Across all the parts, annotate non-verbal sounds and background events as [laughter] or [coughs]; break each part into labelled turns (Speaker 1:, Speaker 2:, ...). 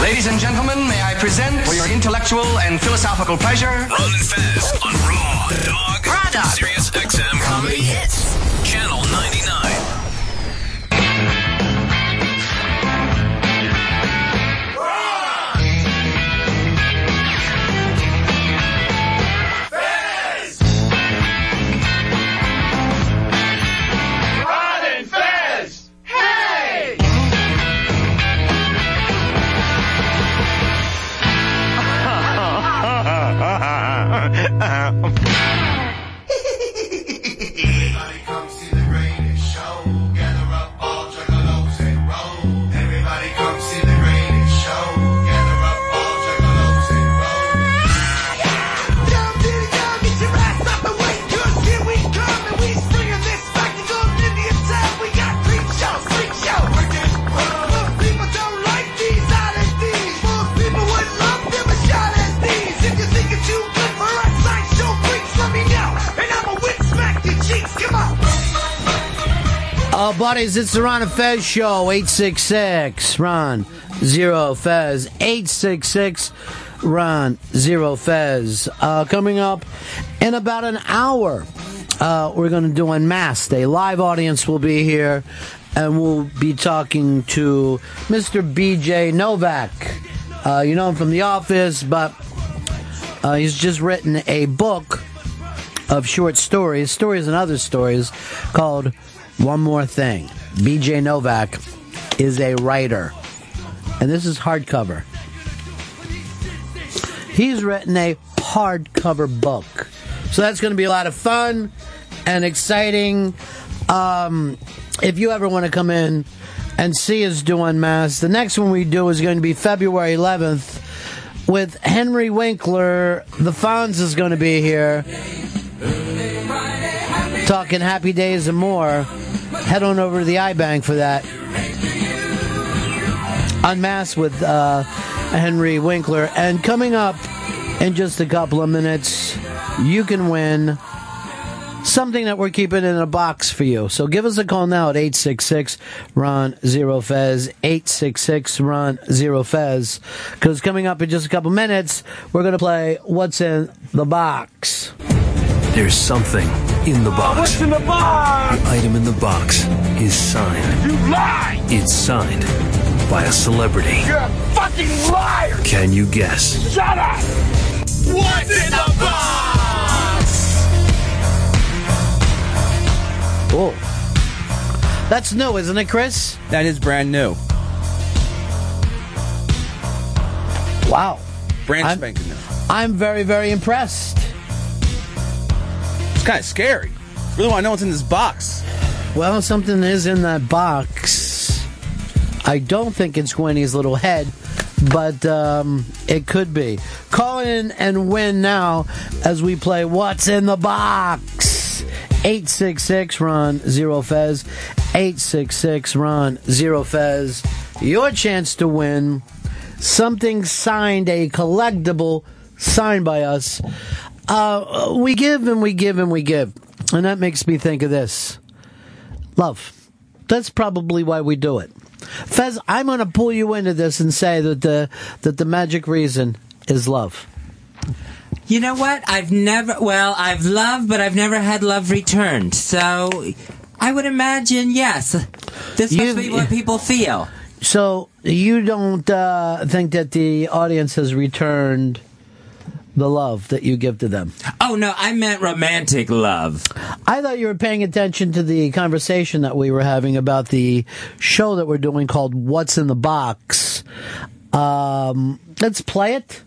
Speaker 1: Ladies and gentlemen, may I present for your intellectual and philosophical pleasure?
Speaker 2: Run fast on Raw Dog.
Speaker 3: Raw Dog.
Speaker 2: Serious XM Comedy Hits. Channel 99.
Speaker 4: Uh, Everybody come see the greatest show. Gather up all juggalos and roll. Everybody come see the greatest show. Gather up all juggalos and roll.
Speaker 5: Come on!
Speaker 6: Oh, buddies, it's the Ron and Fez show, 866 Ron Zero Fez, 866 Ron Zero Fez. Uh, coming up in about an hour, uh, we're going to do Unmasked. A live audience will be here, and we'll be talking to Mr. BJ Novak. Uh, you know him from The Office, but uh, he's just written a book of short stories, stories and other stories, called One More Thing. BJ Novak is a writer, and this is hardcover. He's written a hardcover book. So that's going to be a lot of fun and exciting. Um, if you ever want to come in and see us do Unmasked, the next one we do is going to be February 11th with Henry Winkler. The Fonz is going to be here talking happy days and more, head on over to the iBank for that. Unmasked with uh, Henry Winkler. And coming up in just a couple of minutes, you can win something that we're keeping in a box for you. So give us a call now at 866 Ron Zero Fez, 866 Ron Zero Fez. Because coming up in just a couple minutes, we're going to play What's in the Box.
Speaker 2: There's something in the box. What's in the box? The item in the box is signed. You lie! It's signed by a celebrity. You're a fucking liar! Can you guess? Shut up! What's in the box?
Speaker 6: Oh. That's new, isn't it, Chris?
Speaker 7: That is brand new.
Speaker 6: Wow.
Speaker 7: Brand
Speaker 6: I'm-
Speaker 7: spanking new.
Speaker 6: I'm very, very impressed.
Speaker 7: It's kind of scary. Really want to know what's in this box.
Speaker 6: Well, something is in that box. I don't think it's Gwenny's little head, but um, it could be. Call in and win now as we play What's in the Box. 866 Ron Zero Fez. 866 Ron Zero Fez. Your chance to win something signed, a collectible signed by us. Uh, we give and we give and we give. And that makes me think of this love. That's probably why we do it. Fez, I'm going to pull you into this and say that the that the magic reason is love.
Speaker 8: You know what? I've never, well, I've loved, but I've never had love returned. So I would imagine, yes, this must be what people feel.
Speaker 6: So you don't uh, think that the audience has returned the love that you give to them.
Speaker 8: Oh, no, I meant romantic love.
Speaker 6: I thought you were paying attention to the conversation that we were having about the show that we're doing called What's in the Box. Um, let's play it,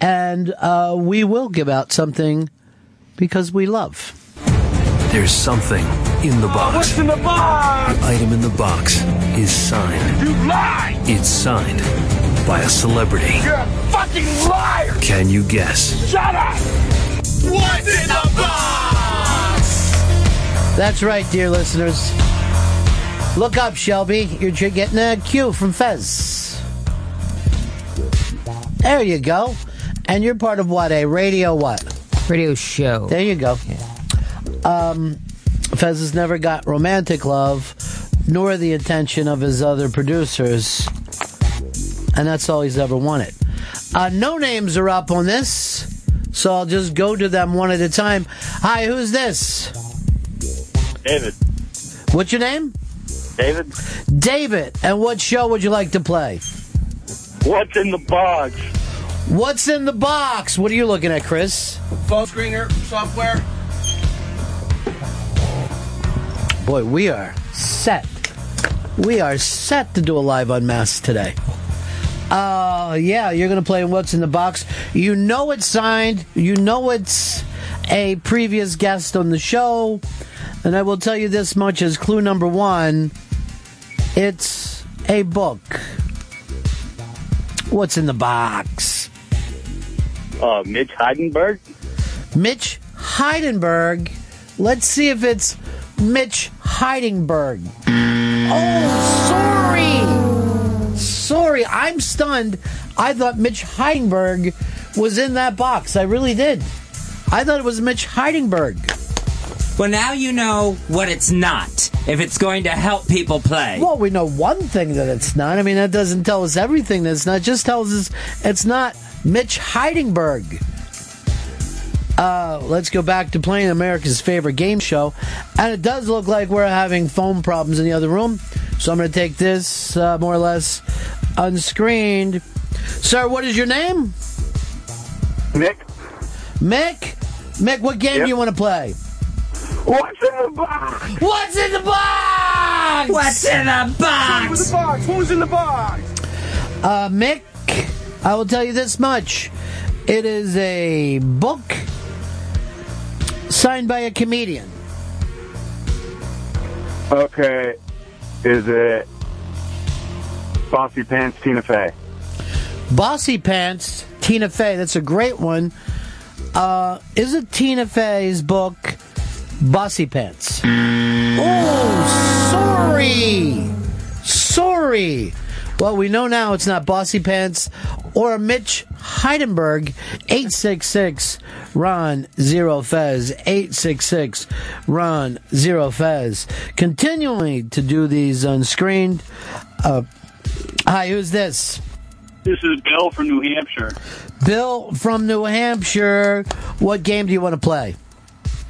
Speaker 6: and uh, we will give out something because we love.
Speaker 2: There's something in the box. What's in the box? The item in the box is signed. You lie! It's signed by a celebrity. You're a fucking liar! Can you guess? Shut up! What's in the box?
Speaker 6: That's right, dear listeners. Look up, Shelby. You're j- getting a cue from Fez. There you go. And you're part of what? A radio what?
Speaker 9: Radio show.
Speaker 6: There you go. Um, Fez has never got romantic love, nor the attention of his other producers. and that's all he's ever wanted. Uh, no names are up on this, so I'll just go to them one at a time. Hi, who's this?
Speaker 4: David.
Speaker 6: What's your name?
Speaker 4: David,
Speaker 6: David. And what show would you like to play?
Speaker 4: what's in the box?
Speaker 6: What's in the box? What are you looking at, Chris?
Speaker 10: Phone screener software.
Speaker 6: Boy, we are set. We are set to do a live unmasked today. Uh, yeah, you're gonna play what's in the box. You know it's signed. You know it's a previous guest on the show, and I will tell you this much: as clue number one, it's a book. What's in the box?
Speaker 4: Uh, Mitch Heidenberg?
Speaker 6: Mitch Heidenberg. Let's see if it's Mitch Heidenberg. Oh, sorry. Sorry, I'm stunned. I thought Mitch Heidenberg was in that box. I really did. I thought it was Mitch Heidenberg.
Speaker 2: Well, now you know what it's not. If it's going to help people play.
Speaker 6: Well, we know one thing that it's not. I mean, that doesn't tell us everything that it's not. It just tells us it's not Mitch Heidenberg. Uh, let's go back to playing America's favorite game show. And it does look like we're having phone problems in the other room. So I'm going to take this uh, more or less unscreened. Sir, what is your name?
Speaker 4: Nick?
Speaker 6: Mick? Mick, what game do you want to play?
Speaker 4: What's in the box?
Speaker 6: What's in the box?
Speaker 2: What's in the box?
Speaker 4: box? Who's in the box?
Speaker 6: Uh, Mick, I will tell you this much. It is a book signed by a comedian.
Speaker 4: Uh, Okay. Is it Bossy Pants Tina Fey?
Speaker 6: Bossy Pants, Tina Fey. That's a great one. Uh, is it Tina Fey's book, Bossy Pants? Oh, sorry. Sorry. Well, we know now it's not Bossy Pants or Mitch Heidenberg. 866 Ron Zero Fez. 866 Ron Zero Fez. Continuing to do these unscreened. Uh, hi, who's this?
Speaker 4: This is Bill from New Hampshire.
Speaker 6: Bill from New Hampshire, what game do you want to play?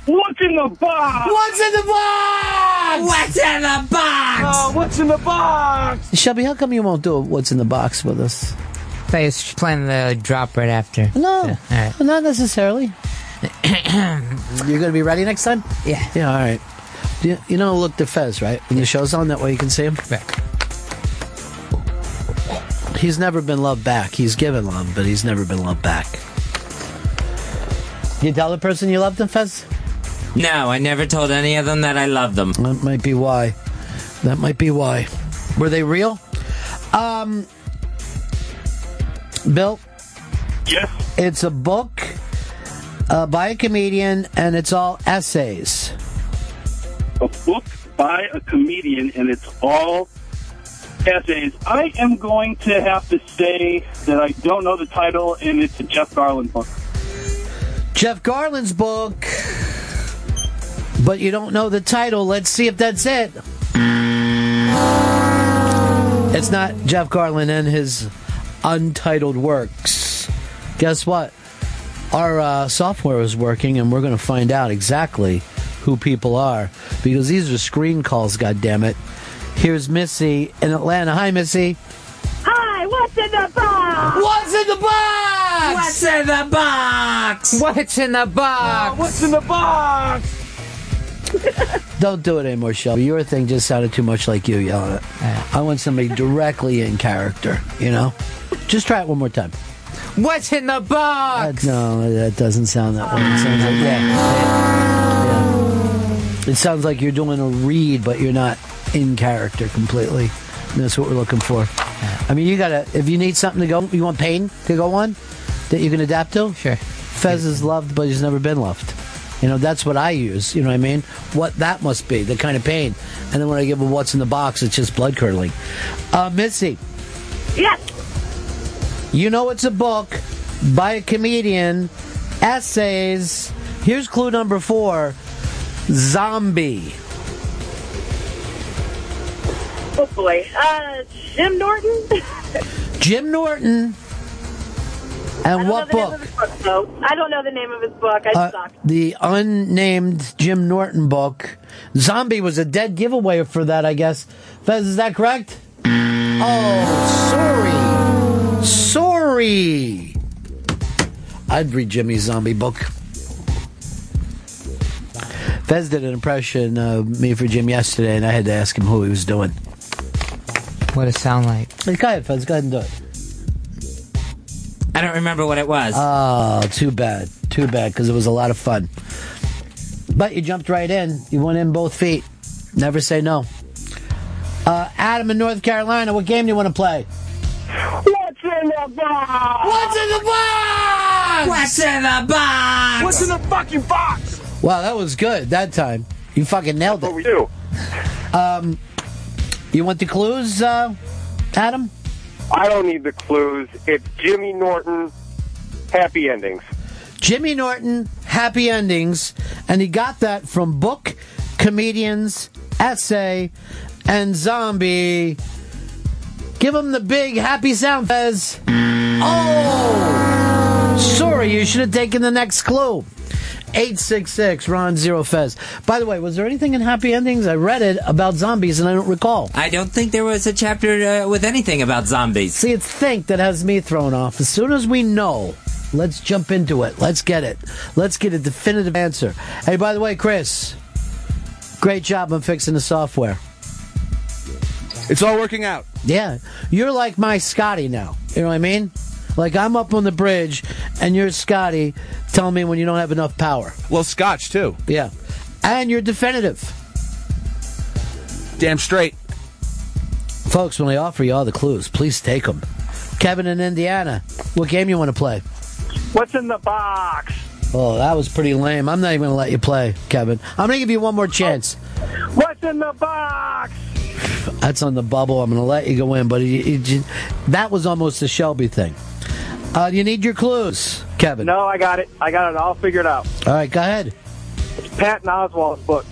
Speaker 4: What's in the box?
Speaker 6: What's in the box?
Speaker 2: What's in the box?
Speaker 4: Uh, what's in the box?
Speaker 6: Shelby, how come you won't do a what's in the box with us?
Speaker 11: Play is playing the drop right after.
Speaker 6: No,
Speaker 11: all right. [coughs]
Speaker 6: not necessarily. You're going to be ready next time?
Speaker 11: Yeah.
Speaker 6: Yeah, all right. You, you know, look to Fez, right? When the show's on, that way you can see him. He's never been loved back. He's given love, but he's never been loved back. You tell the person you loved them, Fez?
Speaker 2: No, I never told any of them that I love them.
Speaker 6: That might be why. That might be why. Were they real? Um, Bill,
Speaker 4: Yes.
Speaker 6: it's a book uh, by a comedian, and it's all essays.
Speaker 4: A book by a comedian, and it's all essays. I am going to have to say that I don't know the title, and it's a Jeff Garland book.
Speaker 6: Jeff Garland's book, but you don't know the title. Let's see if that's it. It's not Jeff Garland and his untitled works. Guess what? Our uh, software is working, and we're going to find out exactly who people are because these are screen calls. God damn it! Here's Missy in Atlanta. Hi, Missy.
Speaker 12: Hi, what's in the box?
Speaker 6: What's in the box?
Speaker 2: What's in the box?
Speaker 11: What's in the box?
Speaker 4: What's in the box?
Speaker 6: Don't do it anymore, Shelby. Your thing just sounded too much like you yelling it. I want somebody directly in character, you know? Just try it one more time.
Speaker 11: What's in the
Speaker 6: Uh,
Speaker 11: box?
Speaker 6: no, that doesn't sound that way. It sounds like, yeah, yeah, yeah. It sounds like you're doing a read, but you're not in character completely. And that's what we're looking for. I mean, you gotta, if you need something to go, you want pain to go on that you can adapt to?
Speaker 11: Sure.
Speaker 6: Fez is loved, but he's never been loved. You know, that's what I use. You know what I mean? What that must be, the kind of pain. And then when I give him what's in the box, it's just blood curdling. Uh, Missy,
Speaker 12: Yes.
Speaker 6: you know it's a book by a comedian, essays. Here's clue number four zombie.
Speaker 12: [laughs] Oh boy. Uh, Jim Norton.
Speaker 6: Jim Norton. And what
Speaker 12: I don't know the
Speaker 6: book?
Speaker 12: name of his book, though. I don't know the name of his book. I
Speaker 6: Uh,
Speaker 12: suck.
Speaker 6: the unnamed Jim Norton book. Zombie was a dead giveaway for that, I guess. Fez, is that correct? Oh, sorry. Sorry. I'd read Jimmy's zombie book. Fez did an impression of me for Jim yesterday, and I had to ask him who he was doing.
Speaker 11: What it sound like?
Speaker 6: Go ahead, Fez. Go ahead and do it.
Speaker 2: I don't remember what it was.
Speaker 6: Oh, too bad. Too bad, because it was a lot of fun. But you jumped right in. You went in both feet. Never say no. Uh, Adam in North Carolina, what game do you want to play?
Speaker 12: What's in the box?
Speaker 6: What's in the box?
Speaker 2: What's in the box?
Speaker 13: What's in the fucking box?
Speaker 6: Wow, that was good that time. You fucking nailed
Speaker 13: What
Speaker 6: it.
Speaker 13: we do?
Speaker 6: Um, you want the clues, uh, Adam?
Speaker 14: I don't need the clues. It's Jimmy Norton. Happy endings.
Speaker 6: Jimmy Norton, Happy Endings, and he got that from book, comedians, essay, and zombie. Give him the big happy sound, Fez. Oh! Sorry, you should have taken the next clue. 866 Ron Zero Fez. By the way, was there anything in Happy Endings? I read it about zombies and I don't recall.
Speaker 2: I don't think there was a chapter uh, with anything about zombies.
Speaker 6: See, it's think that has me thrown off. As soon as we know, let's jump into it. Let's get it. Let's get a definitive answer. Hey, by the way, Chris, great job on fixing the software.
Speaker 10: It's all working out.
Speaker 6: Yeah, you're like my Scotty now. You know what I mean? Like I'm up on the bridge, and you're Scotty telling me when you don't have enough power.
Speaker 10: Well, Scotch too.
Speaker 6: Yeah, and you're definitive.
Speaker 10: Damn straight.
Speaker 6: Folks, when I offer you all the clues, please take them. Kevin in Indiana, what game you want to play?
Speaker 4: What's in the box?
Speaker 6: Oh, that was pretty lame. I'm not even gonna let you play, Kevin. I'm gonna give you one more chance.
Speaker 4: What's in the box?
Speaker 6: That's on the bubble. I'm gonna let you go in, but you, you, ju- that was almost a Shelby thing. Uh, you need your clues, Kevin.
Speaker 4: No, I got it. I got it all figured out.
Speaker 6: All right, go ahead.
Speaker 4: It's Patton Oswald's book.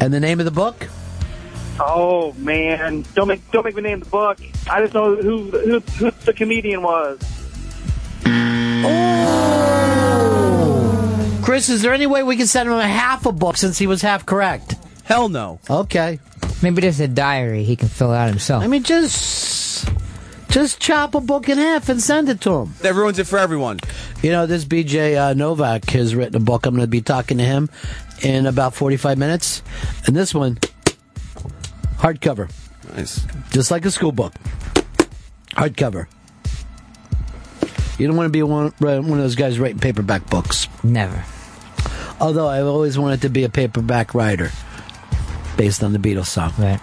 Speaker 6: And the name of the book?
Speaker 4: Oh man, don't make don't make me name the book. I just know who who, who the comedian was.
Speaker 6: Chris, is there any way we can send him a half a book since he was half correct?
Speaker 10: Hell no.
Speaker 6: Okay.
Speaker 11: Maybe there's a diary he can fill out himself.
Speaker 6: I mean, just just chop a book in half and send it to him.
Speaker 10: That ruins it for everyone.
Speaker 6: You know, this BJ uh, Novak has written a book. I'm going to be talking to him in about 45 minutes. And this one, hardcover,
Speaker 10: Nice.
Speaker 6: just like a school book. Hardcover. You don't want to be one, uh, one of those guys writing paperback books.
Speaker 11: Never.
Speaker 6: Although I've always wanted to be a paperback writer based on the Beatles song.
Speaker 11: Right.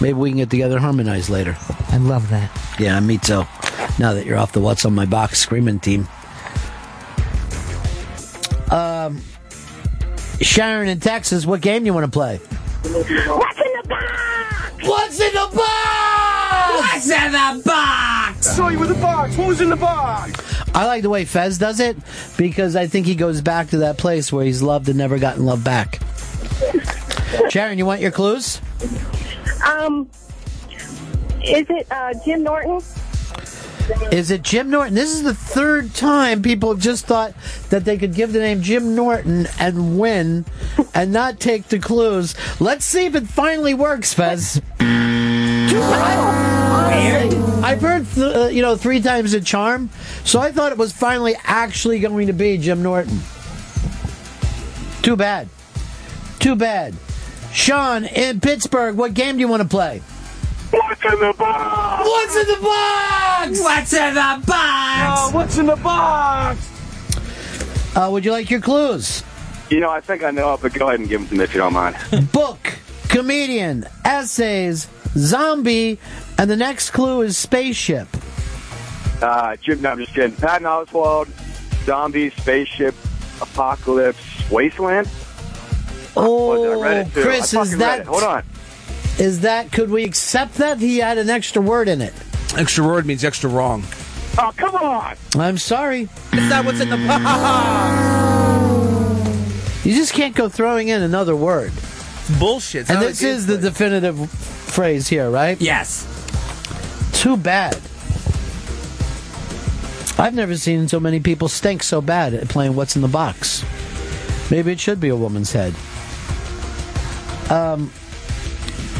Speaker 6: Maybe we can get together and harmonize later.
Speaker 11: I love that.
Speaker 6: Yeah, me too. Now that you're off the What's on My Box screaming team. Um, Um, Sharon in Texas, what game do you want to play?
Speaker 12: What's in the box?
Speaker 6: What's in the box?
Speaker 2: What's in the box?
Speaker 13: Saw you with the box. What was in the box?
Speaker 6: I like the way Fez does it because I think he goes back to that place where he's loved and never gotten love back. Sharon, you want your clues?
Speaker 12: Um, is it uh, Jim Norton?
Speaker 6: Is it Jim Norton? This is the third time people have just thought that they could give the name Jim Norton and win and not take the clues. Let's see if it finally works, Fez. Dude, I, honestly, I've heard, th- uh, you know, three times a charm, so I thought it was finally actually going to be Jim Norton. Too bad. Too bad. Sean in Pittsburgh, what game do you want to play?
Speaker 13: What's in the box?
Speaker 6: What's in the box?
Speaker 2: What's in the box?
Speaker 4: Uh,
Speaker 13: what's in the box?
Speaker 6: Uh, would you like your clues?
Speaker 14: You know, I think I know it, but go ahead and give them to me if you don't mind.
Speaker 6: book, comedian, essays, zombie, and the next clue is spaceship.
Speaker 14: Uh, Jim, no, I'm just kidding. Patton Oswald, zombies, spaceship, apocalypse, wasteland. Was it? I read
Speaker 6: Oh,
Speaker 14: it too.
Speaker 6: Chris,
Speaker 14: I
Speaker 6: is
Speaker 14: fucking read
Speaker 6: that
Speaker 14: it. Hold on.
Speaker 6: is that? Could we accept that he had an extra word in it?
Speaker 10: Extra word means extra wrong.
Speaker 13: Oh, come on.
Speaker 6: I'm sorry,
Speaker 10: It's not what's in the box.
Speaker 6: you just can't go throwing in another word.
Speaker 10: Bullshit. It's
Speaker 6: And
Speaker 10: not
Speaker 6: this
Speaker 10: a
Speaker 6: is the
Speaker 10: gameplay.
Speaker 6: definitive phrase here, right?
Speaker 2: Yes.
Speaker 6: Too bad. I've never seen so many people stink so bad at playing What's in the Box. Maybe it should be a woman's head. Um,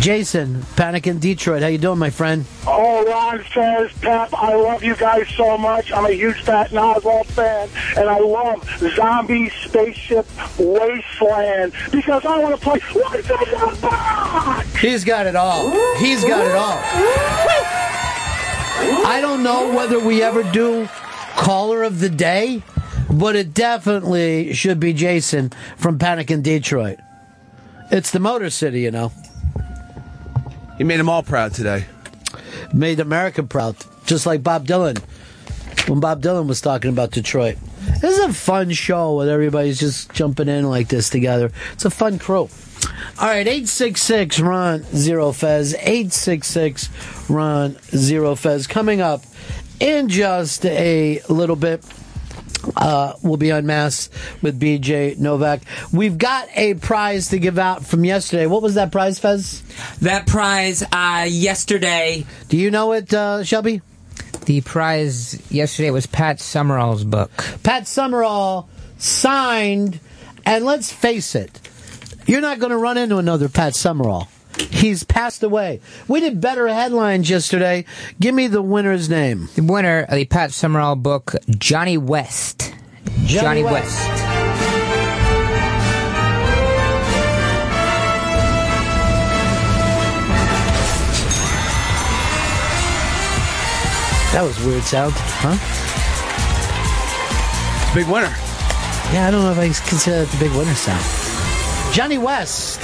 Speaker 6: Jason, Panic in Detroit. How you doing, my friend?
Speaker 15: Oh, Ron says, Pep, I love you guys so much. I'm a huge Fat Oswald fan, and I love Zombie Spaceship Wasteland because I want to play. What's in the box?
Speaker 6: He's got it all. He's got it all. I don't know whether we ever do caller of the day, but it definitely should be Jason from Panic in Detroit. It's the Motor City, you know.
Speaker 7: He made them all proud today.
Speaker 6: Made America proud, just like Bob Dylan. When Bob Dylan was talking about Detroit. This is a fun show with everybody's just jumping in like this together. It's a fun crew. All right, 866 Ron Zero Fez. 866 Ron Zero Fez. Coming up in just a little bit. Uh, we'll be on mass with BJ Novak. We've got a prize to give out from yesterday. What was that prize, Fez?
Speaker 8: That prize uh, yesterday.
Speaker 6: Do you know it, uh, Shelby?
Speaker 10: The prize yesterday was Pat Summerall's book.
Speaker 6: Pat Summerall signed, and let's face it, you're not going to run into another Pat Summerall. He's passed away. We did better headlines yesterday. Give me the winner's name.
Speaker 10: The winner of the Pat Summerall book, Johnny West.
Speaker 6: Johnny
Speaker 10: West.
Speaker 6: That was a weird sound, huh?
Speaker 7: Big winner.
Speaker 6: Yeah, I don't know if I consider that the big winner sound. Johnny West.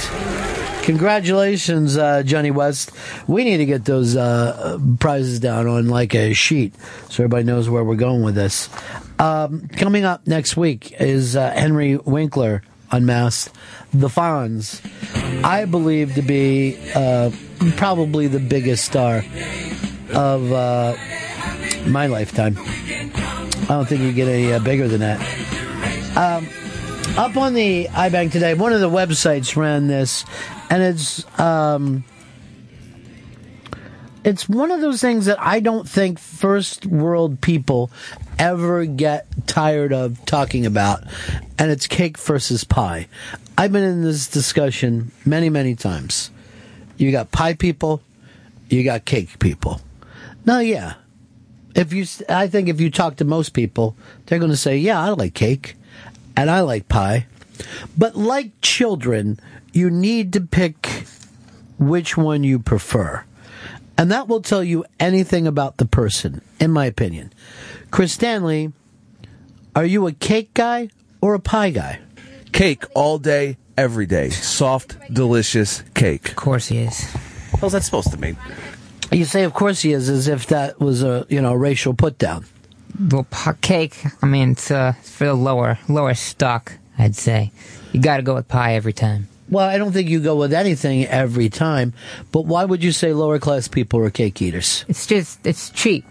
Speaker 6: Congratulations, uh, Johnny West. We need to get those uh, prizes down on like a sheet so everybody knows where we're going with this. Um, coming up next week is uh, Henry Winkler unmasked. The Fonz, I believe to be uh, probably the biggest star of uh, my lifetime. I don't think you get any uh, bigger than that. Um, up on the iBank today, one of the websites ran this, and it's um, it's one of those things that I don't think first world people ever get tired of talking about, and it's cake versus pie. I've been in this discussion many, many times. You got pie people, you got cake people. Now, yeah, if you, I think if you talk to most people, they're going to say, "Yeah, I like cake, and I like pie," but like children, you need to pick which one you prefer. And that will tell you anything about the person, in my opinion. Chris Stanley, are you a cake guy or a pie guy?
Speaker 7: Cake all day, every day. Soft, delicious cake. Of
Speaker 10: course he is.
Speaker 7: How's that supposed to mean?
Speaker 6: You say, of course he is, as if that was a you know racial put down.
Speaker 10: Well, pa- cake, I mean, it's uh, it's for the lower, lower stock, I'd say. You gotta go with pie every time.
Speaker 6: Well, I don't think you go with anything every time, but why would you say lower class people are cake eaters?
Speaker 10: It's just, it's cheap.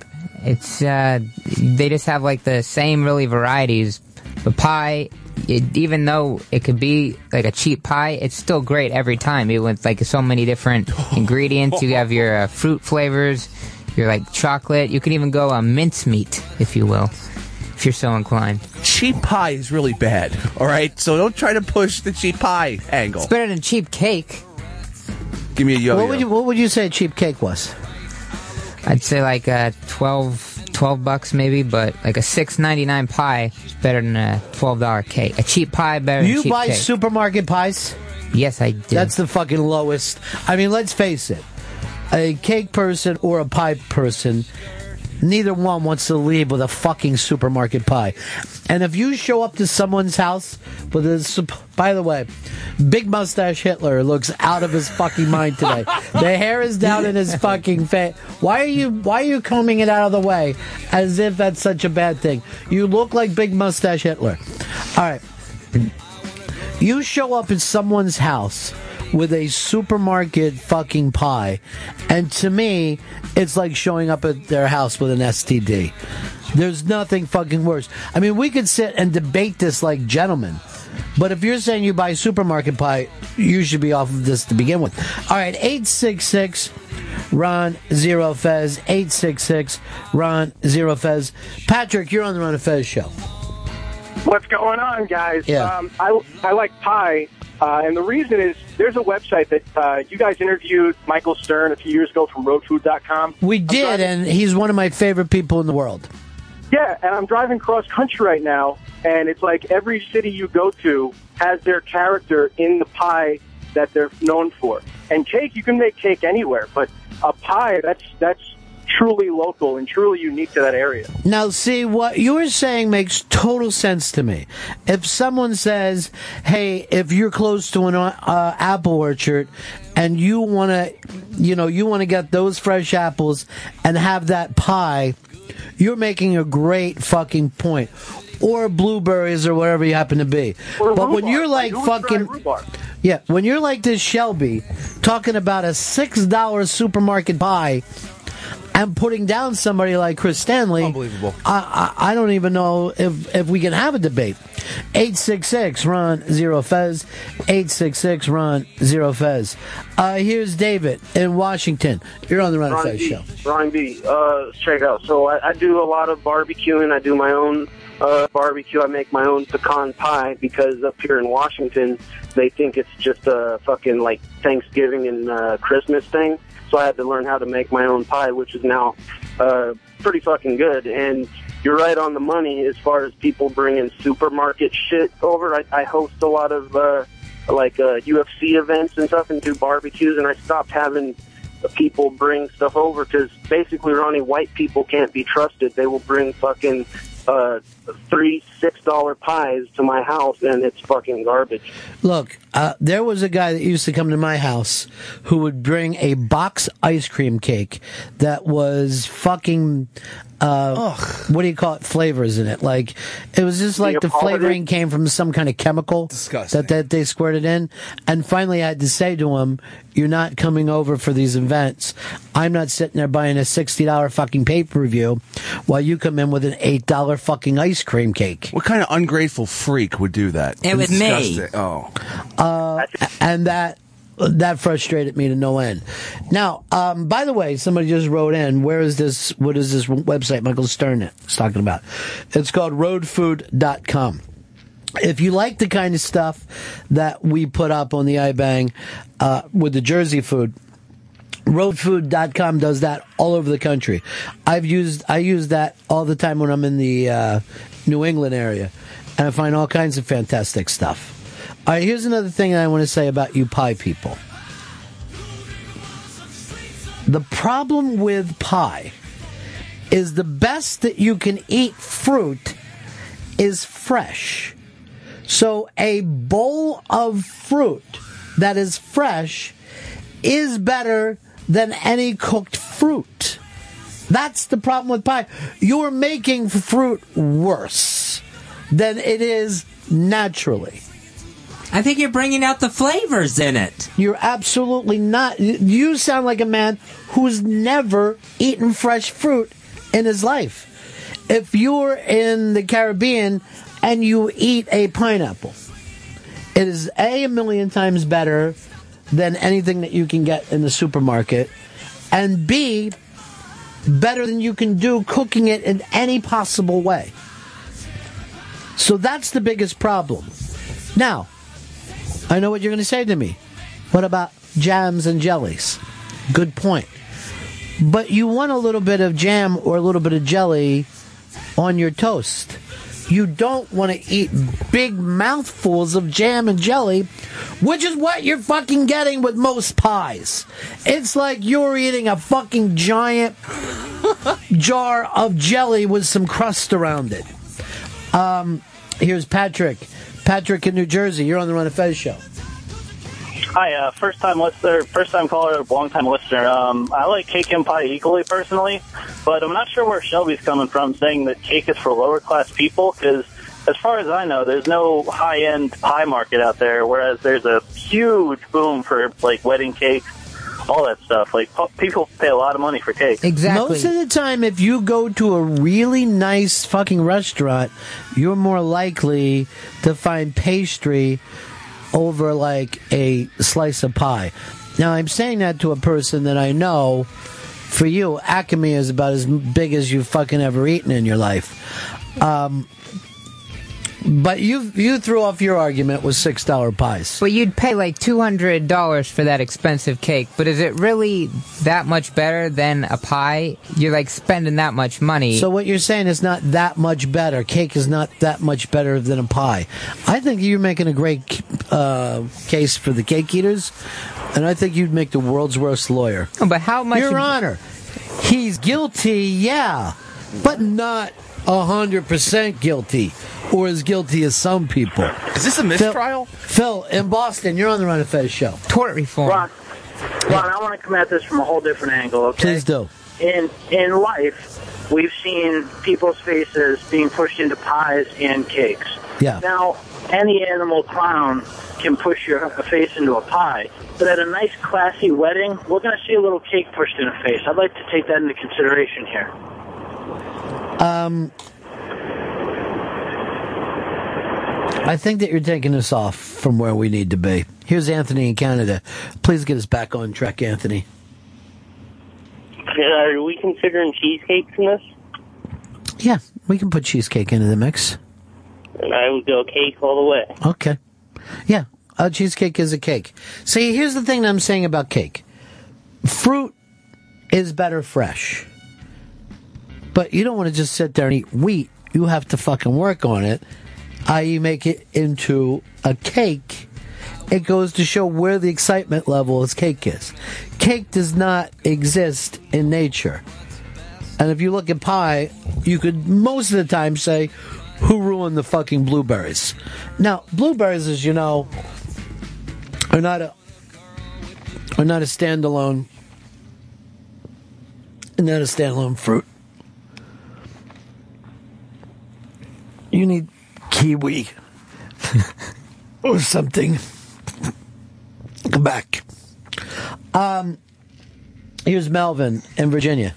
Speaker 10: It's, uh, they just have like the same really varieties. But pie, it, even though it could be like a cheap pie, it's still great every time. Even with like so
Speaker 7: [laughs]
Speaker 10: many different ingredients, you have your uh, fruit flavors, your like chocolate. You could even go uh, mincemeat, if you will, if you're so inclined.
Speaker 7: Cheap pie is really bad, all right? So don't try to push the cheap pie angle.
Speaker 10: It's better than cheap cake.
Speaker 7: Give me a
Speaker 10: Oh,
Speaker 7: yo
Speaker 6: What would you What would you say cheap cake was?
Speaker 10: I'd say like uh, 12, 12 bucks maybe, but like a six ninety nine pie is better than a twelve dollar cake. A cheap pie better than
Speaker 6: you
Speaker 10: cheap
Speaker 6: buy
Speaker 10: cake.
Speaker 6: supermarket pies?
Speaker 10: yes, I do.
Speaker 6: That's the fucking lowest. I mean, let's face it. A cake person or a pie person, neither one wants to leave with a fucking supermarket pie. And if you show up to someone's house with a, sup- by the way, big mustache Hitler looks out of his fucking mind today. the hair is down in his fucking face. Why are you, why are you combing it out of the way as if that's such a bad thing? You look like big mustache Hitler. All right. You show up at someone's house with a supermarket fucking pie, and to me, it's like showing up at their house with an STD. There's nothing fucking worse. I mean, we could sit and debate this like gentlemen, but if you're saying you buy supermarket pie, you should be off of this to begin with. All right, 866 Ron Zero Fez, 866 Ron Zero Fez. Patrick, you're on the Ron and Fez show.
Speaker 16: What's going on, guys?
Speaker 6: Yeah.
Speaker 16: Um, I, I like pie, uh, and the reason is there's a website that uh, you guys interviewed Michael Stern a few years ago from roadfood.com.
Speaker 6: We did, and he's one of my favorite people in the world.
Speaker 16: Yeah, and I'm driving cross country right now, and it's like every city you go to has their character in the pie that they're known for. And cake, you can make cake anywhere, but a pie that's that's truly local and truly unique to that area.
Speaker 6: Now, see, what you're saying makes total sense to me. If someone says, hey, if you're close to an uh, apple orchard and you want to, you know, you want to get those fresh apples and have that pie, you're making a great fucking point. Or blueberries or whatever you happen to be. but when
Speaker 16: Rhubarb.
Speaker 6: you're
Speaker 16: I
Speaker 6: like
Speaker 16: always try
Speaker 6: fucking.
Speaker 16: rhubarb.
Speaker 6: Yeah, when you're like this Shelby, talking about a six dollar supermarket pie and putting down somebody like Chris Stanley, unbelievable. I, I I don't even know if if we can have a debate. Eight six six Ron Zero Fez, eight six six Ron Zero Fez. Uh, here's David in Washington. You're on the Ron, and Fez
Speaker 17: B.
Speaker 6: show.
Speaker 17: Ron B. Uh, check out. So I, I do a lot of barbecuing. I do my own uh, barbecue. I make my own pecan pie because up here in Washington, they think it's just a fucking like Thanksgiving and uh, Christmas thing. So I had to learn how to make my own pie, which is now uh, pretty fucking good. And you're right on the money as far as people bringing supermarket shit over. I, I host a lot of uh, like uh, UFC events and stuff and do barbecues, and I stopped having the people bring stuff over because basically, Ronnie, white people can't be trusted. They will bring fucking uh, three six dollar pies to my house, and it's fucking garbage.
Speaker 6: Look, uh, there was a guy that used to come to my house who would bring a box ice cream cake that was fucking. Uh, what do you call it? Flavors in it, like it was just like the
Speaker 1: Neapolitan?
Speaker 6: flavoring came from some kind of chemical that that they squirted in. And finally, I had to say to him, "You're not coming over for these events. I'm not sitting there buying a sixty dollar fucking pay per view while you come in with an eight dollar fucking ice cream cake."
Speaker 10: What kind of ungrateful freak would do that?
Speaker 6: It was me.
Speaker 10: Disgusting. Oh,
Speaker 6: uh, and that that frustrated me to no end. Now, um, by the way, somebody just wrote in. Where is this? What is this website? Michael Stern is talking about. It's called RoadFood.com. If you like the kind of stuff that we put up on the iBang uh, with the Jersey food, roadfood.com does that all over the country i've used i use that all the time when i'm in the uh, new england area and i find all kinds of fantastic stuff all right here's another thing i want to say about you pie people the problem with pie is the best that you can eat fruit is fresh so a bowl of fruit that is fresh is better than any cooked fruit. That's the problem with pie. You're making fruit worse than it is naturally.
Speaker 2: I think you're bringing out the flavors in it.
Speaker 6: You're absolutely not. You sound like a man who's never eaten fresh fruit in his life. If you're in the Caribbean and you eat a pineapple, it is a, a million times better than anything that you can get in the supermarket, and B, better than you can do cooking it in any possible way. So that's the biggest problem. Now, I know what you're going to say to me. What about jams and jellies? Good point. But you want a little bit of jam or a little bit of jelly on your toast. You don't want to eat big mouthfuls of jam and jelly, which is what you're fucking getting with most pies. It's like you're eating a fucking giant [laughs] jar of jelly with some crust around it. Um, here's Patrick. Patrick in New Jersey. You're on the Run of Fez show.
Speaker 18: Hi, uh, first time listener, first time caller, long time listener. Um, I like cake and pie equally personally, but I'm not sure where Shelby's coming from saying that cake is for lower class people because, as far as I know, there's no high end pie market out there, whereas there's a huge boom for like wedding cakes, all that stuff. Like pu- people pay a lot of money for cake.
Speaker 6: Most of the time, if you go to a really nice fucking restaurant, you're more likely to find pastry over like a slice of pie. Now, I'm saying that to a person that I know. For you, Acme is about as big as you've fucking ever eaten in your life. Um, but you you threw off your argument with six dollar pies.
Speaker 10: But you'd pay like two hundred dollars for that expensive cake. But is it really that much better than a pie? You're like spending that much money.
Speaker 6: So what you're saying is not that much better. Cake is not that much better than a pie. I think you're making a great uh, case for the cake eaters, and I think you'd make the world's worst lawyer.
Speaker 10: But how much?
Speaker 6: Your Honor, he's guilty, yeah, but not hundred percent guilty, or as guilty as some people.
Speaker 7: Is this a mistrial?
Speaker 6: Phil, Phil in Boston, you're on the Run of Fez show.
Speaker 10: Tort reform.
Speaker 15: Ron, Ron, I want to come at this from a whole different angle. Okay.
Speaker 6: Please do.
Speaker 15: in in life, we've seen people's faces being pushed into pies and cakes.
Speaker 6: Yeah.
Speaker 15: Now, any animal clown can push your a face into a pie, but at a nice, classy wedding, we're going to see a little cake pushed in a face. I'd like to take that into consideration here.
Speaker 6: Um, I think that you're taking us off from where we need to be. Here's Anthony in Canada. Please get us back on track, Anthony.
Speaker 18: Uh, Are we considering cheesecakes in this?
Speaker 6: Yeah, we can put cheesecake into the mix.
Speaker 18: And I would go cake all the way.
Speaker 6: Okay. Yeah, a cheesecake is a cake. See, here's the thing that I'm saying about cake fruit is better fresh. But you don't want to just sit there and eat wheat. You have to fucking work on it, i.e., make it into a cake. It goes to show where the excitement level of cake is. Cake does not exist in nature. And if you look at pie, you could most of the time say, who ruined the fucking blueberries? Now, blueberries, as you know, are not a are not a standalone not a standalone fruit. You need kiwi [laughs] or something. Come back. Um, here's Melvin in Virginia.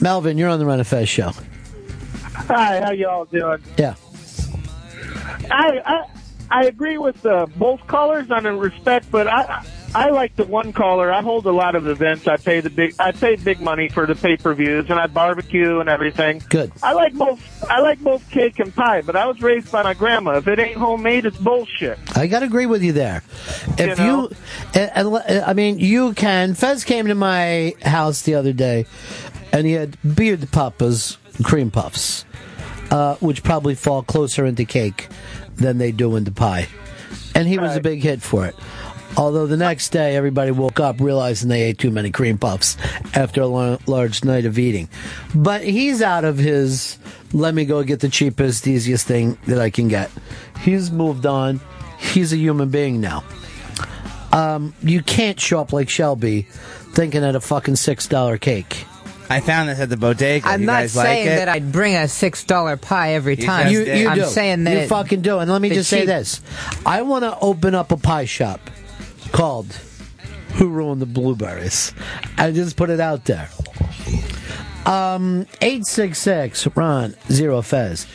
Speaker 6: Melvin, you're on the Run of Fez show.
Speaker 11: Hi, how y'all doing?
Speaker 6: Yeah.
Speaker 11: I I, I agree with uh, both callers on the respect, but I I like the one caller. I hold a lot of events. I pay the big I pay big money for the pay per views, and I barbecue and everything.
Speaker 6: Good.
Speaker 11: I like both I like both cake and pie, but I was raised by my grandma. If it ain't homemade, it's bullshit.
Speaker 6: I gotta agree with you there. If you, and- and le- I mean, you can. Fez came to my house the other day, and he had beard papas cream puffs, uh, which probably fall closer into cake than they do into pie, and he was a big hit for it. Although the next day everybody woke up realizing they ate too many cream puffs after a lo- large night of eating, but he's out of his. Let me go get the cheapest, easiest thing that I can get. He's moved on. He's a human being now. Um, you can't show up like Shelby thinking at a fucking six dollar cake.
Speaker 7: I found this at the bodega.
Speaker 10: I'm
Speaker 7: you
Speaker 10: not
Speaker 7: guys like
Speaker 10: saying
Speaker 7: it?
Speaker 10: that I'd bring a six dollar pie every time.
Speaker 6: You, you
Speaker 10: I'm
Speaker 6: do.
Speaker 10: saying that
Speaker 6: you fucking do. And let me
Speaker 10: the
Speaker 6: just say
Speaker 10: cheap-
Speaker 6: this: I want to open up a pie shop called "Who Ruined the Blueberries," and just put it out there. Um, eight six six Ron zero Fez,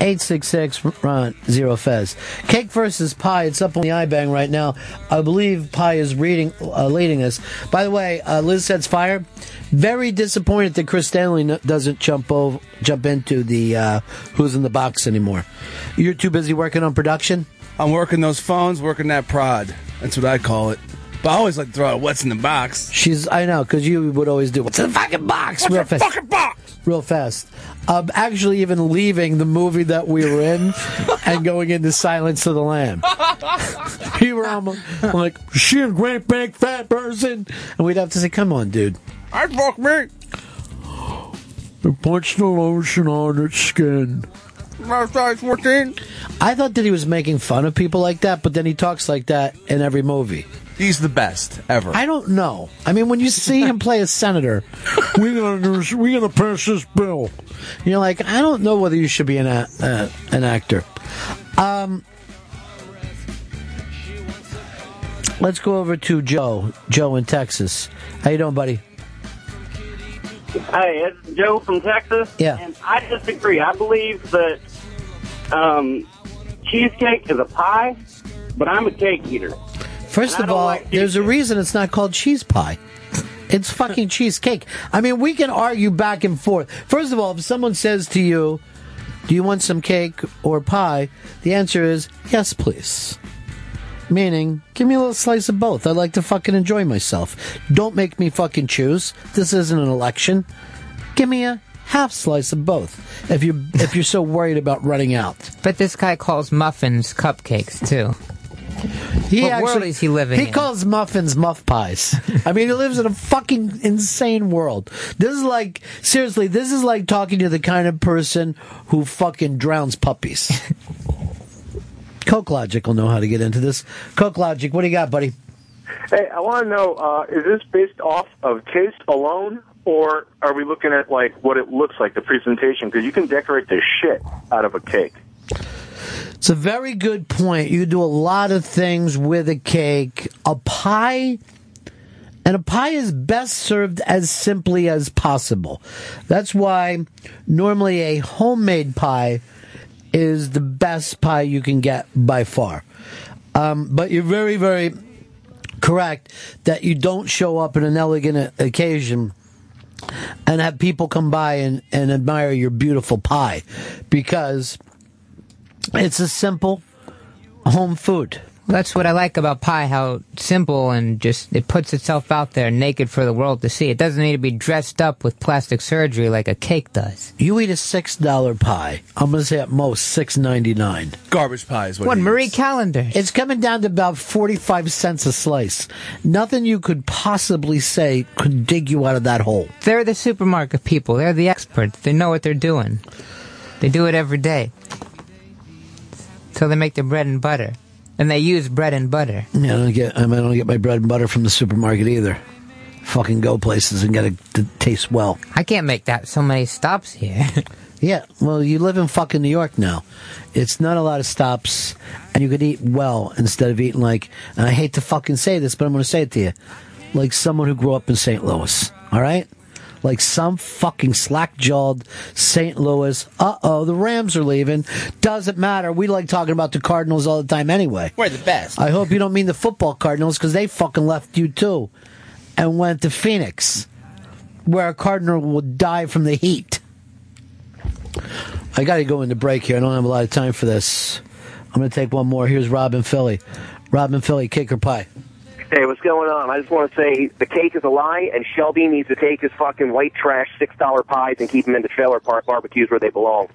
Speaker 6: eight six six Ron zero Fez. Cake versus pie. It's up on the iBang right now. I believe pie is reading uh, leading us. By the way, uh, Liz sets fire. Very disappointed that Chris Stanley no- doesn't jump over, jump into the uh, who's in the box anymore. You're too busy working on production.
Speaker 7: I'm working those phones, working that prod. That's what I call it. But I always like to throw out what's in the box.
Speaker 6: She's I know because you would always do what's in the fucking box real fast. Fucking box real fast. Um, actually, even leaving the movie that we were [laughs] in and going into Silence of the Lamb. [laughs] you were almost I'm like she a great big fat person, and we'd have to say, "Come on, dude."
Speaker 7: I fuck me.
Speaker 6: It puts the lotion on its skin. I thought that he was making fun of people like that, but then he talks like that in every movie.
Speaker 7: He's the best ever.
Speaker 6: I don't know. I mean, when you see him play a [laughs] senator, we're gonna do- we're gonna pass this bill. You're like, I don't know whether you should be an a, uh, an actor. Um, let's go over to Joe. Joe in Texas. How you doing, buddy?
Speaker 17: Hey, it's Joe from Texas.
Speaker 6: Yeah.
Speaker 17: And I disagree. I believe that um, cheesecake is a pie, but I'm a cake eater.
Speaker 6: First of all, there's a reason it's not called cheese pie. It's fucking cheesecake. I mean, we can argue back and forth. First of all, if someone says to you, "Do you want some cake or pie?" the answer is yes, please. Meaning, give me a little slice of both. I like to fucking enjoy myself. Don't make me fucking choose. This isn't an election. Give me a half slice of both. If you if you're so worried about running out.
Speaker 10: But this guy calls muffins cupcakes too.
Speaker 6: He
Speaker 10: what
Speaker 6: actually,
Speaker 10: world is he living
Speaker 6: He
Speaker 10: in?
Speaker 6: calls muffins muff
Speaker 10: [laughs]
Speaker 6: pies. I mean, he lives in a fucking insane world. This is like, seriously, this is like talking to the kind of person who fucking drowns
Speaker 10: [laughs]
Speaker 6: puppies. Coke Logic will know how to get into this. Coke Logic, what do you got, buddy?
Speaker 11: Hey, I want to know: uh, is this based off of taste alone, or are we looking at like what it looks like, the presentation? Because you can decorate the shit out of a cake.
Speaker 6: It's a very good point. You do a lot of things with a cake. A pie, and a pie is best served as simply as possible. That's why normally a homemade pie is the best pie you can get by far. Um, but you're very, very correct that you don't show up in an elegant occasion and have people come by and, and admire your beautiful pie because it's a simple home food.
Speaker 10: That's what I like about pie, how simple and just it puts itself out there naked for the world to see. It doesn't need to be dressed up with plastic surgery like a cake does.
Speaker 6: You eat a six dollar pie. I'm gonna say at most six ninety nine.
Speaker 7: Garbage pie is what.
Speaker 6: One
Speaker 7: he
Speaker 6: Marie
Speaker 10: Calendar.
Speaker 6: It's coming down to about forty five cents a slice. Nothing you could possibly say could dig you out of that hole.
Speaker 10: They're the supermarket people. They're the experts. They know what they're doing. They do it every day. So they make their bread and butter. And they use bread and butter.
Speaker 6: Yeah, I don't get. I, mean, I don't get my bread and butter from the supermarket either. Fucking go places and get it to taste well.
Speaker 10: I can't make that so many stops here.
Speaker 6: [laughs] yeah, well, you live in fucking New York now. It's not a lot of stops, and you could eat well instead of eating like. And I hate to fucking say this, but I'm going to say it to you, like someone who grew up in St. Louis. All right. Like some fucking slack jawed St. Louis, uh oh, the Rams are leaving. Doesn't matter. We like talking about the Cardinals all the time anyway.
Speaker 19: We're the best.
Speaker 6: I hope you don't mean the football Cardinals because they fucking left you too and went to Phoenix, where a Cardinal will die from the heat. I got to go into break here. I don't have a lot of time for this. I'm going to take one more. Here's Robin Philly. Robin Philly, cake or pie?
Speaker 17: Hey, what's going on? I just want to say the cake is a lie, and Shelby needs to take his fucking white trash six dollar pies and keep them in the trailer park barbecues where they belong.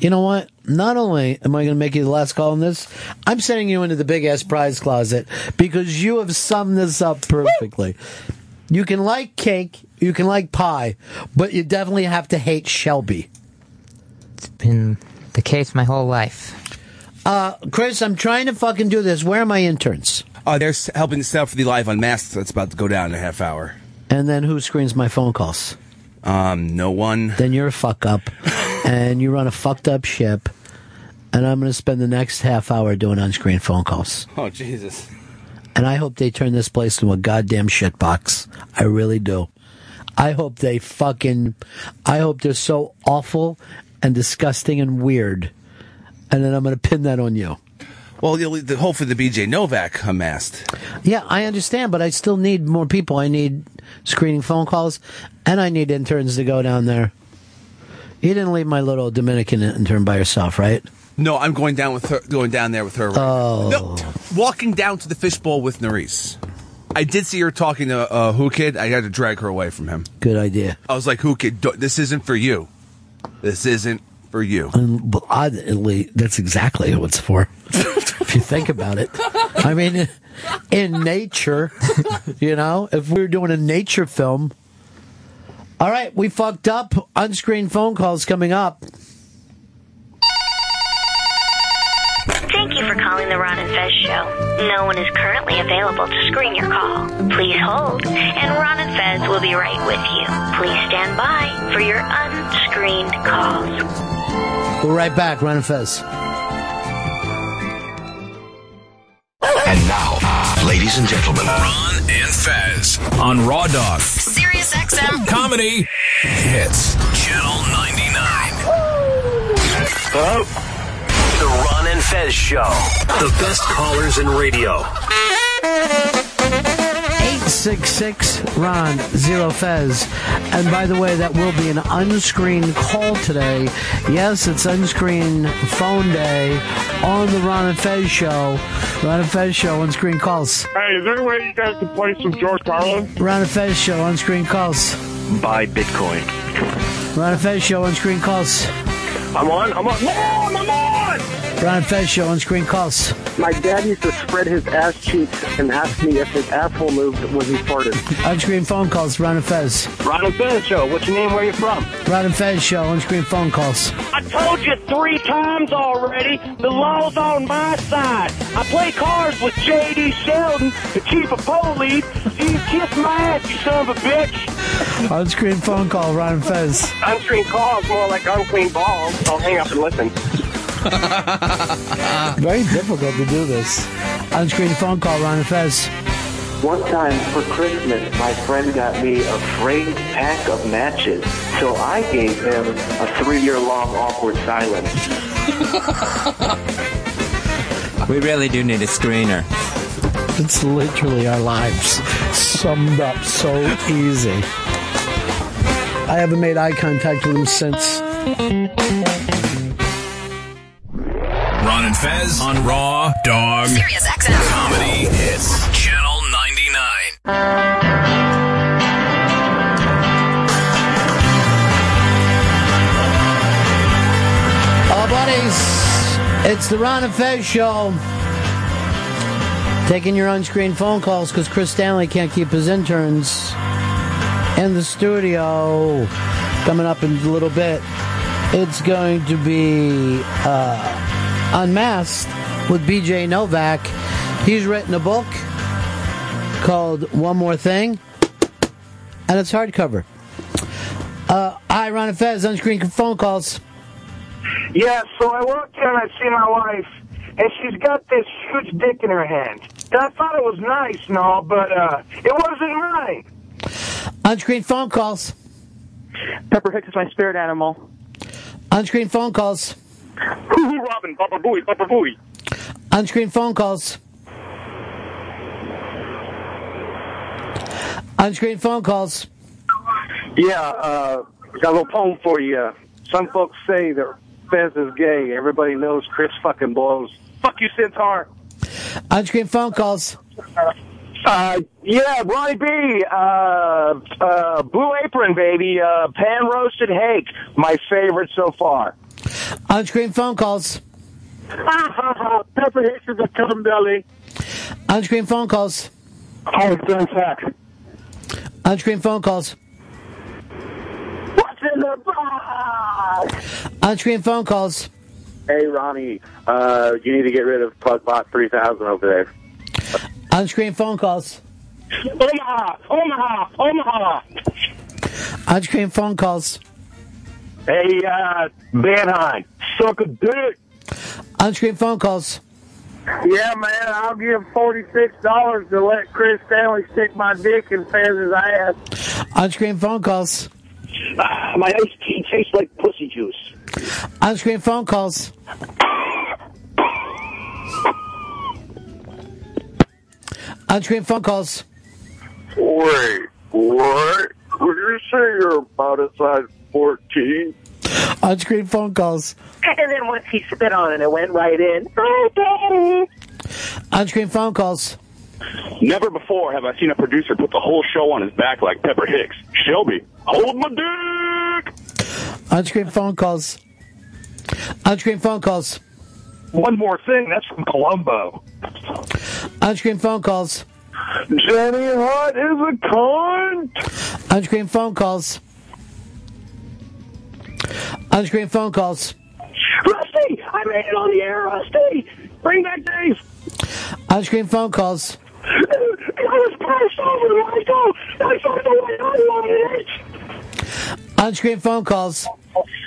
Speaker 6: You know what? Not only am I going to make you the last call on this, I'm sending you into the big ass prize closet because you have summed this up perfectly. You can like cake, you can like pie, but you definitely have to hate Shelby.
Speaker 10: It's been the case my whole life.
Speaker 6: Uh, Chris, I'm trying to fucking do this. Where are my interns?
Speaker 7: Oh, they're s- helping set up for the live on masks that's about to go down in a half hour.
Speaker 6: And then who screens my phone calls?
Speaker 7: Um, no one.
Speaker 6: Then you're a fuck
Speaker 7: [laughs]
Speaker 6: up, and you run a fucked up ship. And I'm going to spend the next half hour doing on screen phone calls.
Speaker 7: Oh Jesus.
Speaker 6: And I hope they turn this place into a goddamn shitbox. I really do. I hope they fucking. I hope they're so awful and disgusting and weird. And then I'm going to pin that on you.
Speaker 7: Well, you'll, the, hopefully the BJ Novak unmasked.
Speaker 6: Yeah, I understand, but I still need more people. I need screening phone calls, and I need interns to go down there. You didn't leave my little Dominican intern by herself, right?
Speaker 7: No, I'm going down with her. Going down there with her. Right
Speaker 6: Oh.
Speaker 7: now. No, walking down to the fishbowl with Nerys. I did see her talking to uh, Who Kid. I had to drag her away from him.
Speaker 6: Good idea.
Speaker 7: I was like, Who Kid, do- this isn't for you. This isn't for you.
Speaker 6: And but oddly, that's exactly who it's for. [laughs] if you think about it, I mean, in nature, [laughs] you know, if we were doing a nature film. All right, we fucked up. Unscreened phone calls coming up.
Speaker 20: Thank you for calling the Ron and Fez Show. No one is currently available to screen your call. Please hold, and Ron and Fez will be right with you. Please stand by for your unscreened calls.
Speaker 6: We're right back. Ron and Fez.
Speaker 2: And now, ladies and gentlemen, Ron and Fez on Raw Dog
Speaker 3: Serious XM
Speaker 2: Comedy Hits Channel 99. Hello? The Ron and Fez Show. The best callers in radio.
Speaker 6: 866 Ron Zero Fez. And by the way, that will be an unscreened call today. Yes, it's unscreened phone day on the Ron and Fez show. Ron and Fez show unscreened calls.
Speaker 15: Hey, is there a way you guys can play some George Carlin?
Speaker 6: Ron and Fez show unscreened calls.
Speaker 8: Buy Bitcoin.
Speaker 6: Ron and Fez show unscreened calls.
Speaker 15: I'm on. I'm on. Mom, I'm on.
Speaker 6: Ron and Fez show unscreened calls.
Speaker 16: My dad used to spread his ass cheeks and ask me if his asshole moved when he farted.
Speaker 6: Unscreened phone calls. Ron and Fez.
Speaker 16: Ronald Fez Show. What's your name? Where you from?
Speaker 6: Ron and Fez show unscreened phone calls.
Speaker 21: I told you three times already, the law's on my side. I play cards with J.D. Sheldon, the chief of police. You kiss my ass, you son of a bitch.
Speaker 6: Unscreened phone call. Ron and Fez.
Speaker 21: Unscreen calls more like unclean balls. I'll hang up and listen.
Speaker 6: Very difficult to do this. Unscreened phone call. Ron and Fez.
Speaker 17: One time for Christmas, my friend got me a framed pack of matches, so I gave him a three-year-long awkward silence.
Speaker 2: We really do need a screener.
Speaker 6: It's literally our lives summed up so easy. I haven't made eye contact with him since.
Speaker 13: Ron and Fez on Raw Dog
Speaker 20: Serious XM
Speaker 13: Comedy Hits. Channel 99.
Speaker 6: Oh, buddies, it's the Ron and Fez show. Taking your on-screen phone calls because Chris Stanley can't keep his interns in the studio. Coming up in a little bit, it's going to be uh, Unmasked with BJ Novak. He's written a book called One More Thing, and it's hardcover. Uh, hi, Ron and Fez, on-screen phone calls.
Speaker 15: Yeah, so I walk in and I see my wife, and she's got this huge dick in her hand. And I thought it was nice and all, but uh, it wasn't mine.
Speaker 6: On-screen phone calls.
Speaker 21: Pepper Hicks is my spirit animal.
Speaker 6: On-screen phone calls.
Speaker 15: Hoo-hoo Robin, Papa Booey, Papa Booey.
Speaker 6: On-screen phone calls. On-screen phone calls.
Speaker 16: Yeah, uh, got a little poem for
Speaker 11: uh,
Speaker 16: you. Some folks say that Fez is gay. Everybody knows Chris fucking blows. Fuck you, Centaur.
Speaker 6: On-screen phone calls.
Speaker 21: Uh, yeah, Ronnie B. Uh, uh, Blue Apron, baby. Uh, pan roasted hake. My favorite so far.
Speaker 6: On-screen phone calls.
Speaker 15: [laughs] Pepper Hicks is a cum belly.
Speaker 6: On-screen phone calls.
Speaker 15: Oh, it's fact.
Speaker 6: On-screen phone calls.
Speaker 15: What's in the box?
Speaker 6: On-screen phone calls.
Speaker 17: Hey, Ronnie, uh, you need to get rid of Plugbot 3000 over there.
Speaker 6: On-screen phone calls.
Speaker 15: Omaha, Omaha, Omaha.
Speaker 6: On-screen phone calls.
Speaker 15: Hey, uh, Manheim, suck a dick.
Speaker 6: On-screen phone calls.
Speaker 15: Yeah, man, I'll give $46 to let Chris Stanley stick my dick in Fez's ass.
Speaker 6: On-screen phone calls.
Speaker 12: Uh,
Speaker 15: my ice tea tastes like pussy juice.
Speaker 6: On-screen phone calls. On-screen phone calls.
Speaker 14: Wait, what? Would you say you're about a size 14?
Speaker 6: On-screen phone calls.
Speaker 12: And then once he spit on it, it went right in. Hi, Daddy.
Speaker 6: On-screen phone calls.
Speaker 22: Never before have I seen a producer put the whole show on his back like Pepper Hicks. Shelby, hold my dick!
Speaker 6: On-screen phone calls. On-screen phone calls.
Speaker 15: One more thing, that's from Colombo.
Speaker 6: On-screen phone calls.
Speaker 15: Jenny Hot is a cunt!
Speaker 6: On-screen phone calls. On-screen phone calls.
Speaker 15: Rusty! I made it on the air, Rusty! Bring back Dave!
Speaker 6: On-screen phone calls.
Speaker 15: I was passed over, Michael! I saw the way I wanted it!
Speaker 6: On-screen phone calls.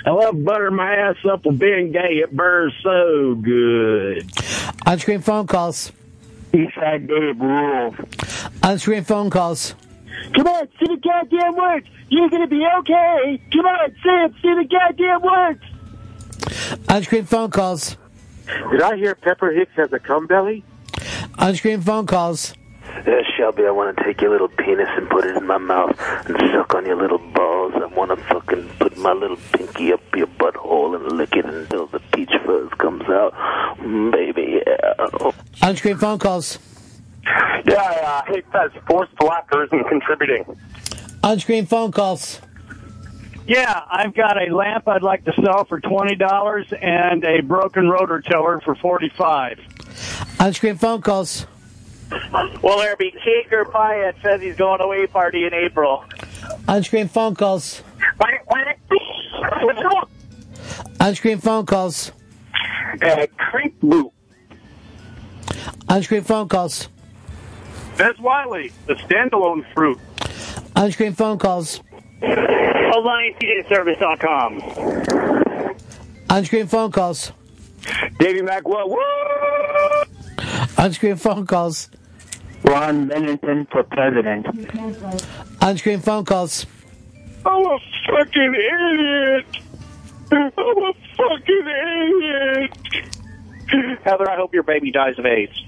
Speaker 15: I love butter my ass up with being gay. It burns so good.
Speaker 6: On-screen phone calls.
Speaker 15: Eastside Boob rules.
Speaker 6: On-screen phone calls.
Speaker 15: Come on, say the goddamn words. You're gonna be okay. Come on, say it. Say the goddamn words.
Speaker 6: On-screen phone calls.
Speaker 17: Did I hear Pepper Hicks has a cum belly?
Speaker 6: On-screen phone calls.
Speaker 23: Uh, Shelby, I want to take your little penis and put it in my mouth and suck on your little balls. I want to fucking put my little pinky up your butthole and lick it until the peach fuzz comes out. Mm, baby, uh, yeah.
Speaker 21: On screen phone calls.
Speaker 15: Yeah, I uh, hate Fez. Forced laughter isn't contributing.
Speaker 21: On screen phone calls.
Speaker 17: Yeah, I've got a lamp I'd like to sell for twenty dollars and a broken rotor tiller for forty-five.
Speaker 21: On screen phone calls.
Speaker 24: Will there be cake or pie at Fezzi's going away party in April?
Speaker 21: On screen phone calls. On screen phone calls.
Speaker 15: Uh, creep boot.
Speaker 21: On screen phone calls.
Speaker 15: Fez Wiley, the standalone fruit.
Speaker 21: On screen phone calls.
Speaker 24: AllianceDJService.com.
Speaker 21: On screen phone calls.
Speaker 15: Davey Mac, what?
Speaker 21: On screen phone calls.
Speaker 24: Ron Bennington for president.
Speaker 21: On screen phone calls.
Speaker 11: I'm a fucking idiot. I'm a fucking idiot.
Speaker 25: Heather, I hope your baby dies of AIDS.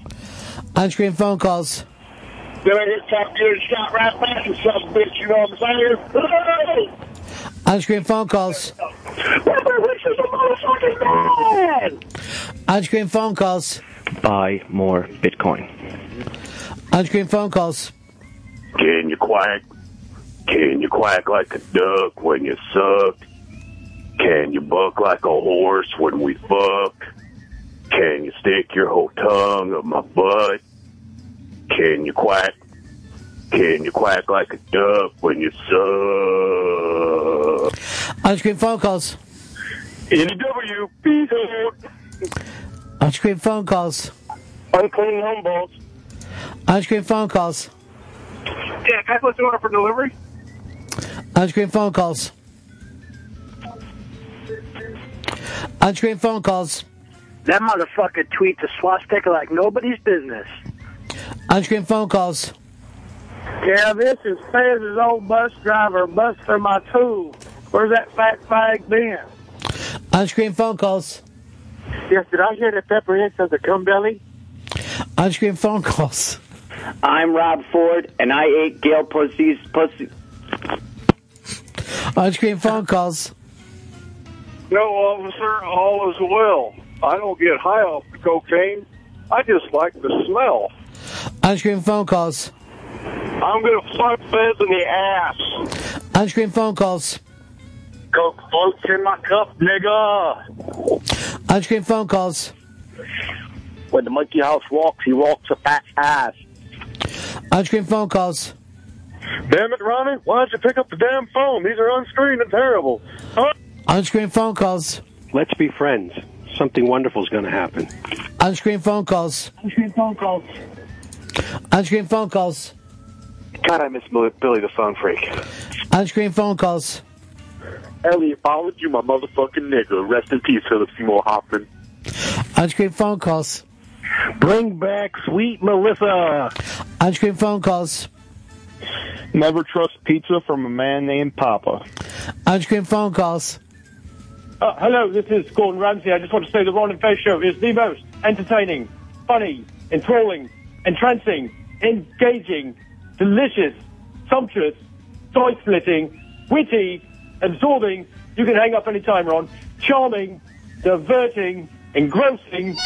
Speaker 21: On screen phone calls.
Speaker 11: Then I just talked to you and shot right past you, some bitch. You know what I'm saying?
Speaker 21: On screen phone calls.
Speaker 11: [laughs]
Speaker 21: On screen phone calls.
Speaker 23: Buy more Bitcoin.
Speaker 21: On screen phone calls.
Speaker 22: Can you quack? Can you quack like a duck when you suck? Can you buck like a horse when we fuck? Can you stick your whole tongue up my butt? Can you quack? Can you quack like a duck when you suck?
Speaker 21: On screen phone calls.
Speaker 15: NW, peace out.
Speaker 21: On screen phone calls.
Speaker 15: Unclean humbles.
Speaker 21: On screen phone calls.
Speaker 15: Yeah, can I place an order for delivery?
Speaker 21: On screen phone calls. On screen phone calls.
Speaker 24: That motherfucker tweets a swastika like nobody's business.
Speaker 21: On screen phone calls.
Speaker 11: Yeah, this is Fez's old bus driver, Buster Matu. Where's that fat fag been?
Speaker 21: On screen phone calls.
Speaker 11: Yes, did I hear that Pepperhead says a cum belly?
Speaker 21: On screen phone calls.
Speaker 26: I'm Rob Ford, and I ate Gail Pussy's pussy.
Speaker 21: On screen phone calls.
Speaker 15: No, officer, all is well. I don't get high off the cocaine. I just like the smell.
Speaker 21: On screen phone calls.
Speaker 15: I'm going to fuck Fez in the ass.
Speaker 21: On screen phone calls.
Speaker 15: Coke floats in my cup, nigga.
Speaker 21: On screen phone calls.
Speaker 15: When the monkey house walks, he walks a fat ass.
Speaker 21: On screen phone calls.
Speaker 15: Damn it, Ronnie. Why don't you pick up the damn phone? These are unscreened and terrible.
Speaker 21: On screen phone calls.
Speaker 27: Let's be friends. Something wonderful's going to happen.
Speaker 21: On screen phone calls.
Speaker 27: On screen phone calls.
Speaker 21: On screen phone calls.
Speaker 27: God, I miss Billy the phone freak.
Speaker 21: On screen phone calls.
Speaker 22: Elliot, followed you, my motherfucking nigga. Rest in peace, Philip Seymour Hoffman.
Speaker 21: On screen phone calls.
Speaker 11: Bring back sweet Melissa.
Speaker 21: On screen phone calls.
Speaker 11: Never trust pizza from a man named Papa.
Speaker 21: On screen phone calls.
Speaker 11: Uh, hello, this is Gordon Ramsay. I just want to say the Ron and Fez show is the most entertaining, funny, enthralling, entrancing, engaging, delicious, sumptuous, joy splitting, witty, absorbing, you can hang up any time, Ron, charming, diverting, engrossing.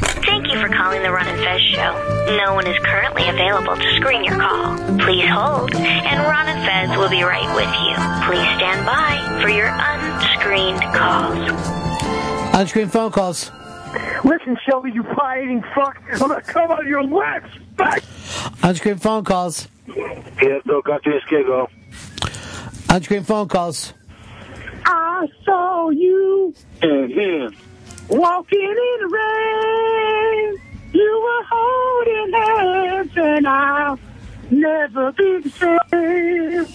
Speaker 20: Thank you for calling the Ron and Fez Show. No one is currently available to screen your call. Please hold, and Ron and Fez will be right with you. Please stand by for your unscreened calls.
Speaker 21: On screen phone calls.
Speaker 11: Listen, Shelby, you pie eating fuck. [laughs] I'm going to come out of your lips.
Speaker 21: On screen phone calls.
Speaker 27: Yeah, no, got this go.
Speaker 21: On screen phone calls.
Speaker 11: I saw you walking in rain. You were holding hands, and I'll never be the same.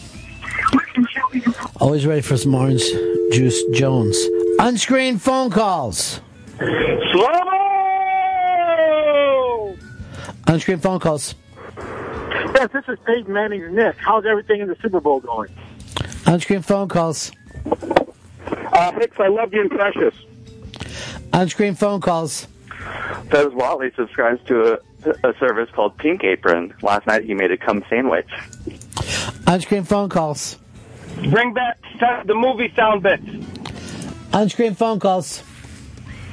Speaker 21: Always ready for some orange juice Jones. On screen phone calls.
Speaker 11: Slow!
Speaker 21: On screen phone calls.
Speaker 11: Yes, this is Peyton Manning's Nick. How's everything in the Super Bowl going?
Speaker 21: On screen phone calls.
Speaker 15: Uh, Hicks, I love you and precious.
Speaker 21: On screen phone calls.
Speaker 15: Fez Watley subscribes to
Speaker 28: a service called Pink Apron. Last night he made a cum sandwich.
Speaker 21: On-screen phone calls.
Speaker 29: Bring back the movie sound bits.
Speaker 21: On-screen phone calls.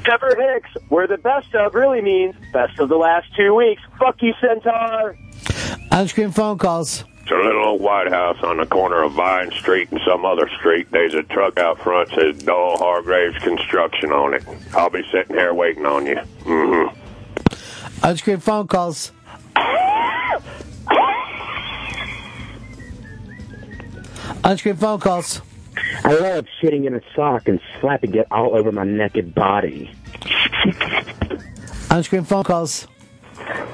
Speaker 29: Pepper Hicks, where the best of really means best of the last two weeks. Fuck you, Centaur.
Speaker 21: On-screen phone calls.
Speaker 22: It's a little old White House on the corner of Vine Street and some other street. There's a truck out front that says Doyle Hargraves Construction on it. I'll be sitting here waiting on you. hmm
Speaker 21: On-screen phone calls. On-screen phone calls.
Speaker 30: I love shitting in a sock and slapping it all over my naked body.
Speaker 21: On-screen phone calls.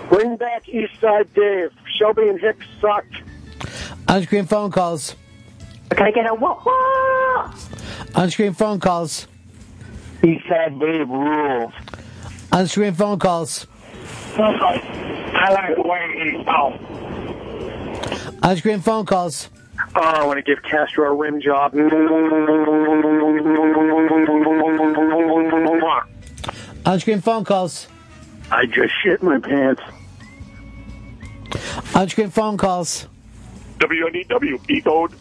Speaker 15: Bring back East Side Dave. Shelby and Hicks sucked.
Speaker 21: On-screen phone calls.
Speaker 15: Can I get a wah wah?
Speaker 21: On-screen phone calls.
Speaker 15: Eastside Dave rules.
Speaker 21: On-screen phone calls.
Speaker 15: I like the way he's out.
Speaker 21: On-screen phone calls.
Speaker 15: Oh, I want to give Castro a rim job.
Speaker 21: On-screen phone calls.
Speaker 15: I just shit my pants.
Speaker 21: On-screen phone calls.
Speaker 15: E
Speaker 22: WNEW, E-code.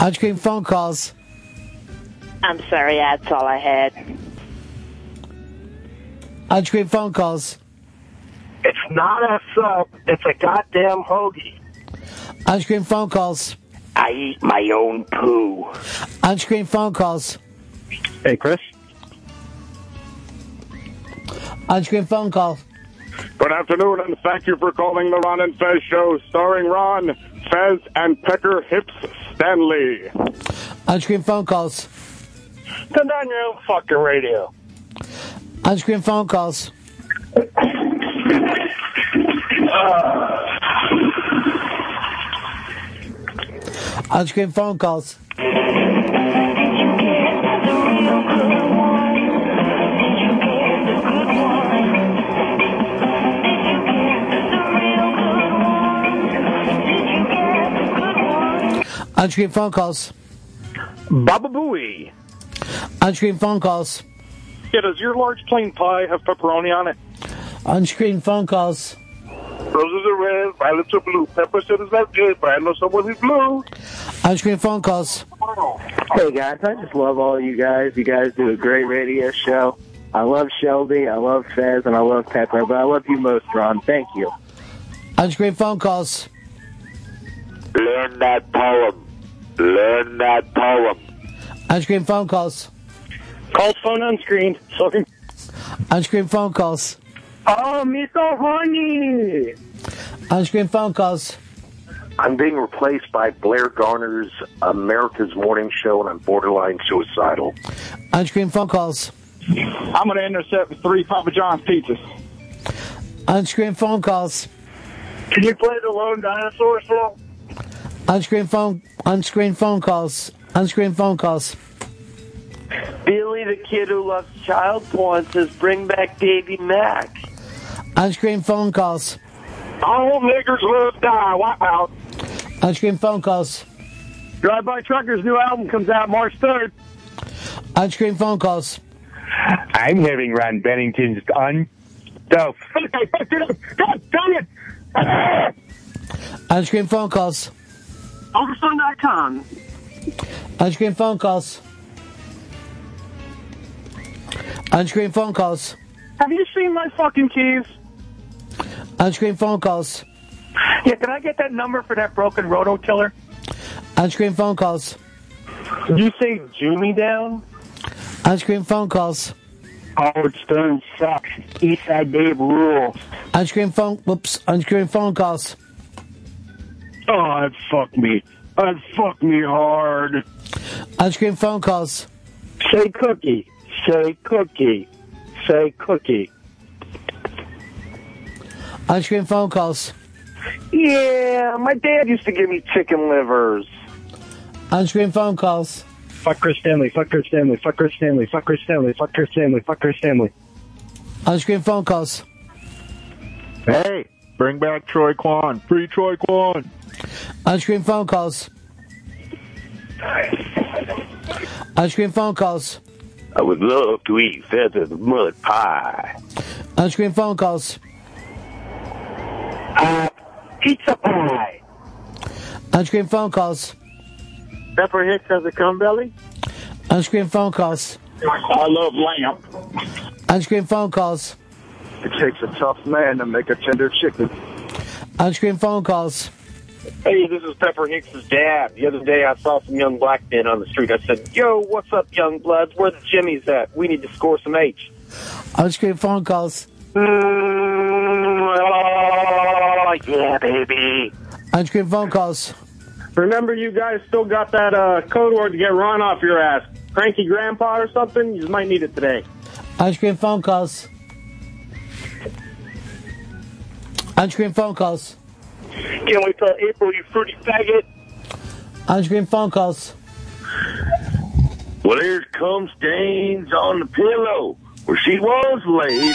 Speaker 21: On-screen phone calls.
Speaker 31: I'm sorry, that's all I had.
Speaker 21: On-screen phone calls.
Speaker 15: It's not a sub. It's a goddamn hoagie.
Speaker 21: On-screen phone calls.
Speaker 15: I eat my own poo.
Speaker 21: On-screen phone calls.
Speaker 15: Hey, Chris.
Speaker 21: On-screen phone calls.
Speaker 11: Good afternoon, and thank you for calling the Ron and Fez Show, starring Ron, Fez, and Pecker Hips Stanley.
Speaker 21: On-screen phone calls.
Speaker 15: Turn down your own fucking radio.
Speaker 21: On-screen phone calls. On-screen phone calls. On-screen phone calls.
Speaker 15: Baba Booey.
Speaker 21: On-screen phone calls.
Speaker 15: Yeah, does your large plain pie have pepperoni on it?
Speaker 21: On-screen phone calls.
Speaker 15: Roses are red, violets are blue. Pepper said it's not good, but I know someone who's blue.
Speaker 21: On-screen phone calls.
Speaker 17: Hey guys, I just love all you guys. You guys do a great radio show. I love Shelby, I love Fez, and I love Pepper, but I love you most, Ron. Thank you.
Speaker 21: On-screen phone calls.
Speaker 32: Learn that poem. Learn that poem.
Speaker 21: On-screen phone calls.
Speaker 15: Call phone unscreened. Sorry.
Speaker 21: On-screen phone calls.
Speaker 15: Oh, me so horny.
Speaker 21: On-screen phone calls.
Speaker 33: I'm being replaced by Blair Garner's America's Morning Show, and I'm borderline suicidal.
Speaker 21: On-screen phone calls.
Speaker 15: I'm going to intercept with three Papa John's pizzas.
Speaker 21: On-screen phone calls.
Speaker 15: Can you play the lone dinosaur song?
Speaker 21: On-screen phone. On-screen phone calls. On-screen phone calls.
Speaker 34: Billy, the kid who loves child porn, says, "Bring back Davy Mac."
Speaker 21: On-screen phone calls.
Speaker 15: All niggers live die. Wow.
Speaker 21: On-screen phone calls.
Speaker 15: Drive By Truckers' new album comes out March 3rd.
Speaker 21: On-screen phone calls.
Speaker 35: I'm having Ron Bennington's on.
Speaker 11: [laughs]
Speaker 35: So,
Speaker 15: Okay, fuck it up. God damn it.
Speaker 21: On-screen phone calls.
Speaker 15: Oversun.com.
Speaker 21: On-screen phone calls. On-screen phone calls.
Speaker 15: Have you seen my fucking keys?
Speaker 21: On-screen phone calls.
Speaker 15: Yeah, can I get that number for that broken roto tiller?
Speaker 21: On-screen phone calls.
Speaker 15: Did you say Jew me down?
Speaker 21: On-screen phone calls.
Speaker 15: Howard Stern sucks. Eastside Dave rules.
Speaker 21: On-screen phone. Whoops. On-screen phone calls.
Speaker 15: Oh, I'd fuck me. I'd fuck me hard.
Speaker 21: On-screen phone calls.
Speaker 15: Say cookie. Say cookie. Say cookie.
Speaker 21: On-screen phone calls.
Speaker 15: Yeah, my dad used to give me chicken livers.
Speaker 21: On-screen phone calls.
Speaker 15: Fuck Chris Stanley. Fuck Chris Stanley. Fuck Chris Stanley. Fuck Chris Stanley. Fuck Chris Stanley. Fuck Chris Stanley.
Speaker 21: On-screen phone calls.
Speaker 36: Hey, bring back Troy Kwan. Free Troy Kwan.
Speaker 21: On-screen phone calls. On-screen phone calls.
Speaker 37: I would love to eat feathers mud pie.
Speaker 21: On-screen phone calls. Uh, pizza pie. Unscreen phone calls.
Speaker 15: Pepper Hicks has a cum belly.
Speaker 21: Unscreen phone calls.
Speaker 15: I love lamb.
Speaker 21: Unscreen phone calls.
Speaker 38: It takes a tough man to make a tender chicken.
Speaker 21: Unscreen phone calls.
Speaker 15: Hey, this is Pepper Hicks' dad. The other day I saw some young black men on the street. I said, Yo, what's up, young bloods? Where the Jimmy's at? We need to score some H.
Speaker 21: Unscreen phone calls. Uh,
Speaker 15: yeah, baby.
Speaker 21: Unscreen phone calls.
Speaker 11: Remember, you guys still got that uh, code word to get Ron off your ass. Cranky grandpa or something? You just might need it today.
Speaker 21: Unscreen phone calls. Unscreen phone calls.
Speaker 15: Can we tell April, you fruity faggot?
Speaker 21: Unscreen phone calls.
Speaker 39: Well, here comes stains on the pillow where she was laid.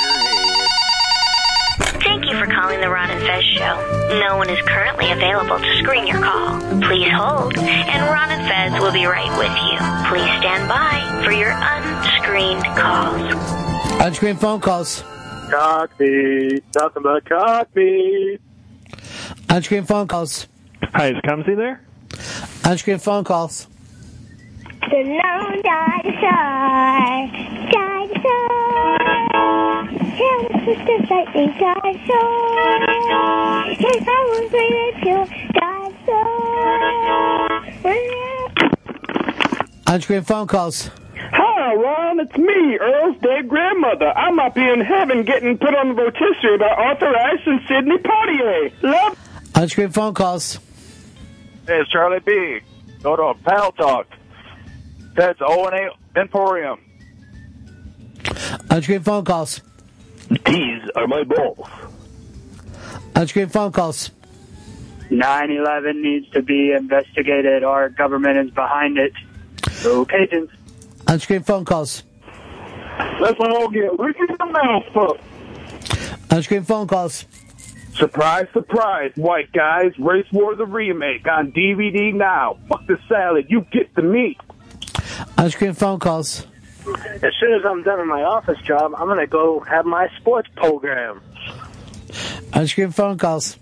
Speaker 20: Thank you for calling the Ron and Fez Show. No one is currently available to screen your call. Please hold, and Ron and Fez will be right with you. Please stand by for your unscreened calls.
Speaker 21: Unscreen phone calls.
Speaker 15: Cock me. Nothing but cock me.
Speaker 21: Unscreen phone calls.
Speaker 40: Hi, is Cumsy there?
Speaker 21: Unscreen phone calls.
Speaker 4: The lone dinosaur. Dinosaur. Him with the lightning dinosaur. His power was greater too. Dinosaur.
Speaker 21: Unscreen phone calls.
Speaker 41: Hi, Ron. It's me, Earl's dead grandmother. I'm up here in heaven getting put on the rotisserie by Arthur Ashe and Sidney Poitier. Love.
Speaker 21: Unscreen phone calls.
Speaker 42: Hey, it's Charlie B. Go to Pal Talk. That's O and A Emporium.
Speaker 21: Unscreen phone calls.
Speaker 39: These are my balls.
Speaker 21: Unscreen phone calls.
Speaker 17: 9-11 needs to be investigated. Our government is behind it. Go Cajuns.
Speaker 21: Unscreen phone calls.
Speaker 41: Let's all get look at the mouth fuck.
Speaker 21: Unscreen phone calls.
Speaker 41: Surprise, surprise, white guys. Race War the Remake on DVD now. Fuck the salad. You get the meat.
Speaker 21: Unscreen phone calls.
Speaker 43: As soon as I'm done in my office job, I'm going to go have my sports program.
Speaker 21: Unscreen phone calls.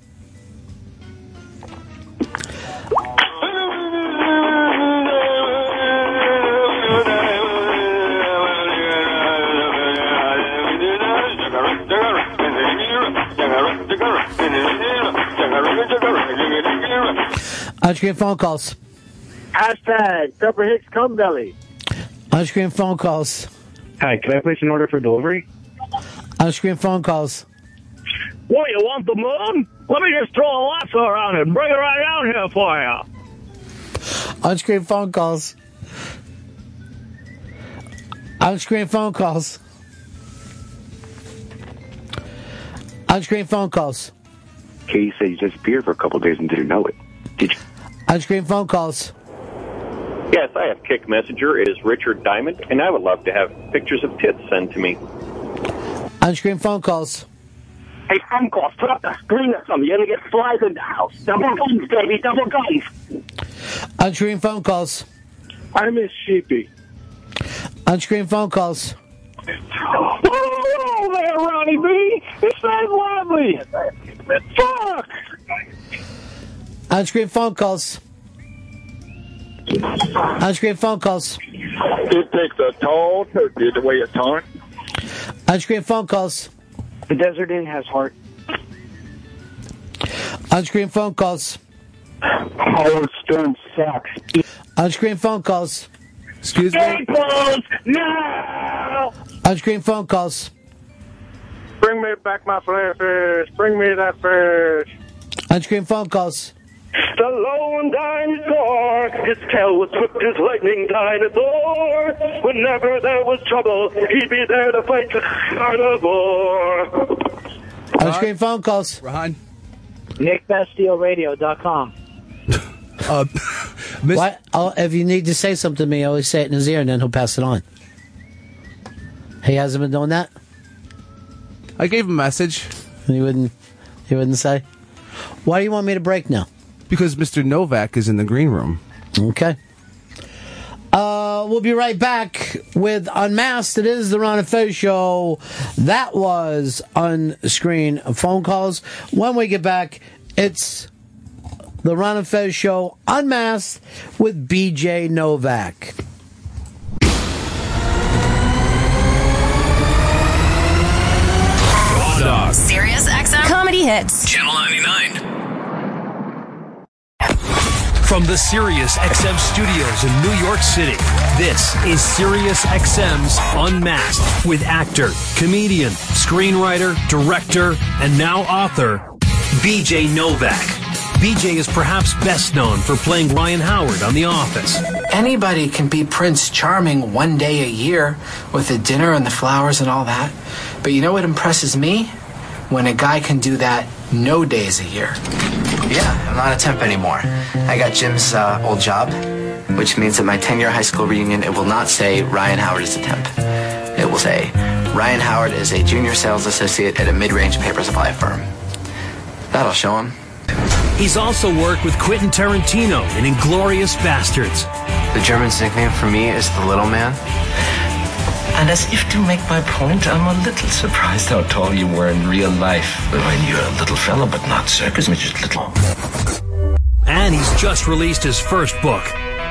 Speaker 21: Unscreen phone calls.
Speaker 15: Hashtag Pepper Hicks cum belly.
Speaker 21: Unscreen phone calls.
Speaker 44: Hi, can I place an order for delivery?
Speaker 21: Unscreen phone calls.
Speaker 15: What, you want the moon? Let me just throw a lasso around it and bring it right out here for you.
Speaker 21: Unscreen phone calls. Unscreen phone calls. Unscreen phone calls.
Speaker 38: Katie said you disappeared for a couple days and didn't know it. Did you?
Speaker 21: Unscreen phone calls.
Speaker 45: Yes, I have Kick Messenger. It is Richard Diamond, and I would love to have pictures of tits sent to me.
Speaker 21: Unscreen phone calls.
Speaker 15: Hey, phone calls, put up the screen or something. You're going to get flies in the house. Double guns, baby, double guns.
Speaker 21: Unscreen phone calls.
Speaker 41: I miss Sheepy.
Speaker 21: Unscreen phone calls.
Speaker 15: Whoa, whoa, whoa there, Ronnie B. This thing's lively. Fuck!
Speaker 21: Unscreen phone calls. Unscreen phone calls.
Speaker 41: It takes a tall turkey to weigh a ton.
Speaker 21: Unscreen phone calls.
Speaker 43: The desert inn has heart.
Speaker 21: Unscreen phone calls.
Speaker 15: Howard Stern sucks.
Speaker 21: Unscreen phone calls. Excuse me.
Speaker 15: Staples, no!
Speaker 21: Unscreen phone calls.
Speaker 11: Bring me back my flare fish. Bring me that fish.
Speaker 21: Unscreen phone calls.
Speaker 15: The lone dinosaur, his tail was swift as lightning dinosaur. Whenever there was trouble, he'd be there to fight the carnivore.
Speaker 21: Unscreen phone calls.
Speaker 6: Ron,
Speaker 15: NickBastileRadio.com.
Speaker 6: uh, [laughs] Miss-
Speaker 21: What? I'll, oh, if you need to say something to me, always say it in his ear, and then he'll pass it on. He hasn't been doing that.
Speaker 6: I gave him a message
Speaker 21: He wouldn't. He wouldn't say. Why do you want me to break now?
Speaker 6: because Mr. Novak is in the green room.
Speaker 21: Okay. Uh,
Speaker 6: we'll be right back with Unmasked. It is the Ron and Fez show. That was unscreen phone calls. When we get back, it's the Ron and Fez show Unmasked with BJ Novak.
Speaker 3: Serious XM comedy hits.
Speaker 2: Channel 99. From the Sirius XM studios in New York City, this is Sirius XM's Unmasked with actor, comedian, screenwriter, director, and now author, BJ Novak. BJ is perhaps best known for playing Ryan Howard on The Office.
Speaker 14: Anybody can be Prince Charming one day a year with the dinner and the flowers and all that. But you know what impresses me? When a guy can do that no days a year. Yeah, I'm not a temp anymore. I got Jim's uh, old job, which means at my 10 year high school reunion, it will not say Ryan Howard is a temp. It will say Ryan Howard is a junior sales associate at a mid range paper supply firm. That'll show him.
Speaker 2: He's also worked with Quentin Tarantino in Inglorious Bastards.
Speaker 14: The German's nickname for me is the little man. And as if to make my point, I'm a little surprised how tall you were in real life. When you're a little fellow, but not circus midget little.
Speaker 2: And he's just released his first book,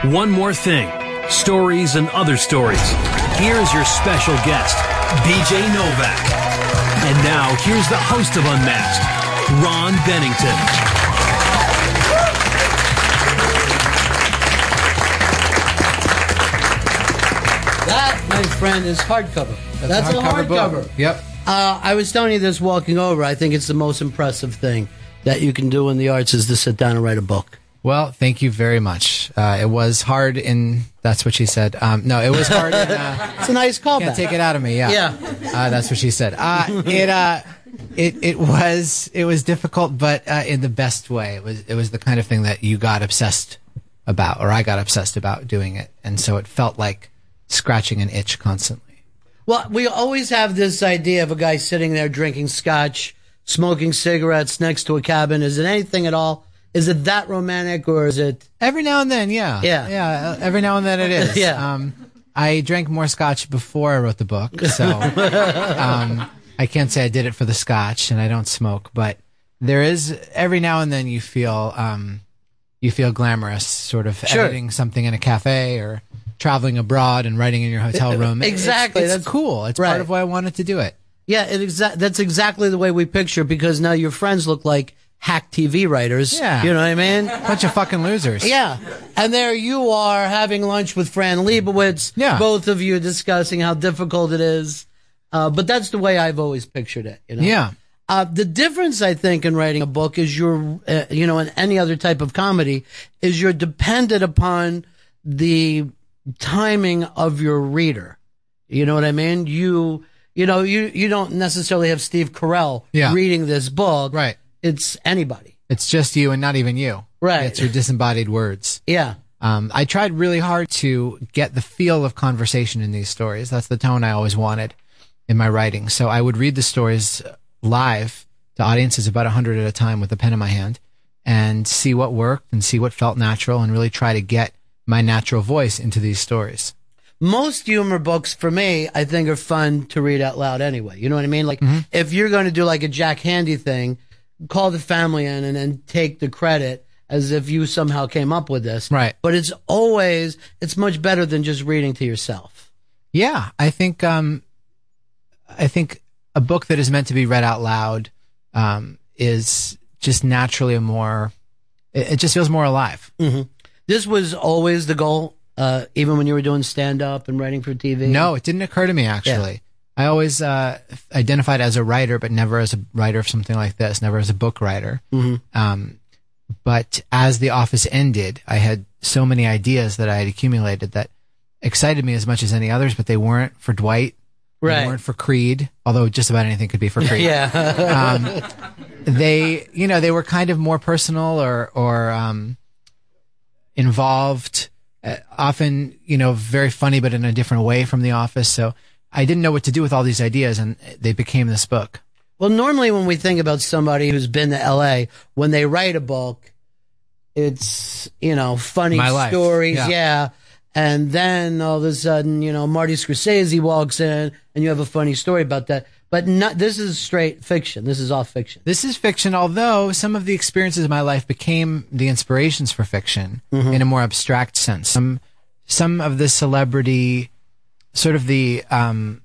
Speaker 2: One More Thing Stories and Other Stories. Here's your special guest, BJ Novak. And now, here's the host of Unmasked, Ron Bennington.
Speaker 6: That, my friend, is hardcover. That's, a hardcover.
Speaker 7: book. Yep.
Speaker 6: Uh, I was telling you this walking over. I think it's the most impressive thing that you can do in the arts is to sit down and write a book.
Speaker 1: Well, thank you very much. Uh, it was hard in. That's what she said. Um, no, it was hard. In, uh,
Speaker 6: [laughs] it's a nice callback.
Speaker 1: can't take it out of me. Yeah.
Speaker 6: Yeah.
Speaker 1: Uh, that's what she said. Uh, it. Uh, it it was it was difficult, but uh, in the best way. It was it was the kind of thing that you got obsessed about, or I got obsessed about doing it, and so it felt like scratching an itch constantly.
Speaker 6: Well, we always have this idea of a guy sitting there drinking scotch, smoking cigarettes next to a cabin. Is it anything at all? Is it that romantic or is it?
Speaker 1: Every now and then, yeah.
Speaker 6: Yeah.
Speaker 1: Yeah. uh, Every now and then it is.
Speaker 6: [laughs] Yeah.
Speaker 1: Um, I drank more scotch before I wrote the book,
Speaker 6: [laughs]
Speaker 1: so um, I can't say I did it for the scotch, and I don't smoke. But there is every now and then you feel um, you feel glamorous, sort of
Speaker 6: Sure.
Speaker 1: editing something in a cafe or traveling abroad and writing in your [laughs]
Speaker 6: [laughs]
Speaker 1: hotel room. It- it's-
Speaker 6: Exactly,
Speaker 1: It's,
Speaker 6: that's-
Speaker 1: cool. It's
Speaker 6: right.
Speaker 1: part of why I wanted to do it.
Speaker 6: Yeah, it exa- that's exactly the way we picture it because now your friends look like hack TV writers.
Speaker 1: Yeah.
Speaker 6: You know what I mean?
Speaker 1: Bunch of fucking losers.
Speaker 6: Yeah. And there you are having lunch with Fran Lebowitz.
Speaker 1: Yeah.
Speaker 6: Both of you discussing how difficult it is. Uh, but that's the way I've always pictured it, you know?
Speaker 1: Yeah.
Speaker 6: Uh, the difference, I think, in writing a book is you're, uh, you know, in any other type of comedy, is you're dependent upon the timing of your reader. You know what I mean? You, you know, you, you don't necessarily have Steve Carell
Speaker 1: Yeah.
Speaker 6: reading this book.
Speaker 1: Right.
Speaker 6: It's anybody.
Speaker 1: It's just you and not even you.
Speaker 6: Right.
Speaker 1: It's your disembodied words.
Speaker 6: Yeah.
Speaker 1: Um, I tried really hard to get the feel of conversation in these stories. That's the tone I always wanted in my writing. So I would read the stories live to audiences about 100 at a time with a pen in my hand and see what worked and see what felt natural and really try to get my natural voice into these stories.
Speaker 6: most humor books for me, I think are fun to read out loud anyway. You know what I mean? Like
Speaker 1: Mm-hmm.
Speaker 6: if you're going to do like a Jack Handy thing, call the family in and then take the credit as if you somehow came up with this.
Speaker 1: Right.
Speaker 6: But it's always, it's much better than just reading to yourself.
Speaker 1: Yeah, I think um, I think a book that is meant to be read out loud um, is just naturally a more. It, it just feels more alive.
Speaker 6: hmm This was always the goal, uh, even when you were doing stand up and writing for TV.
Speaker 1: No, it didn't occur to me actually. I always uh, f- identified as a writer, but never as a writer of something like this. Never as a book writer.
Speaker 6: Mhm.
Speaker 1: Um, but as the office ended, I had so many ideas that I had accumulated that excited me as much as any others, but they weren't for Dwight.
Speaker 6: Right.
Speaker 1: They weren't for Creed, although just about anything could be
Speaker 6: [laughs]
Speaker 1: for Creed. [laughs]
Speaker 6: Yeah.
Speaker 1: um, they, you know, they were kind of more personal or, or, um, involved, uh, often, you know, very funny, but in a different way from the office. So I didn't know what to do with all these ideas and they became this book.
Speaker 6: Well, normally when we think about somebody who's been to LA, when they write a book, it's, you know, funny
Speaker 1: My life,
Speaker 6: stories.
Speaker 1: yeah.
Speaker 6: Yeah. And then all of a sudden, you know, Marty Scorsese walks in and you have a funny story about that. But not, this is straight fiction. This is all fiction.
Speaker 1: This is fiction, although some of the experiences of my life became the inspirations for fiction in a more abstract sense. Some, some of the celebrity, sort of the, um,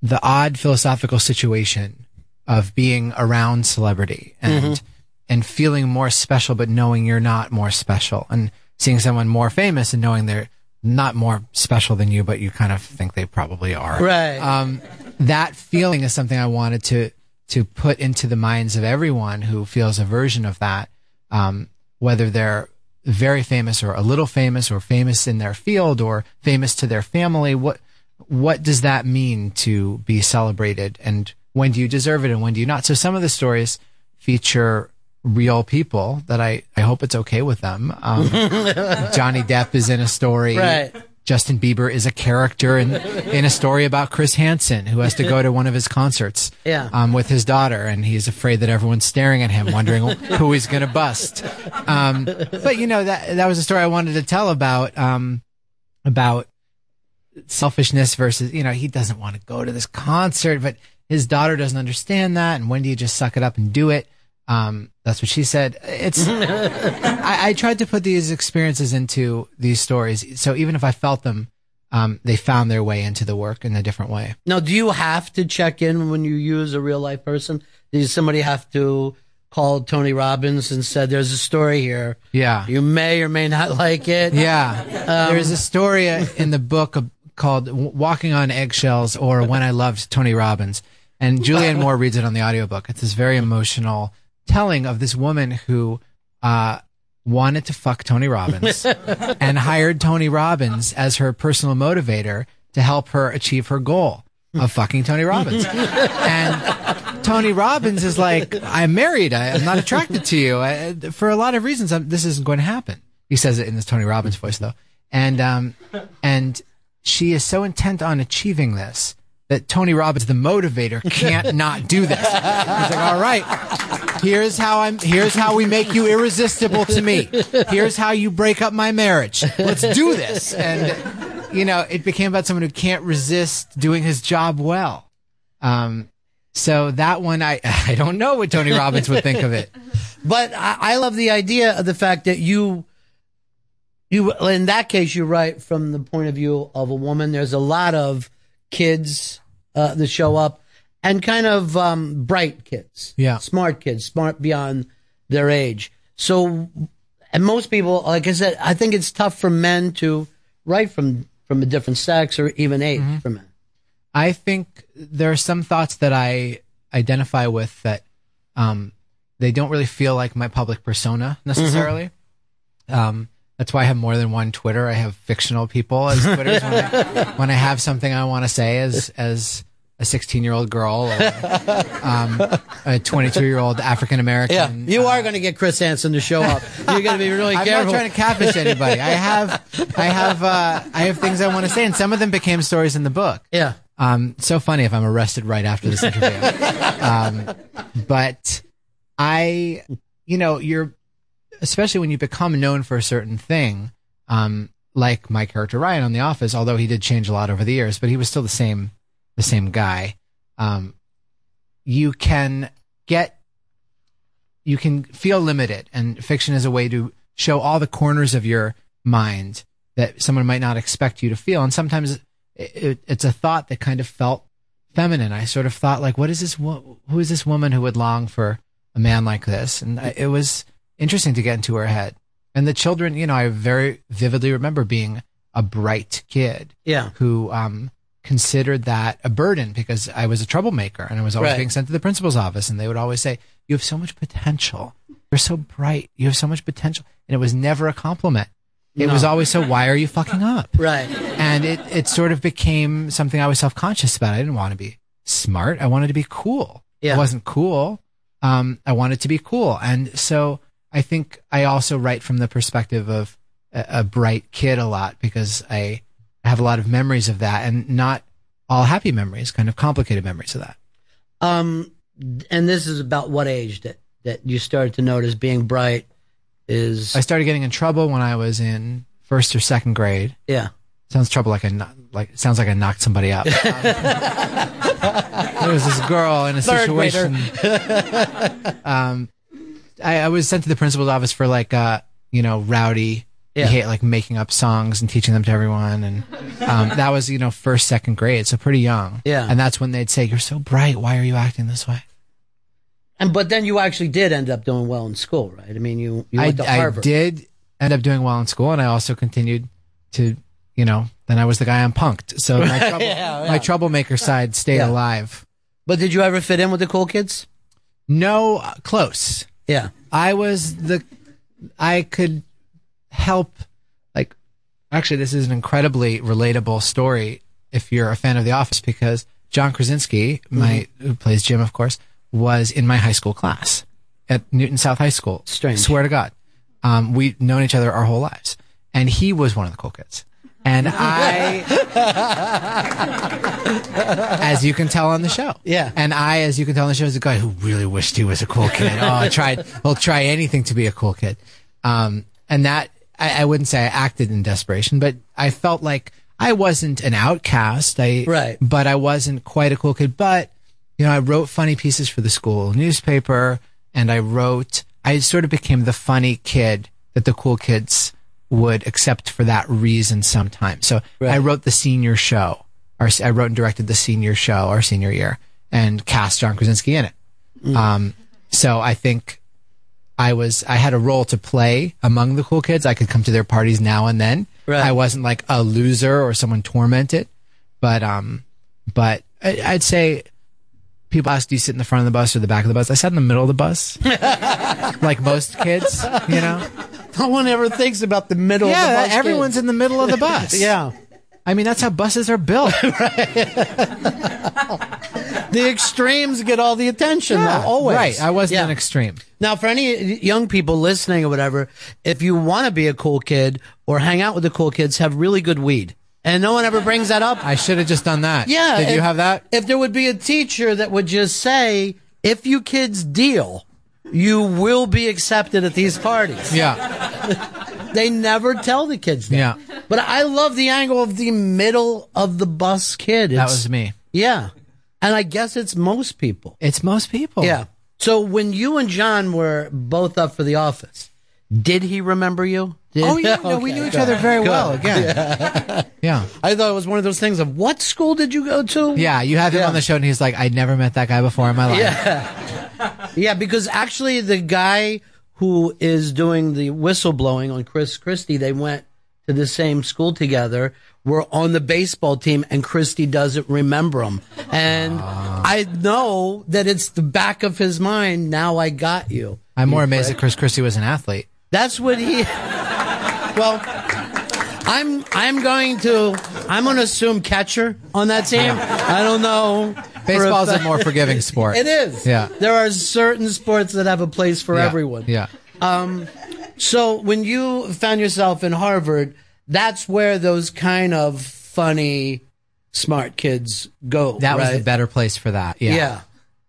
Speaker 1: the odd philosophical situation of being around celebrity and,
Speaker 12: Mhm.
Speaker 1: and feeling more special, but knowing you're not more special and seeing someone more famous and knowing they're not more special than you, but you kind of think they probably are.
Speaker 6: Right.
Speaker 1: Um, that feeling is something I wanted to to put into the minds of everyone who feels a version of that, um, whether they're very famous or a little famous or famous in their field or famous to their family. What what does that mean to be celebrated, and when do you deserve it, and when do you not? So some of the stories feature real people that I I hope it's okay with them. Um, Johnny Depp is in a story.
Speaker 6: Right.
Speaker 1: Justin Bieber is a character in, in a story about Chris Hansen, who has to go to one of his concerts
Speaker 6: Yeah.
Speaker 1: um, with his daughter, and he's afraid that everyone's staring at him, wondering who he's going to bust. Um, but you know that that was a story I wanted to tell about um, about selfishness versus you know he doesn't want to go to this concert, but his daughter doesn't understand that, and when do you just suck it up and do it? Um, that's what she said. It's I, I tried to put these experiences into these stories, so even if I felt them, um, they found their way into the work in a different way.
Speaker 6: Now, do you have to check in when you use a real life person? Does somebody have to call Tony Robbins and said, "There's a story here.
Speaker 1: Yeah.
Speaker 6: You may or may not [laughs] like it."
Speaker 1: Yeah.
Speaker 6: Um,
Speaker 1: There's a story uh, in the book of- called W- Walking on Eggshells or When I Loved Tony Robbins. And Julianne Moore reads it on the audiobook. It's this very emotional telling of this woman who uh, wanted to fuck Tony
Speaker 18: [laughs]
Speaker 1: Robbins and hired Tony Robbins as her personal motivator to help her achieve her goal of fucking Tony Robbins. and Tony Robbins is like, I'm married. I, I'm not attracted to you. I, for a lot of reasons, I'm, this isn't going to happen. He says it in this Tony Robbins voice, though. And, um, and she is so intent on achieving this that Tony Robbins, the motivator, can't not do this. He's like, all right, here's how I'm, here's how we make you irresistible to me. Here's how you break up my marriage. Let's do this. And, you know, it became about someone who can't resist doing his job well. Um, so that one, I, [laughs] I don't know what Tony Robbins would think of it.
Speaker 6: But I, I love the idea of the fact that you, you in that case, you write from the point of view of a woman. There's a lot of kids uh, that show up, and kind of um, bright kids, yeah, smart kids, smart beyond their age. So, and most people, like I said, I think it's tough for men to write from from a different sex or even age
Speaker 1: Mm-hmm.
Speaker 6: for men.
Speaker 1: I think there are some thoughts that I identify with that um, they don't really feel like my public persona necessarily.
Speaker 6: Mm-hmm.
Speaker 1: Um, that's why I have more than one Twitter. I have fictional people
Speaker 6: [laughs]
Speaker 1: as Twitters when, I, when I have something I want to say as as a 16 year old girl or um, a uh, 22 year old African American.
Speaker 6: Yeah, you are going to get Chris Hansen to show up. You're going to be
Speaker 1: [laughs]
Speaker 6: really
Speaker 1: I'm
Speaker 6: careful.
Speaker 1: not trying to catfish anybody. I have, I have, uh, I have things I want to say, and some of them became stories in the book.
Speaker 6: Yeah.
Speaker 1: Um, so funny if I'm arrested right after this interview. um, but I, you know, you're, especially when you become known for a certain thing, um, like my character Ryan on The Office, although he did change a lot over the years, but he was still the same, the same guy. Um, you can get you can feel limited and fiction is a way to show all the corners of your mind that someone might not expect you to feel and sometimes it, it, it's a thought that kind of felt feminine i sort of thought like what is this wo- who is this woman who would long for a man like this and I, it was interesting to get into her head and the children you know i very vividly remember being a bright kid
Speaker 6: Yeah.
Speaker 1: who um considered that a burden because i was a troublemaker and i was always
Speaker 6: Right.
Speaker 1: being sent to the principal's office and they would always say you have so much potential you're so bright you have so much potential and it was never a compliment it
Speaker 6: No.
Speaker 1: was always so why are you fucking up
Speaker 6: right
Speaker 1: and it it sort of became something i was self-conscious about i didn't want to be smart i wanted to be cool
Speaker 6: Yeah.
Speaker 1: i wasn't cool um i wanted to be cool and so i think i also write from the perspective of a, a bright kid a lot because i have a lot of memories of that and not all happy memories kind of complicated memories of that
Speaker 6: Um, and this is about what age that that you started to notice being bright is
Speaker 1: I started getting in trouble when I was in first or second grade.
Speaker 6: Yeah.
Speaker 1: Sounds trouble like a kno- like sounds like I knocked somebody
Speaker 6: [laughs]
Speaker 1: up. there was this girl in a
Speaker 12: Third
Speaker 1: situation. um, I, I was sent to the principal's office for like uh, you know rowdy.
Speaker 12: Yeah.
Speaker 1: He hate like making up songs and teaching them to everyone, and um, that was you know first second grade, so pretty young.
Speaker 6: Yeah.
Speaker 1: and that's when they'd say, "You're so bright. Why are you acting this way?"
Speaker 6: And but then you actually did end up doing well in school, right? I mean, you you
Speaker 1: I,
Speaker 6: went to
Speaker 1: I
Speaker 6: Harvard.
Speaker 1: did end up doing well in school, and I also continued to, you know, then I was the guy I'm punked. So my, trouble,
Speaker 6: [laughs] Yeah, yeah.
Speaker 1: my troublemaker side stayed
Speaker 6: Yeah.
Speaker 1: alive.
Speaker 6: But did you ever fit in with the cool kids?
Speaker 1: No, uh, close.
Speaker 6: Yeah,
Speaker 1: I was the, I could help. Like, actually, this is an incredibly relatable story if you're a fan of The Office because John Krasinski, my who plays Jim, of course, was in my high school class at Newton South High School. Strange. Swear to God, um, we've known each other our whole lives, and he was one of the cool kids. And [laughs] I, as you can tell on the show, yeah. And I, as you can tell on the show, is a guy who really wished he was a cool [laughs] kid. Oh, I tried. Well, try anything to be a cool kid. Um, and that I, I wouldn't say I acted in desperation, but I felt like I wasn't an outcast. I right, but I wasn't quite a cool kid. But you know, I wrote funny pieces for the school newspaper, and I wrote. I sort of became the funny kid that the cool kids would accept for that reason sometimes. So I wrote the senior show. Our, I wrote and directed the senior show our senior year and cast John Krasinski in it.
Speaker 6: Mm.
Speaker 1: Um, so I think I was I had a role to play among the cool kids. I could come to their parties now and then.
Speaker 12: Right.
Speaker 1: I wasn't like a loser or someone tormented, but um, but I, I'd say people ask, do you sit in the front of the bus or the back of the bus? I sat in the middle of the
Speaker 6: [laughs]
Speaker 1: bus, like most kids, you know.
Speaker 6: No one ever thinks about the middle. of the
Speaker 1: Yeah,
Speaker 6: bus
Speaker 1: everyone's
Speaker 6: kid.
Speaker 1: in the middle
Speaker 6: [laughs]
Speaker 1: of the bus.
Speaker 6: yeah.
Speaker 1: I mean, that's how buses are
Speaker 6: [laughs]
Speaker 1: built. [laughs]
Speaker 6: the extremes get all the attention,
Speaker 1: Yeah,
Speaker 6: though, always.
Speaker 1: right. I wasn't
Speaker 6: Yeah.
Speaker 1: an extreme.
Speaker 6: Now, for any young people listening or whatever, if you want to be a cool kid or hang out with the cool kids, have really good weed. And no one ever brings that up.
Speaker 1: I should have just done that.
Speaker 6: Yeah.
Speaker 1: Did you
Speaker 6: if-
Speaker 1: have that?
Speaker 6: If there would be a teacher that would just say, if you kids deal, you will be accepted at these parties.
Speaker 1: Yeah.
Speaker 6: [laughs] they never tell the kids that.
Speaker 1: Yeah.
Speaker 6: But I love the angle of the middle of the bus kid.
Speaker 1: That was me.
Speaker 6: Yeah. And I guess it's most people.
Speaker 1: It's most people.
Speaker 6: Yeah. So when you and John were both up for the office, did he remember you? Did-
Speaker 1: Oh,
Speaker 6: [laughs]
Speaker 1: yeah. No, we
Speaker 6: Okay,
Speaker 1: knew each
Speaker 6: good.
Speaker 1: other very
Speaker 6: Good.
Speaker 1: well,
Speaker 6: [laughs]
Speaker 1: again. Yeah.
Speaker 6: I thought it was one of those things of what school did you go to?
Speaker 1: Yeah, you have him on the show, and he's like, "I never met that guy before in my life."
Speaker 6: Yeah. [laughs] yeah, because actually the guy who is doing the whistleblowing on Chris Christie, they went to the same school together. We're on the baseball team and Christie doesn't remember him. And I know that it's the back of his mind. Now I got you.
Speaker 1: I'm more
Speaker 6: You
Speaker 1: amazed that
Speaker 6: prick.
Speaker 1: Chris Christie was an athlete.
Speaker 6: That's what he. Well, I'm I'm going to I'm going to assume catcher on that team. I don't know.
Speaker 1: Baseball's
Speaker 6: For
Speaker 1: a more forgiving sport.
Speaker 6: It is.
Speaker 1: Yeah.
Speaker 6: There are certain sports that have a place for
Speaker 1: Yeah.
Speaker 6: everyone.
Speaker 1: Yeah.
Speaker 6: Um, so when you found yourself in Harvard, that's where those kind of funny, smart kids go.
Speaker 1: That was
Speaker 6: right?
Speaker 1: the better place for that. Yeah.
Speaker 6: Yeah.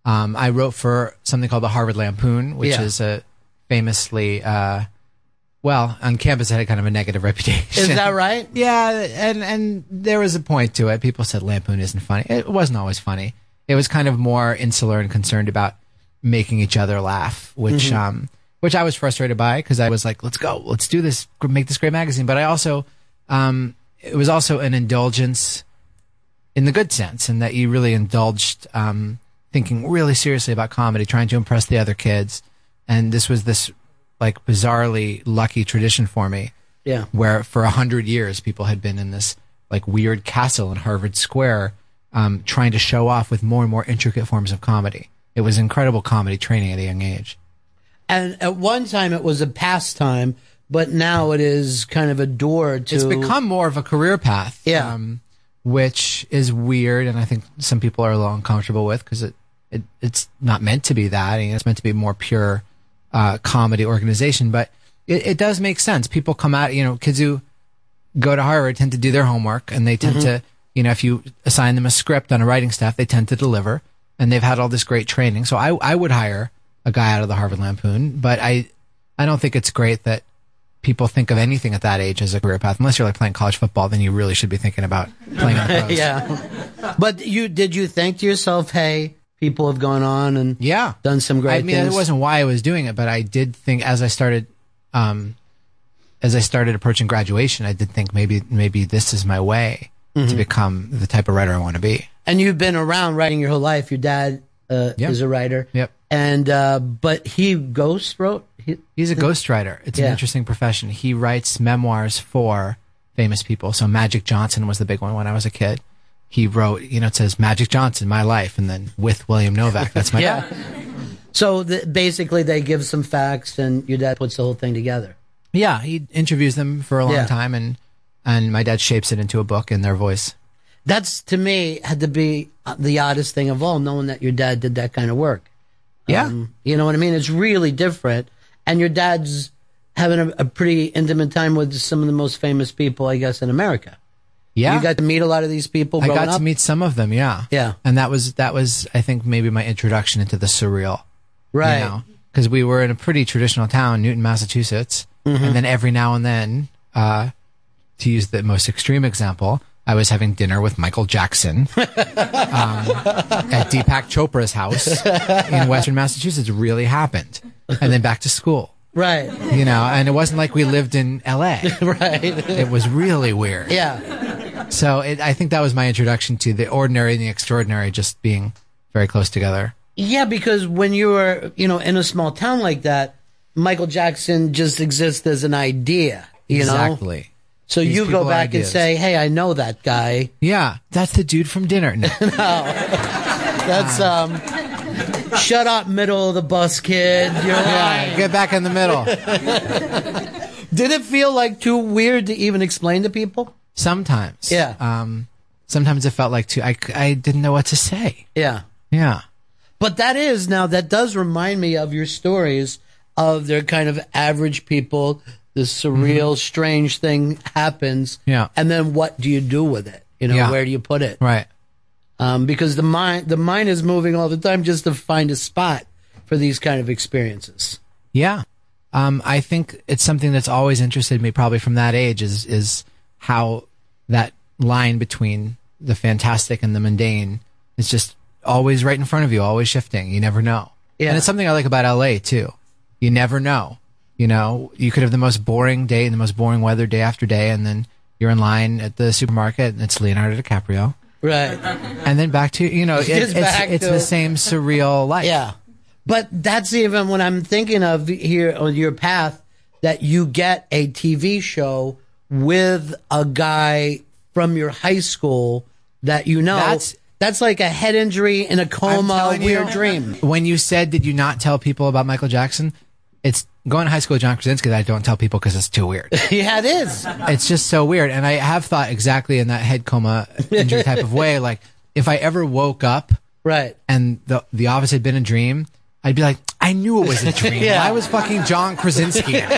Speaker 1: Um, I wrote for something called the Harvard Lampoon, which
Speaker 6: Yeah.
Speaker 1: is a famously, uh, well, on campus it had kind of a negative [laughs] reputation.
Speaker 6: Is that right?
Speaker 1: Yeah, and and there was a point to it. People said Lampoon isn't funny. It wasn't always funny. It was kind of more insular and concerned about making each other laugh, which
Speaker 6: Mm-hmm.
Speaker 12: Mhm.
Speaker 1: um which I was frustrated by because I was like, let's go, let's do this, gr- make this great magazine. But I also um it was also an indulgence in the good sense, in that you really indulged um thinking really seriously about comedy, trying to impress the other kids, and this was this like bizarrely lucky tradition for me
Speaker 6: Yeah.
Speaker 1: where for a hundred years people had been in this like weird castle in Harvard Square, um, trying to show off with more and more intricate forms of comedy. It was incredible comedy training at a young age.
Speaker 6: And at one time it was a pastime, but now it is kind of a door to.
Speaker 1: It's become
Speaker 6: [laughs]
Speaker 1: more of a career path,
Speaker 6: Yeah.
Speaker 1: um, which is weird, and I think some people are a little uncomfortable with because it, it it's not meant to be that, and it's meant to be more pure uh, comedy organization. But it, it does make sense. People come out, you know, kids who go to Harvard tend to do their homework and they tend
Speaker 6: Mm-hmm.
Speaker 12: Mhm.
Speaker 1: to, you know, if you assign them a script on a writing staff, they tend to deliver and they've had all this great training. So I, I would hire a guy out of the Harvard Lampoon, but I, I don't think it's great that people think of anything at that age as a career path. Unless you're like playing college football, then you really should be thinking
Speaker 6: [laughs]
Speaker 1: about playing on the pros.
Speaker 6: yeah. But you did you think to yourself, hey, people have gone on and
Speaker 1: yeah,
Speaker 6: done some great
Speaker 1: I mean,
Speaker 6: things.
Speaker 1: it wasn't why I was doing it, but I did think as I started, um, as I started approaching graduation, I did think maybe maybe this is my way to
Speaker 6: Mhm.
Speaker 1: become the type of writer I want to be.
Speaker 6: and you've been around writing your whole life. Your dad uh,
Speaker 1: Yeah.
Speaker 6: is a writer.
Speaker 1: Yep.
Speaker 6: And uh, but he ghost wrote. He,
Speaker 1: He's a ghostwriter. It's an
Speaker 6: Yeah.
Speaker 1: interesting profession. He writes memoirs for famous people. So Magic Johnson was the big one when I was a kid. He wrote, you know, it says Magic Johnson, my life, and then with William Novak. That's my
Speaker 6: [laughs] yeah. So the, basically, they give some facts, and your dad puts the whole thing together.
Speaker 1: Yeah, he interviews them for a long
Speaker 6: Yeah.
Speaker 1: time, and and my dad shapes it into a book in their voice.
Speaker 6: That's to me had to be uh, the oddest thing of all, knowing that your dad did that kind of work. Um,
Speaker 1: Yeah.
Speaker 6: you know what I mean? It's really different. And your dad's having a, a pretty intimate time with some of the most famous people, I guess, in America.
Speaker 1: Yeah.
Speaker 6: You got to meet a lot of these people.
Speaker 1: I
Speaker 6: growing
Speaker 1: got
Speaker 6: up?
Speaker 1: to meet some of them. Yeah,
Speaker 6: Yeah.
Speaker 1: and that was that was I think maybe my introduction into the surreal.
Speaker 6: Right.
Speaker 1: because we were in a pretty traditional town, Newton, Massachusetts,
Speaker 6: Mhm.
Speaker 1: and then every now and then, uh, to use the most extreme example, I was having dinner with Michael Jackson
Speaker 6: [laughs]
Speaker 1: um, at Deepak Chopra's house in Western Massachusetts. Really happened, and then back to school.
Speaker 6: Right.
Speaker 1: You know, and it wasn't like we lived in L.A.
Speaker 6: [laughs] right.
Speaker 1: It was really weird.
Speaker 6: Yeah.
Speaker 1: So it, I think that was my introduction to the ordinary and the extraordinary just being very close together.
Speaker 6: Yeah, because when you were, you know, in a small town like that, Michael Jackson just exists as an idea, you know?
Speaker 1: exactly.
Speaker 6: So
Speaker 1: These
Speaker 6: you
Speaker 1: people
Speaker 6: go
Speaker 1: are
Speaker 6: back and
Speaker 1: ideas.
Speaker 6: say, "Hey, I know that guy."
Speaker 1: Yeah, that's the dude from
Speaker 6: [laughs]
Speaker 1: dinner. No. Uh,
Speaker 6: That's um, shut up, middle of the bus kid. You're lying.
Speaker 1: Get back in the middle.
Speaker 6: [laughs] Did it feel like too weird to even explain to people?
Speaker 1: Sometimes.
Speaker 6: Yeah.
Speaker 1: Um, sometimes it felt like too, I, c- I didn't know what to say.
Speaker 6: Yeah.
Speaker 1: Yeah.
Speaker 6: But that is now that does remind me of your stories of their kind of average people. The surreal, strange thing happens.
Speaker 1: Mm-hmm. Yeah.
Speaker 6: And then what do you do with it? You know,
Speaker 1: Yeah.
Speaker 6: where do you put it?
Speaker 1: Right.
Speaker 6: Um, because the mind, the mind is moving all the time just to find a spot for these kind of experiences.
Speaker 1: Yeah. Um, I think it's something that's always interested me probably from that age is, is how that line between the fantastic and the mundane is just always right in front of you, always shifting. You never know.
Speaker 6: Yeah.
Speaker 1: And it's something I like about LA too. You never know. You know, you could have the most boring day and the most boring weather day after day. And then you're in line at the supermarket and it's Leonardo DiCaprio.
Speaker 6: Right.
Speaker 1: And then back to, you know, it,
Speaker 6: Just
Speaker 1: it's,
Speaker 6: back
Speaker 1: it's
Speaker 6: to-
Speaker 1: the same
Speaker 6: [laughs]
Speaker 1: surreal life.
Speaker 6: Yeah. But that's even when I'm thinking of here on your path that you get a TV show with a guy from your high school that you know.
Speaker 1: That's-
Speaker 6: That's, like a head injury in a coma,
Speaker 1: telling
Speaker 6: weird
Speaker 1: you,
Speaker 6: dream.
Speaker 1: When you said, did you not tell people about Michael Jackson? It's going to high school with John Krasinski that I don't tell people because it's too weird.
Speaker 6: [laughs] yeah, it is.
Speaker 1: it's just so weird. And I have thought exactly in that head coma injury type of way. Like if I ever woke up
Speaker 6: right,
Speaker 1: and the, the office had been a dream, I'd be like, I knew it was
Speaker 6: [laughs]
Speaker 1: a dream.
Speaker 6: Yeah.
Speaker 1: I was fucking John Krasinski.
Speaker 6: [laughs]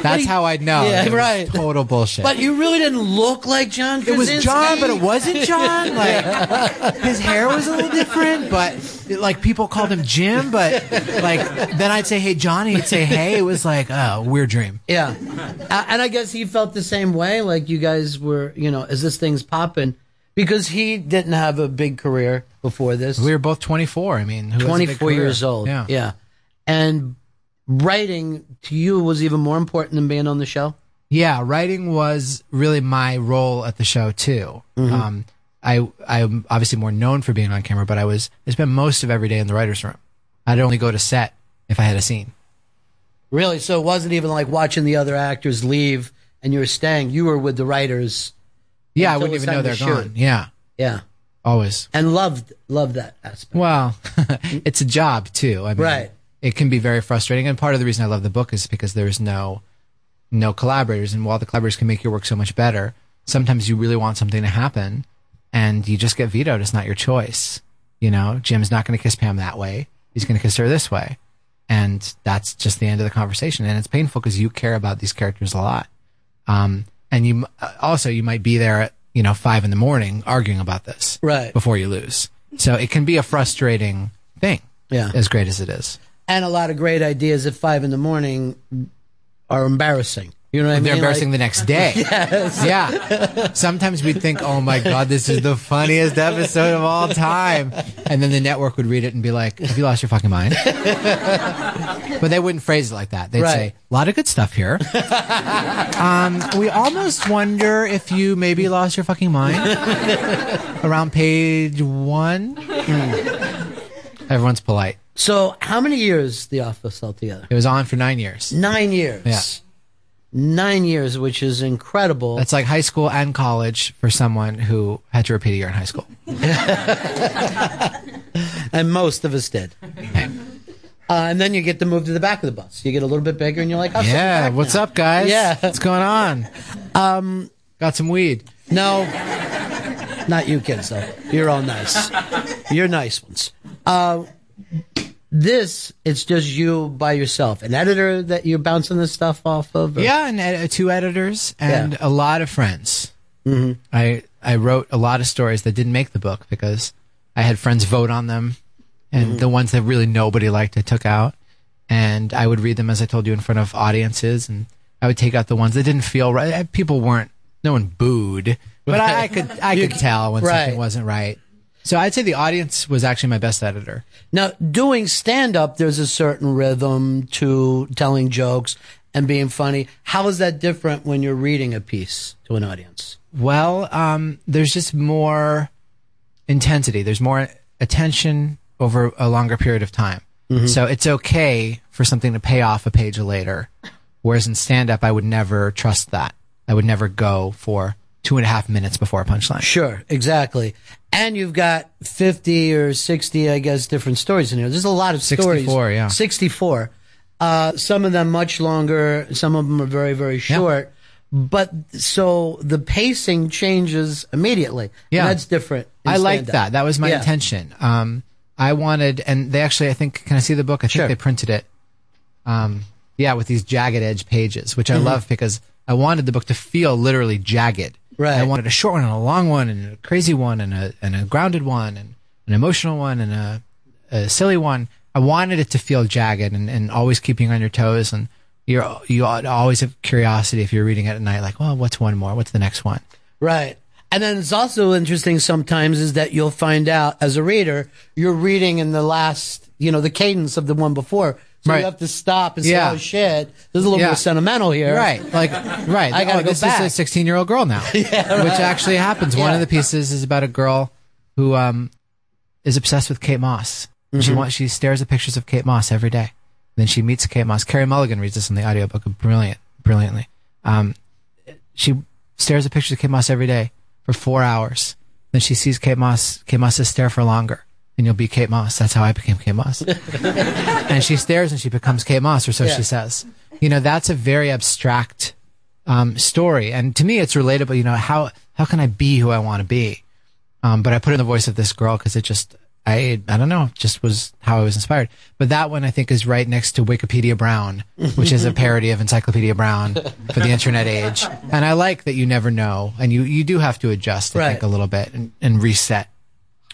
Speaker 1: That's how I'd know.
Speaker 6: Yeah,
Speaker 1: It was
Speaker 6: right.
Speaker 1: Total bullshit.
Speaker 6: But you really didn't look like John.
Speaker 1: It was
Speaker 6: Krasinski.
Speaker 1: John, but it wasn't
Speaker 6: [laughs]
Speaker 1: John. Like his hair was a little different, but like people called him Jim. But like then I'd say, "Hey Johnny," he'd say, "Hey." It was like oh, weird dream.
Speaker 6: Yeah. Uh, and I guess he felt the same way. Like you guys were, you know, as this thing's popping, because he didn't have a big career before this.
Speaker 1: We were both 24. I mean, who has a big
Speaker 6: 24
Speaker 1: career?
Speaker 6: years old.
Speaker 1: Yeah.
Speaker 6: Yeah. And writing to you was even more important than being on the show.
Speaker 1: Yeah, writing was really my role at the show too.
Speaker 6: Mhm.
Speaker 1: Um, I I'm obviously more known for being on camera, but I was I spent most of every day in the writers' room. I'd only go to set if I had a scene.
Speaker 6: Really? So it wasn't even like watching the other actors leave and you were staying. You were with the writers.
Speaker 1: Yeah, I
Speaker 6: until
Speaker 1: wouldn't
Speaker 6: it's
Speaker 1: even know
Speaker 6: time
Speaker 1: they're
Speaker 6: to shoot.
Speaker 1: gone. Yeah,
Speaker 6: Yeah.
Speaker 1: always.
Speaker 6: And loved loved that aspect.
Speaker 1: Well, [laughs] it's a job too. I mean,
Speaker 6: Right.
Speaker 1: It can be very frustrating, and part of the reason I love the book is because there's no, no collaborators, and while the collaborators can make your work so much better, sometimes you really want something to happen, and you just get vetoed. It's not your choice. You know, Jim's not going to kiss Pam that way. He's going to kiss her this way, and that's just the end of the conversation. And it's painful because you care about these characters a lot, um, and you m- also you might be there at you know five in the morning arguing about this
Speaker 6: Right.
Speaker 1: before you lose. So it can be a frustrating thing.
Speaker 6: Yeah. [laughs]
Speaker 1: As great as it is.
Speaker 6: and a lot of great ideas at five in the morning are embarrassing. You know what I mean?
Speaker 1: They're embarrassing
Speaker 6: Like-
Speaker 1: the
Speaker 6: [laughs]
Speaker 1: next day.
Speaker 6: Yes.
Speaker 1: Yeah. Sometimes we'd think, oh my God, this is the funniest episode of all time. And then the network would read it and be like, have you lost your fucking
Speaker 6: [laughs]
Speaker 1: mind? but they wouldn't phrase it like that. They'd
Speaker 6: Right.
Speaker 1: say, a lot of good stuff here. [laughs] um, we almost wonder if you maybe lost your fucking [laughs] mind around page one. Hmm. Everyone's polite.
Speaker 6: So, how many [laughs] years The Office altogether?
Speaker 1: It was on for nine years.
Speaker 6: Nine years.
Speaker 1: Yeah.
Speaker 6: Nine years, which is incredible.
Speaker 1: That's like high school and college for someone who had to repeat a year in high school.
Speaker 6: and most of us
Speaker 1: [laughs]
Speaker 6: did. Uh, and then you get to move to the back of the bus. You get a little bit bigger, and you're like, oh, sit
Speaker 1: yeah,
Speaker 6: back
Speaker 1: what's
Speaker 6: now.
Speaker 1: up, guys?
Speaker 6: Yeah,
Speaker 1: what's going on?
Speaker 6: Um,
Speaker 1: got some weed.
Speaker 6: No, not you kids though. You're all nice. You're nice ones. Uh, this it's just you by yourself. An editor that you're bouncing this stuff off of. or-
Speaker 1: Yeah, and ed- two editors and
Speaker 6: Yeah.
Speaker 1: a lot of friends. Mm-hmm. I I wrote a lot of stories that didn't make the book because I had friends vote on them, and
Speaker 6: Mm-hmm.
Speaker 1: the ones that really nobody liked, I took out, and I would read them as I told you in front of audiences, and I would take out the ones that didn't feel right. Uh, People weren't, no one booed, but I, I could I
Speaker 6: [laughs] You
Speaker 1: could
Speaker 6: c-
Speaker 1: tell when
Speaker 6: right.
Speaker 1: something wasn't right. So I'd say the audience was actually my best editor.
Speaker 6: Now, doing stand up, there's a certain rhythm to telling jokes and being funny. How is that different when you're reading a piece to an audience?
Speaker 1: Well, um, there's just more intensity. There's more attention over a longer period of time.
Speaker 6: Mm-hmm.
Speaker 12: Mhm.
Speaker 1: So it's okay for something to pay off a page later. Whereas in stand up, I would never trust that. I would never go for two and a half minutes before a punchline.
Speaker 6: Sure, exactly. And you've got 50 or 60, I guess, different stories in here. There's a lot of stories.
Speaker 1: 64, yeah.
Speaker 6: 64. Uh, some of them much longer, some of them are very, very short. But so the pacing changes immediately.
Speaker 1: Yeah.
Speaker 6: And that's different. in
Speaker 1: I like
Speaker 6: stand-up.
Speaker 1: that. That was my
Speaker 6: Yeah.
Speaker 1: intention. Um, I wanted, and they actually, I think, can I see the book? I think they printed it. Um, yeah, with these jagged edge pages, which
Speaker 6: Mhm.
Speaker 1: I love because I wanted the book to feel literally jagged. Right. I wanted a short one and a long one and a crazy one and a and a grounded one and an emotional one and a, a silly one. I wanted it to feel jagged and, and always keeping on your toes and you're you ought to always have curiosity if you're reading it at night, like, well, what's one more? What's the next one?
Speaker 6: Right. And then it's also interesting sometimes is that you'll find out as a reader, you're reading in the last, you know, the cadence of the one before. So
Speaker 1: Right.
Speaker 6: you have to stop and
Speaker 1: Yeah.
Speaker 6: say, oh shit, there's a little bit
Speaker 1: Yeah.
Speaker 6: of sentimental here. [laughs] Um,
Speaker 1: Right. Like, right.
Speaker 6: I gotta
Speaker 1: oh,
Speaker 6: go
Speaker 1: this
Speaker 6: back.
Speaker 1: is a 16 year old girl
Speaker 6: [laughs]
Speaker 1: now. Which actually happens. One
Speaker 6: Yeah.
Speaker 1: of the pieces is about a girl who um, is obsessed with Kate Moss. She
Speaker 6: Mhm.
Speaker 1: wants, she stares at pictures of Kate Moss every day. Then she meets Kate Moss. Carrie Mulligan reads this in the audiobook brilliant, brilliantly. Um, she stares at pictures of Kate Moss every day for four hours. Then she sees Kate Moss. Kate Moss says, stare for longer. And you'll be Kate Moss. That's how I became Kate
Speaker 6: [laughs]
Speaker 1: Moss. um, [laughs] and she stares and she becomes Kate Moss, or so
Speaker 12: Yeah.
Speaker 1: she says. You know, that's a very abstract um, story, and to me, it's relatable. You know, how how can I be who I want to be? Um, but I put in the voice of this girl because it just I I don't know, it just was how I was inspired. But that one I think is right next to Wikipedia Brown, which is a parody of Encyclopedia Brown for the internet age. And I like that you never know, and you you do have to adjust, I think,
Speaker 6: Right.
Speaker 1: a little bit and, and reset.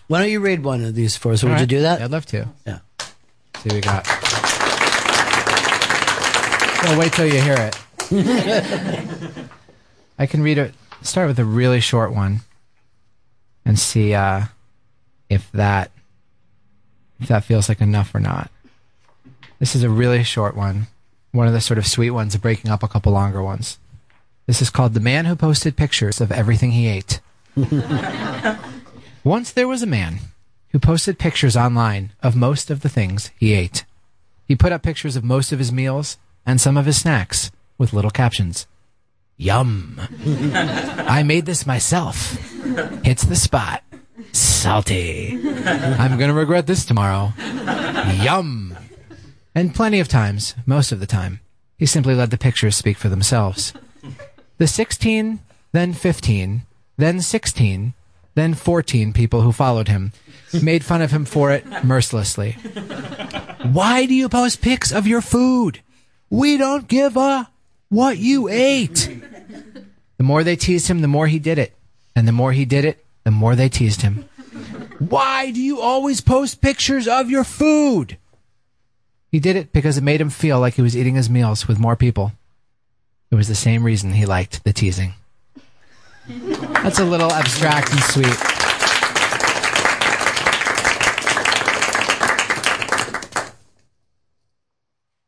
Speaker 6: Why don't you read one of these for us? Would
Speaker 1: All
Speaker 6: you
Speaker 1: right.
Speaker 6: do that?
Speaker 1: I'd love to.
Speaker 6: Yeah.
Speaker 1: See what we got. Well, wait till you hear it. I can read it. Start with a really short one, and see uh, if that if that feels like enough or not. This is a really short one, one of the sort of sweet ones, breaking up a couple longer ones. This is called "The Man Who Posted Pictures of Everything He Ate." Once there was a man who posted pictures online of most of the things he ate. He put up pictures of most of his meals and some of his snacks with little captions. Yum. I made this myself. Hits the spot. Salty. [laughs] I'm going to regret this tomorrow. Yum. And plenty of times, most of the time, he simply let the pictures speak for themselves. The 16, then 15, then 16, then 14 people who followed him made fun of him for it mercilessly. Why do you post pics of your food? We don't give a what you ate. The more they teased him, the more he did it. And the more he did it, the more they teased him. Why do you always post pictures of your food? He did it because it made him feel like he was eating his meals with more people. It was the same reason he liked the teasing. That's a little abstract and sweet.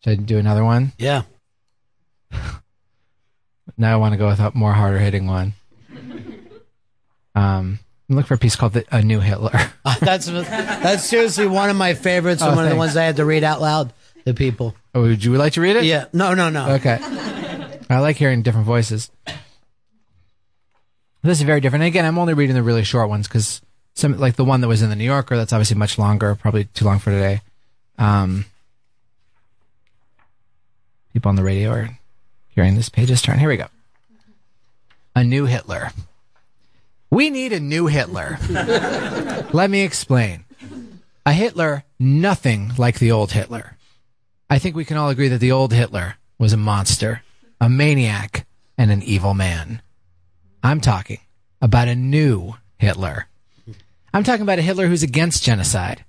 Speaker 1: Should I do another one?
Speaker 6: Yeah. [laughs]
Speaker 1: Now I want to go with a more harder hitting one. [laughs] Um, look for a piece called the, "A New Hitler."
Speaker 6: That's that's seriously one of my favorites. and
Speaker 1: Oh,
Speaker 6: one of the
Speaker 1: thanks.
Speaker 6: ones I had to read out loud to people.
Speaker 1: Oh, would you like to read it?
Speaker 6: Yeah. No, no, no.
Speaker 1: Okay. I like hearing different voices. This is very different. And again, I'm only reading the really short ones because some, like the one that was in the New Yorker, that's obviously much longer, probably too long for today. Um, people on the radio are hearing this page's turn. Here we go. A new Hitler. We need a new Hitler. [laughs] Let me explain. A Hitler, nothing like the old Hitler. I think we can all agree that the old Hitler was a monster, a maniac, and an evil man. I'm talking about a new Hitler. I'm talking about a Hitler who's against genocide.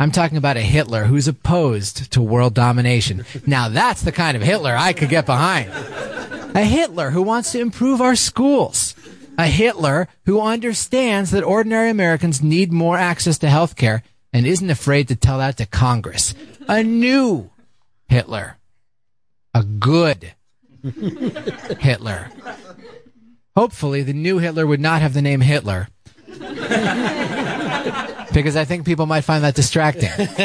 Speaker 1: I'm talking about a Hitler who's opposed to world domination. Now that's the kind of Hitler I could get behind. A Hitler who wants to improve our schools. A Hitler who understands that ordinary Americans need more access to health care and isn't afraid to tell that to Congress. A new Hitler. A good Hitler. Hopefully, the new Hitler would not have the name Hitler. because I think people might find that
Speaker 4: [laughs]
Speaker 1: distracting. That's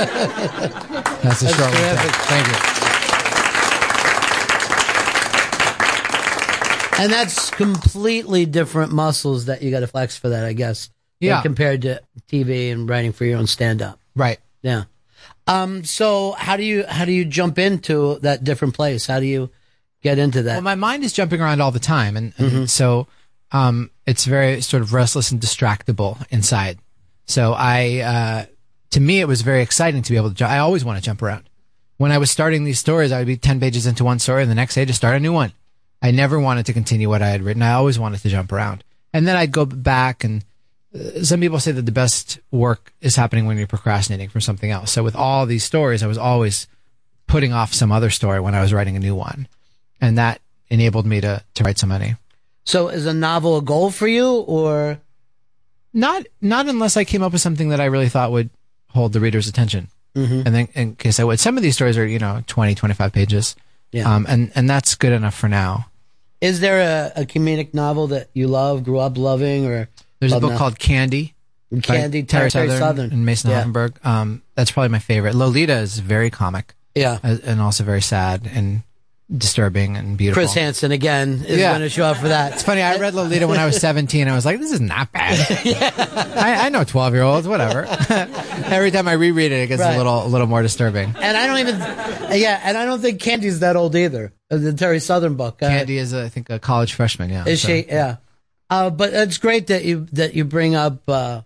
Speaker 1: a
Speaker 6: That's
Speaker 1: short one.
Speaker 6: terrific.
Speaker 1: Thank you.
Speaker 6: And that's completely different muscles that you got to flex for that, I guess. than
Speaker 1: Yeah.
Speaker 6: Compared to TV and writing for your own stand up.
Speaker 1: Right.
Speaker 6: Yeah. Um, so how do you how do you jump into that different place? How do you get into that? Mm-hmm.
Speaker 1: Well, my mind is jumping around all the time, and, and so um, it's very sort of restless and distractible inside. So I, uh, to me, it was very exciting to be able to. Ju- I always want to jump around. When I was starting these stories, I would be ten pages into one story, and the next day to start a new one. I never wanted to continue what I had written. I always wanted to jump around, and then I'd go back and. uh, Some people say that the best work is happening when you're procrastinating from something else. So with all these stories, I was always putting off some other story when I was writing a new one and that enabled me to to write so many.
Speaker 6: So is a novel a goal for you, or
Speaker 1: Not not unless I came up with something that I really thought would hold the reader's attention.
Speaker 6: Mhm.
Speaker 1: And then in case I would, some of these stories are you know 20, 25 pages.
Speaker 6: Yeah.
Speaker 1: Um, and and that's good enough for now.
Speaker 6: is there a, a comedic novel that you love, grew up loving, or
Speaker 1: There's a
Speaker 6: love
Speaker 1: book
Speaker 6: now?
Speaker 1: called Candy. by
Speaker 6: Candy, Terry Southern,
Speaker 1: and Mason
Speaker 6: Yeah.
Speaker 1: Hoffenberg. Um, that's probably my favorite. Lolita is very comic.
Speaker 6: Yeah.
Speaker 1: a- And also very sad and disturbing and beautiful.
Speaker 6: Chris Hansen again is
Speaker 1: Yeah.
Speaker 6: going to show up for that.
Speaker 1: It's funny. I read Lolita when I
Speaker 6: [laughs]
Speaker 1: was 17. I was like, this is not bad. I, I know 12 year olds, whatever. [laughs] Every time I reread it, it gets
Speaker 6: Right.
Speaker 1: a little, a little more disturbing.
Speaker 6: and I don't even, yeah, and I don't think Candy's that old either. Uh, The Terry Southern book. Uh,
Speaker 1: Candy is, I think, a college freshman. Yeah.
Speaker 6: Is
Speaker 1: so-
Speaker 6: she? Yeah. Uh, but it's great that you that you bring up uh,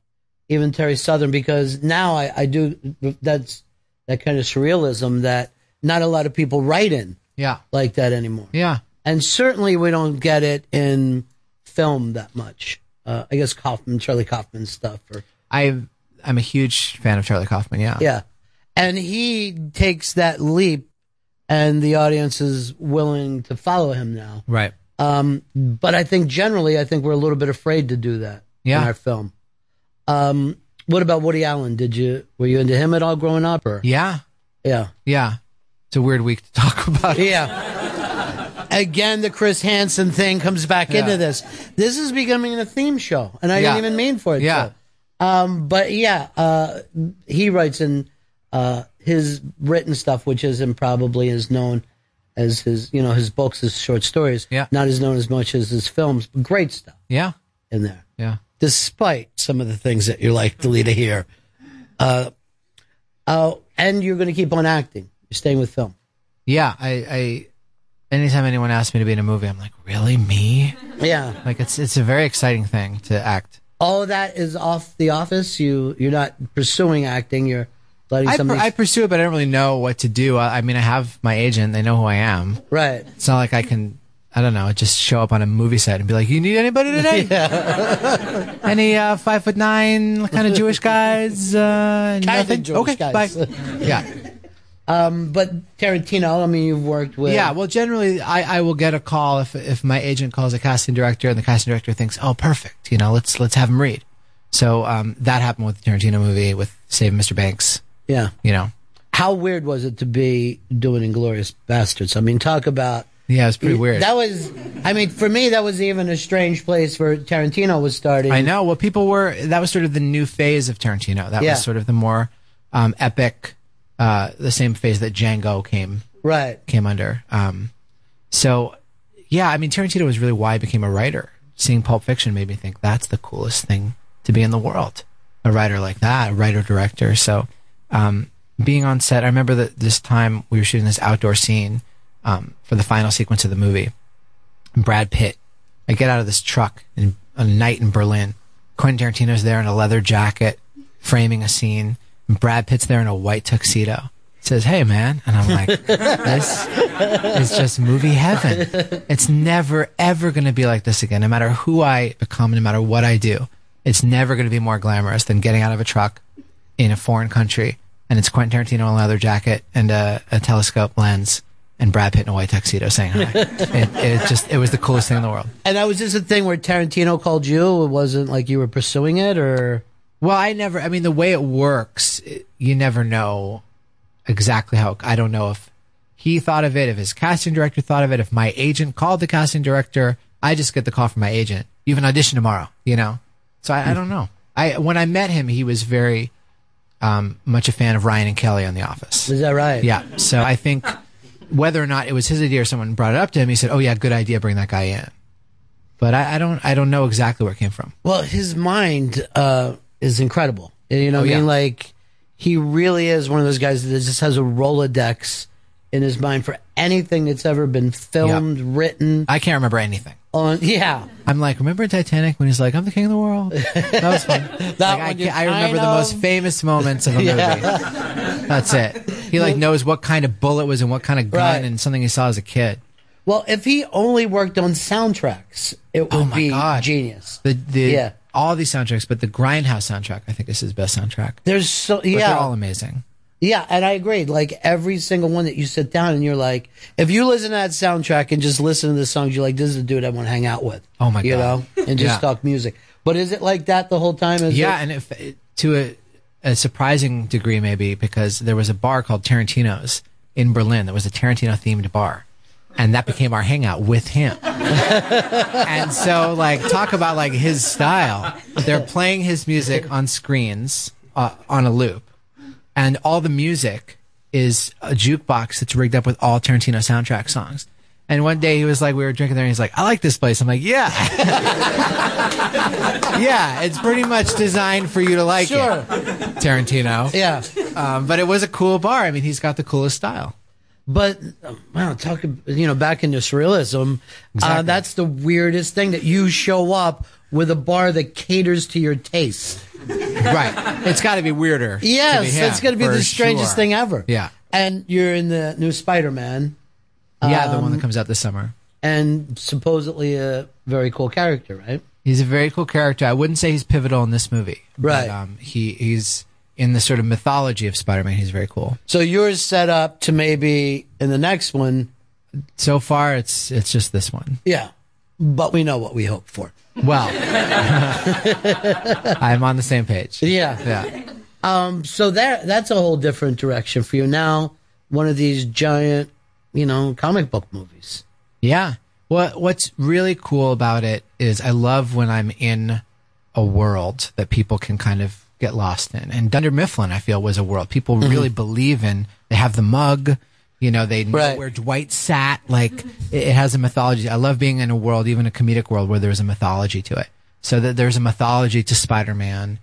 Speaker 6: even Terry Southern because now I, I do that's that kind of surrealism that not a lot of people write in
Speaker 1: yeah
Speaker 6: like that anymore.
Speaker 1: Yeah.
Speaker 6: And certainly we don't get it in film that much. Uh, I guess Kaufman, Charlie Kaufman stuff, or
Speaker 1: I, I'm a huge fan of Charlie Kaufman. Yeah.
Speaker 6: yeah. And he takes that leap, and the audience is willing to follow him now.
Speaker 1: Right.
Speaker 6: Um, but I think generally, I think we're a little bit afraid to do that
Speaker 1: Yeah.
Speaker 6: in our film. Um, what about Woody Allen? Did you were you into him at all growing up? Or
Speaker 1: Yeah.
Speaker 6: yeah,
Speaker 1: Yeah. It's a weird week to talk [laughs] about.
Speaker 6: yeah. Again, the Chris Hansen thing comes back
Speaker 1: Yeah.
Speaker 6: into this. This is becoming a theme show, and I
Speaker 1: Yeah.
Speaker 6: didn't even mean for it.
Speaker 1: Yeah.
Speaker 6: to. Um, but yeah, uh, he writes in uh, his written stuff, which isn't probably as known as his, you know, his books, his short stories. Yeah. Not as known as much as his films, but great stuff
Speaker 1: Yeah.
Speaker 6: in there.
Speaker 1: Yeah.
Speaker 6: Despite some of the things that you're like to to hear. Uh, uh, and you're going to keep on acting. You're staying with film.
Speaker 1: Yeah. I, I, anytime anyone asks me to be in a movie, I'm like, really? Me?
Speaker 6: Yeah.
Speaker 1: Like, it's, it's a very exciting thing to act.
Speaker 6: all of that is off the office. You you're not pursuing acting. You're letting
Speaker 1: I, pur-
Speaker 6: somebody.
Speaker 1: I pursue it, but I don't really know what to do. I, I mean, I have my agent; they know who I am.
Speaker 6: Right.
Speaker 1: It's not like I can, I don't know, just show up on a movie set and be like, "You need
Speaker 6: [laughs]
Speaker 1: anybody today? [laughs] Any uh, five foot nine kind of Jewish guys? Uh,
Speaker 6: Kinda
Speaker 1: nothing?
Speaker 6: Jewish [laughs]
Speaker 1: okay,
Speaker 6: guys.
Speaker 1: bye." yeah.
Speaker 6: Um, but Tarantino, I mean, you've worked with.
Speaker 1: yeah, well, generally, I, I will get a call if if my agent calls a casting director and the casting director thinks, oh, perfect, you know, let's let's have him read. So um, that happened with the Tarantino movie with Save Mr. Banks.
Speaker 6: Yeah.
Speaker 1: You know,
Speaker 6: How weird was it to be doing Inglorious Bastards? I mean, talk about.
Speaker 1: Yeah, it's pretty weird.
Speaker 6: That was, I mean, for me, that was even a strange place where Tarantino was starting.
Speaker 1: I know. Well, people were. That was sort of the new phase of Tarantino. That
Speaker 6: Yeah.
Speaker 1: was sort of the more um, epic, uh, the same phase that Django came
Speaker 6: Right.
Speaker 1: came under. Um, so, yeah, I mean, Tarantino was really why I became a writer. Seeing Pulp Fiction made me think that's the coolest thing to be in the world. A writer like that, a writer director. So, um, being on set, I remember that this time we were shooting this outdoor scene um, for the final sequence of the movie. Brad Pitt. I get out of this truck in a night in Berlin. Quentin Tarantino's there in a leather jacket, framing a scene. And Brad Pitt's there in a white tuxedo. Says, "Hey, man," and I'm like, "This is just movie heaven. It's never ever going to be like this again. No matter who I become, no matter what I do, it's never going to be more glamorous than getting out of a truck in a foreign country and it's Quentin Tarantino in a leather jacket and a, a telescope lens." And Brad Pitt in a white tuxedo saying hi.
Speaker 6: [laughs]
Speaker 1: [laughs] it, it just, it was the coolest thing in the world.
Speaker 6: And that was just a thing where Tarantino called you. It wasn't like you were pursuing it or.
Speaker 1: Well, I never. I mean, the way it works, it- you never know exactly how. I don't know if he thought of it, if his casting director thought of it, if my agent called the casting director. I just get the call from my agent. You have an audition tomorrow, you know. So I, I don't know. I when I met him, he was very um, much a fan of Ryan and Kelly on The Office.
Speaker 6: Is that right?
Speaker 1: Yeah. So I think whether or not it was his idea or someone brought it up to him, he said, "Oh yeah, good idea. Bring that guy in." But I, I don't. I don't know exactly where it came from.
Speaker 6: Well, his mind uh, is incredible. You know, what
Speaker 1: Oh,
Speaker 6: I mean,
Speaker 1: yeah.
Speaker 6: like he really is one of those guys that just has a rolodex in his mind for anything that's ever been filmed, written.
Speaker 1: I can't remember
Speaker 6: [laughs]
Speaker 1: anything.
Speaker 6: On yeah,
Speaker 1: I'm like, remember in Titanic when he's like, "I'm the king of the world." That was
Speaker 6: [laughs]
Speaker 1: fun. Like, I,
Speaker 6: one you
Speaker 1: can't- I remember the
Speaker 6: kind
Speaker 1: most
Speaker 6: of-
Speaker 1: famous moments of the movie. That's it. He like knows what kind of bullet was and what kind of gun
Speaker 6: Right.
Speaker 1: and something he saw as a kid.
Speaker 6: [laughs] Well, if he only worked on soundtracks, it would be genius.
Speaker 1: Oh The the
Speaker 6: Yeah.
Speaker 1: all these soundtracks, but the Grindhouse soundtrack I think is his best soundtrack.
Speaker 6: There's so
Speaker 1: But
Speaker 6: yeah,
Speaker 1: they're all amazing.
Speaker 6: Yeah, and I agree. Like every single one that you sit down and you're like, if you listen to that soundtrack and just listen to the songs, you're like, this is the dude I want to hang out with.
Speaker 1: Oh my
Speaker 6: you
Speaker 1: God.
Speaker 6: know, and just
Speaker 1: Yeah.
Speaker 6: talk music. But is it like that the whole time? Is
Speaker 1: yeah,
Speaker 6: it-
Speaker 1: and if to a, a surprising degree, maybe because there was a bar called Tarantino's in Berlin that was a Tarantino themed bar, and that became our hangout with him. [laughs] and so, like, talk about like his style. They're playing his music on screens uh, on a loop, and all the music is a jukebox that's rigged up with all Tarantino soundtrack songs. And one day he was like, we were drinking there, and he's like, "I like this place." I'm like, "Yeah." yeah, it's pretty much designed for you to like
Speaker 6: Sure.
Speaker 1: it. Tarantino.
Speaker 6: Yeah.
Speaker 1: Um, but it was a cool bar. I mean, he's got the coolest style.
Speaker 6: But um, wow, talk ab- you know back into surrealism. Uh, that's the weirdest thing that you show up with a bar that caters to your taste.
Speaker 1: [laughs] Right. It's got to be weirder.
Speaker 6: Yes, it's going to be the strangest thing ever.
Speaker 1: Yeah.
Speaker 6: and you're in the new Spider-Man.
Speaker 1: Yeah, the one
Speaker 6: Um,
Speaker 1: that comes out this summer.
Speaker 6: and supposedly a very cool character, right?
Speaker 1: He's a very cool character. I wouldn't say he's pivotal in this movie.
Speaker 6: Right.
Speaker 1: But, um, he, he's in the sort of mythology of Spider Man. He's very cool.
Speaker 6: So yours set up to maybe in the next one.
Speaker 1: So far, it's it's just this one.
Speaker 6: Yeah, but we know what we hope for.
Speaker 1: Well, [laughs] I'm on the same page.
Speaker 6: Yeah,
Speaker 1: Yeah.
Speaker 6: Um, so that that's a whole different direction for you now. One of these giant, you know, comic book movies.
Speaker 1: Yeah. What What's really cool about it is I love when I'm in a world that people can kind of get lost in. And Dunder Mifflin, I feel, was a world people really believe in. They have the mug, you know, they know where Dwight sat. Like it, it has a mythology. I love being in a world, even a comedic world, where there's a mythology to it. So that there's a mythology to Spider Man.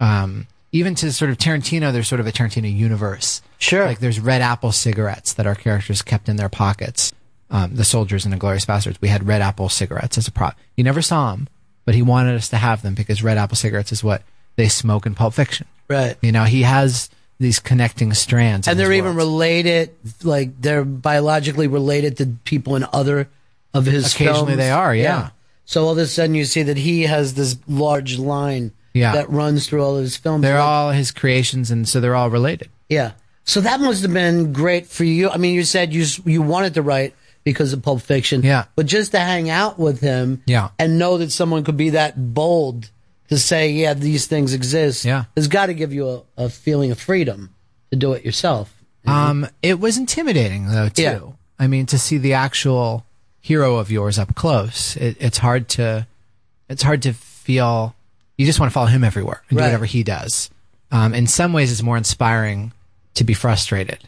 Speaker 1: Um, even to sort of Tarantino, there's sort of a Tarantino universe. Sure. Like there's red apple cigarettes that our characters kept in their pockets. Um, the soldiers in the Glorious Bastards, we had red apple cigarettes as a prop. You never saw them, but he wanted us to have them because red apple cigarettes is what they smoke in Pulp Fiction.
Speaker 6: Right.
Speaker 1: You know, he has these connecting strands.
Speaker 6: and they're even related, like they're biologically related to people in other of his.
Speaker 1: Occasionally
Speaker 6: films.
Speaker 1: they are, yeah.
Speaker 6: So all of a sudden you see that he has this large line
Speaker 1: Yeah.
Speaker 6: that runs through all of his films.
Speaker 1: They're all his creations, and so they're all related.
Speaker 6: Yeah. So that must have been great for you. I mean, you said you s- you wanted to write because of Pulp Fiction. Yeah. But just to hang out with him.
Speaker 1: Yeah.
Speaker 6: And know that someone could be that bold to say, yeah, these things exist. Yeah. Has got to give you a, a feeling of freedom to do it yourself.
Speaker 1: Um, it was intimidating though too.
Speaker 6: Mm-hmm. Yeah.
Speaker 1: I mean, to see the actual hero of yours up close, it, it's hard to, it's hard to feel. You just want to follow him everywhere and do whatever he does. Um, in some ways, it's more inspiring to be frustrated,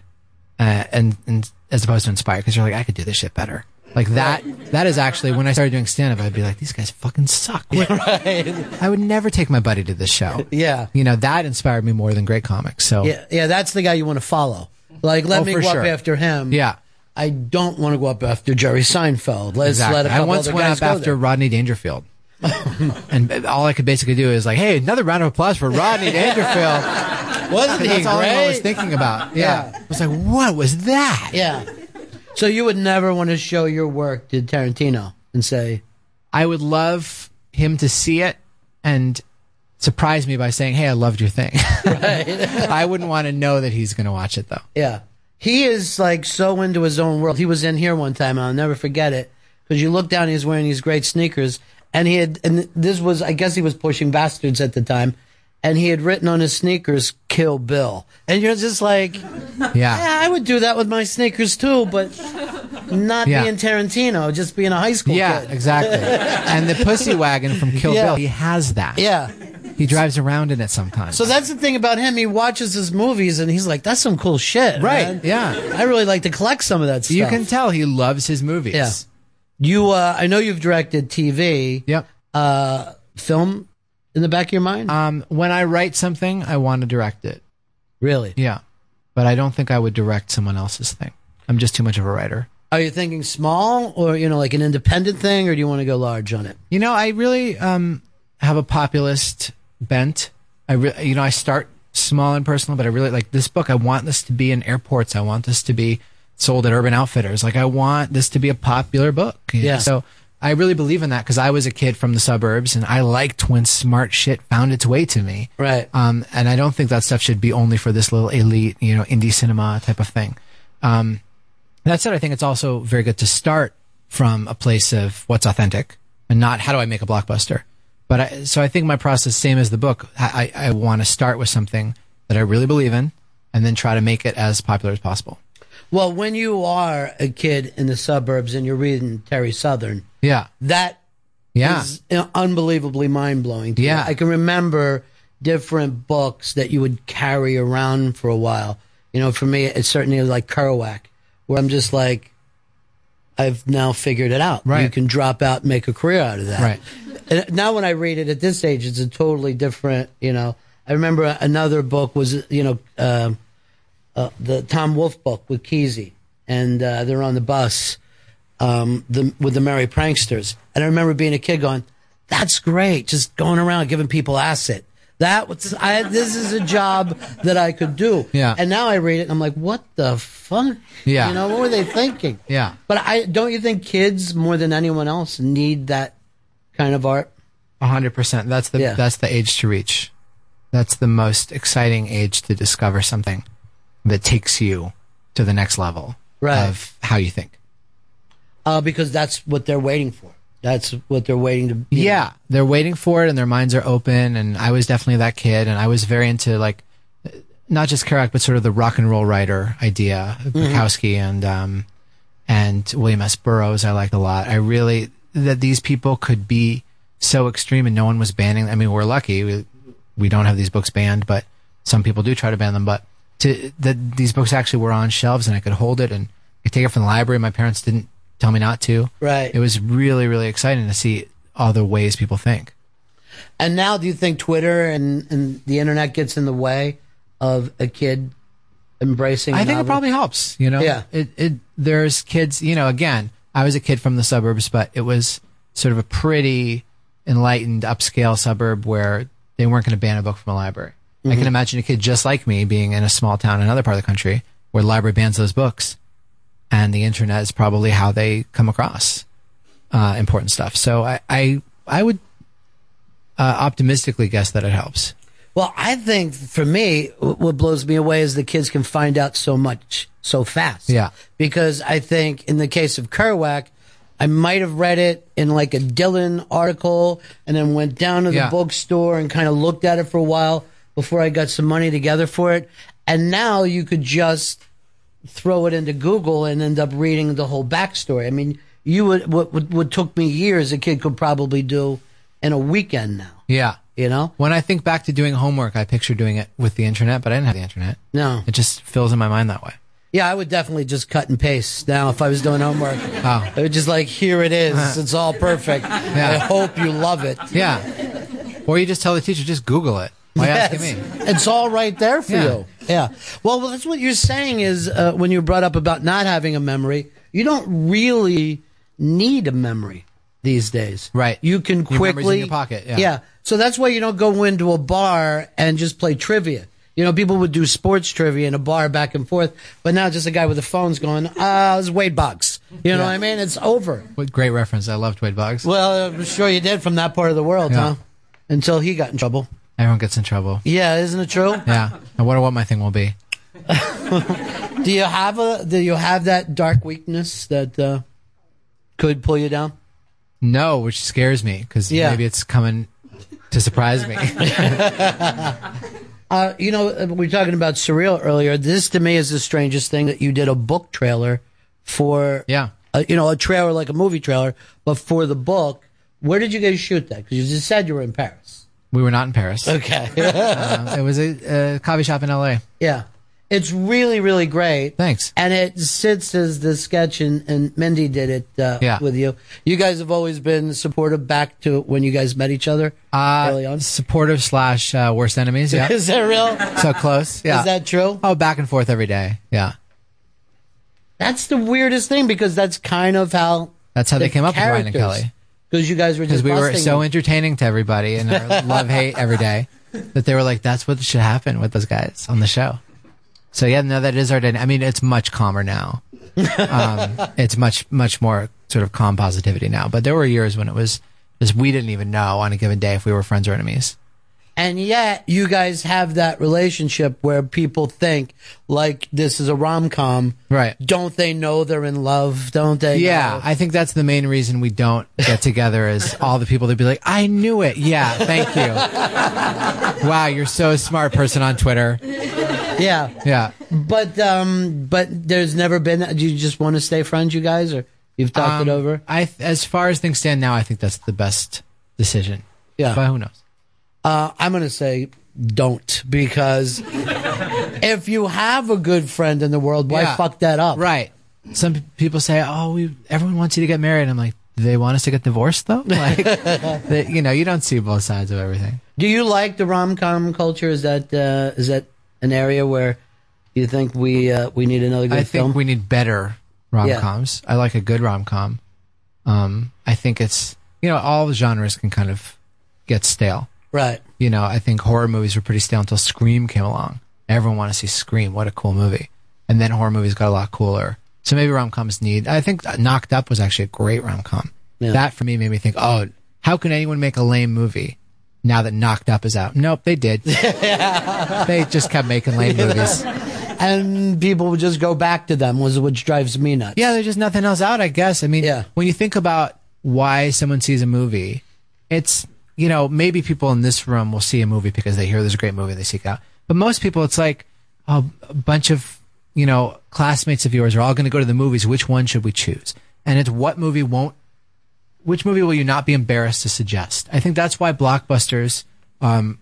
Speaker 1: uh, and, and as opposed to inspired because you're like, I could do this shit better. Like that. That is actually when I started doing stand up. I'd be like, these guys fucking suck.
Speaker 6: [laughs]
Speaker 1: I would never take my buddy to this show.
Speaker 6: Yeah.
Speaker 1: You know that inspired me more than great comics. So
Speaker 6: Yeah. Yeah. That's the guy you want to follow. Like, let
Speaker 1: Oh,
Speaker 6: me
Speaker 1: for
Speaker 6: go up
Speaker 1: sure.
Speaker 6: after him.
Speaker 1: Yeah. [laughs]
Speaker 6: I don't want to go up after Jerry Seinfeld. Let's
Speaker 1: Exactly.
Speaker 6: let a couple
Speaker 1: I once
Speaker 6: other
Speaker 1: went
Speaker 6: guys
Speaker 1: up
Speaker 6: go
Speaker 1: after
Speaker 6: there.
Speaker 1: Rodney Dangerfield. [laughs] and b- all I could basically do is like, hey, another round of applause for Rodney Dangerfield.
Speaker 6: [laughs]
Speaker 1: And
Speaker 6: Wasn't he
Speaker 1: that's all I was
Speaker 6: great?
Speaker 1: thinking about.
Speaker 6: [laughs]
Speaker 1: Yeah. I was like, what was that?
Speaker 6: Yeah. So you would never want to show your work to Tarantino and say,
Speaker 1: I would love him to see it and surprise
Speaker 6: [laughs]
Speaker 1: me by [laughs] saying, hey, I loved your thing. I wouldn't want to know that he's going to watch it though.
Speaker 6: Yeah. He is like so into his own world. He was in here one time, and I'll never forget it. Because you look down, he was wearing these great sneakers, and he had, and this was, I guess he was pushing bastards at the time, and he had written on his sneakers, Kill Bill. And you're just
Speaker 1: [laughs]
Speaker 6: like, yeah, I would do that with my sneakers too, but not
Speaker 1: Yeah.
Speaker 6: being Tarantino, just being a high school
Speaker 1: Yeah,
Speaker 6: kid. [laughs]
Speaker 1: exactly. and the pussy wagon from Kill
Speaker 6: Yeah.
Speaker 1: Bill, he has that.
Speaker 6: Yeah.
Speaker 1: He drives around in it sometimes.
Speaker 6: So that's the thing about him. He watches his movies and he's like, that's some cool shit.
Speaker 1: Right,
Speaker 6: man.
Speaker 1: yeah.
Speaker 6: I really like to collect some of that stuff.
Speaker 1: You can tell he loves his movies.
Speaker 6: Yeah. You, uh, I know you've directed TV.
Speaker 1: Yep.
Speaker 6: Uh, film in the back of your mind?
Speaker 1: Um, when I write something, I want to direct it.
Speaker 6: Really?
Speaker 1: Yeah. But I don't think I would direct someone else's thing. I'm just too much of a writer.
Speaker 6: Are you thinking small or, you know, like an independent thing or do you want to go large on it?
Speaker 1: You know, I really um, have a populist bent. I re- you know, I start small and personal, but I really like this book. I want this to be in airports. I want this to be sold at Urban Outfitters. Like I want this to be a popular book. you know?
Speaker 6: Yeah.
Speaker 1: So I really believe in that because I was a kid from the suburbs and I liked when smart shit found its way to me.
Speaker 6: Right.
Speaker 1: Um, and I don't think that stuff should be only for this little elite, you know, indie cinema type of thing. Um, that said, I think it's also very good to start from a place of what's authentic and not how do I make a blockbuster. But I, so I think my process, same as the book, I, I, I want to start with something that I really believe in and then try to make it as popular as possible.
Speaker 6: Well, when you are a kid in the suburbs and you're reading Terry Southern,
Speaker 1: Yeah.
Speaker 6: that
Speaker 1: Yeah.
Speaker 6: is unbelievably mind blowing. to me.
Speaker 1: Yeah.
Speaker 6: I can remember different books that you would carry around for a while. You know, for me, it's certainly like Kerouac, where I'm just like, I've now figured it out.
Speaker 1: Right.
Speaker 6: You can drop out and make a career out of that.
Speaker 1: Right.
Speaker 6: And now when I read it at this age, it's a totally different, you know, I remember another book was, you know, um uh, the Tom Wolfe book with Kesey, and uh, they're on the bus um, the, with the Merry Pranksters. And I remember being a kid going, "That's great, just going around giving people acid. That was I, this is a job that I could do."
Speaker 1: Yeah.
Speaker 6: And now I read it, and I'm like, "What the fuck?"
Speaker 1: Yeah.
Speaker 6: You know, what were they thinking?
Speaker 1: Yeah.
Speaker 6: But I don't you think kids more than anyone else need that kind of art?
Speaker 1: A hundred percent. That's the
Speaker 6: Yeah.
Speaker 1: that's the age to reach. That's the most exciting age to discover something that takes you to the next level
Speaker 6: Right.
Speaker 1: of how you think.
Speaker 6: Uh, because that's what they're waiting for. That's what they're waiting to.
Speaker 1: Yeah. they're waiting for it, and their minds are open. And I was definitely that kid, and I was very into like not just Kerouac, but sort of the rock and roll writer idea, of
Speaker 12: Mhm.
Speaker 1: Bukowski and um, and William S. Burroughs. I liked a lot. I really that these people could be so extreme, and no one was banning. I mean, we're lucky we we don't have these books banned, but some people do try to ban them. But to that these books actually were on shelves, and I could hold it and I could take it from the library. My parents didn't tell me not to.
Speaker 6: Right.
Speaker 1: It was really really exciting to see all the ways people think.
Speaker 6: And now, do you think Twitter and, and the internet gets in the way of a kid embracing?
Speaker 1: I
Speaker 6: a
Speaker 1: think it
Speaker 6: novel?
Speaker 1: probably helps. You know,
Speaker 6: Yeah.
Speaker 1: It, it there's kids. You know, again, I was a kid from the suburbs, but it was sort of a pretty enlightened upscale suburb where they weren't going to ban a book from a library. I
Speaker 12: Mhm.
Speaker 1: can imagine a kid just like me being in a small town in another part of the country where the library bans those books, and the internet is probably how they come across uh, important stuff. So I I, I would uh, optimistically guess that it helps.
Speaker 6: Well, I think for me, wh- what blows me away is the kids can find out so much so fast.
Speaker 1: Yeah.
Speaker 6: Because I think in the case of Kerouac, I might have read it in like a Dylan article and then went down to the
Speaker 1: Yeah.
Speaker 6: bookstore and kind of looked at it for a while before I got some money together for it. And now you could just throw it into Google and end up reading the whole backstory. I mean, you would what what, what took me years, a kid could probably do in a weekend now.
Speaker 1: Yeah.
Speaker 6: You know?
Speaker 1: When I think back to doing homework, I picture doing it with the internet, but I didn't have the internet.
Speaker 6: No.
Speaker 1: It just fills in my mind that way.
Speaker 6: Yeah, I would definitely just cut and paste now if I was doing homework. Oh. I would just like, here it
Speaker 1: Uh-huh.
Speaker 6: is. It's all perfect. I hope you love it.
Speaker 1: Yeah. Or you just tell the teacher, just Google it. Why asking me?
Speaker 6: It's all right there for
Speaker 1: Yeah.
Speaker 6: you. Yeah. Well, well, that's what you're saying is uh, when you brought up about not having a memory, you don't really need a memory these days. Right. You can
Speaker 1: Your memory's in
Speaker 6: quickly
Speaker 1: your pocket, yeah.
Speaker 6: So that's why you don't go into a bar and just play trivia. You know, people would do sports trivia in a bar back and forth, but now just a guy with a phone's going, "Ah, it's Wade Boggs." You know
Speaker 1: Yeah.
Speaker 6: what I mean? It's over.
Speaker 1: What great reference. I loved Wade Boggs.
Speaker 6: Well, I'm sure you did from that part of the world,
Speaker 1: Yeah.
Speaker 6: huh? Until he got in trouble.
Speaker 1: Everyone gets in trouble.
Speaker 6: Yeah, isn't it true?
Speaker 1: Yeah. I wonder what my thing will be.
Speaker 6: Do you have a? Do you have that dark weakness that uh, could pull you down?
Speaker 1: No, which scares me because
Speaker 6: Yeah.
Speaker 1: maybe it's coming to surprise
Speaker 6: [laughs]
Speaker 1: me.
Speaker 6: Uh, you know, uh, we were talking about surreal earlier. This to me is the strangest thing that you did a book trailer for.
Speaker 1: Yeah.
Speaker 6: uh, you know, a trailer like a movie trailer, but for the book. Where did you guys shoot that? Because you just said you were in Paris.
Speaker 1: we were not in Paris.
Speaker 6: [laughs] Okay.
Speaker 1: Uh, it was a, a coffee shop in LA.
Speaker 6: Yeah. It's really, really great.
Speaker 1: Thanks.
Speaker 6: And it sits as the sketch, and, and Mindy did it uh,
Speaker 1: Yeah.
Speaker 6: with you. You guys have always been supportive back to when you guys met each other.
Speaker 1: Uh, Supportive slash uh, worst enemies. Yeah.
Speaker 6: Is that real?
Speaker 1: So close. Yeah.
Speaker 6: Is that true?
Speaker 1: Oh, back and forth every day. Yeah.
Speaker 6: That's the weirdest thing because that's kind of how.
Speaker 1: That's how they came up with Ryan and Kelly.
Speaker 6: Because you guys were
Speaker 1: Because
Speaker 6: just
Speaker 1: we were
Speaker 6: busting
Speaker 1: so
Speaker 6: them.
Speaker 1: entertaining to everybody and
Speaker 6: [laughs]
Speaker 1: our love hate every day that they were like, that's what should happen with those guys on the show. So yeah, no, that is our day. I mean, it's much calmer
Speaker 6: [laughs]
Speaker 1: now. Um, it's much, much more sort of calm positivity now. But there were years when it was just, we didn't even know on a given day if we were friends or enemies.
Speaker 6: And yet, you guys have that relationship where people think like this is a rom com,
Speaker 1: right?
Speaker 6: Don't they know they're in love? Don't they?
Speaker 1: Yeah, I think that's the main reason we don't get together is
Speaker 6: [laughs]
Speaker 1: all the people that be like, I knew it. Yeah, thank you.
Speaker 6: [laughs]
Speaker 1: wow, you're so smart person on Twitter.
Speaker 6: know? Yeah.
Speaker 1: Yeah.
Speaker 6: But um, but there's never been. Do you just want to stay friends, you guys, or you've talked
Speaker 1: Um,
Speaker 6: it over?
Speaker 1: I, as far as things stand now, I think that's the best decision.
Speaker 6: Yeah.
Speaker 1: But who knows?
Speaker 6: Uh, I'm going to say don't because if you have a good friend in the world, why
Speaker 1: Yeah.
Speaker 6: fuck that up?
Speaker 1: Right. Some p- people say, "Oh, we everyone wants you to get married." I'm like, "Do they want us to get divorced though?" Like, that- you know, you don't see both sides of everything.
Speaker 6: Do you like the rom com culture? Is that uh, is that an area where you think we uh, we need another good
Speaker 1: I think
Speaker 6: film?
Speaker 1: we need better rom coms. I like a good rom com. Um, I think it's you know all the genres can kind of get stale.
Speaker 6: Right.
Speaker 1: You know, I think horror movies were pretty stale until Scream came along. Everyone wanted to see Scream. What a cool movie! And then horror movies got a lot cooler. So maybe rom coms need. I think Knocked Up was actually a great rom com.
Speaker 6: Yeah.
Speaker 1: That for me made me think, oh, how can anyone make a lame movie now that Knocked Up is out? Nope, they
Speaker 6: [laughs]
Speaker 1: did. they just kept making lame movies.
Speaker 6: and people would just go back to them, was which drives me nuts.
Speaker 1: Yeah, there's just nothing else out, I guess. I mean, when you think about why someone sees a movie, it's, you know, maybe people in this room will see a movie because they hear there's a great movie they seek out. But most people, it's like oh, a bunch of, you know, classmates of yours are all going to go to the movies. Which one should we choose? And it's what movie won't which movie will you not be embarrassed to suggest? I think that's why blockbusters, um,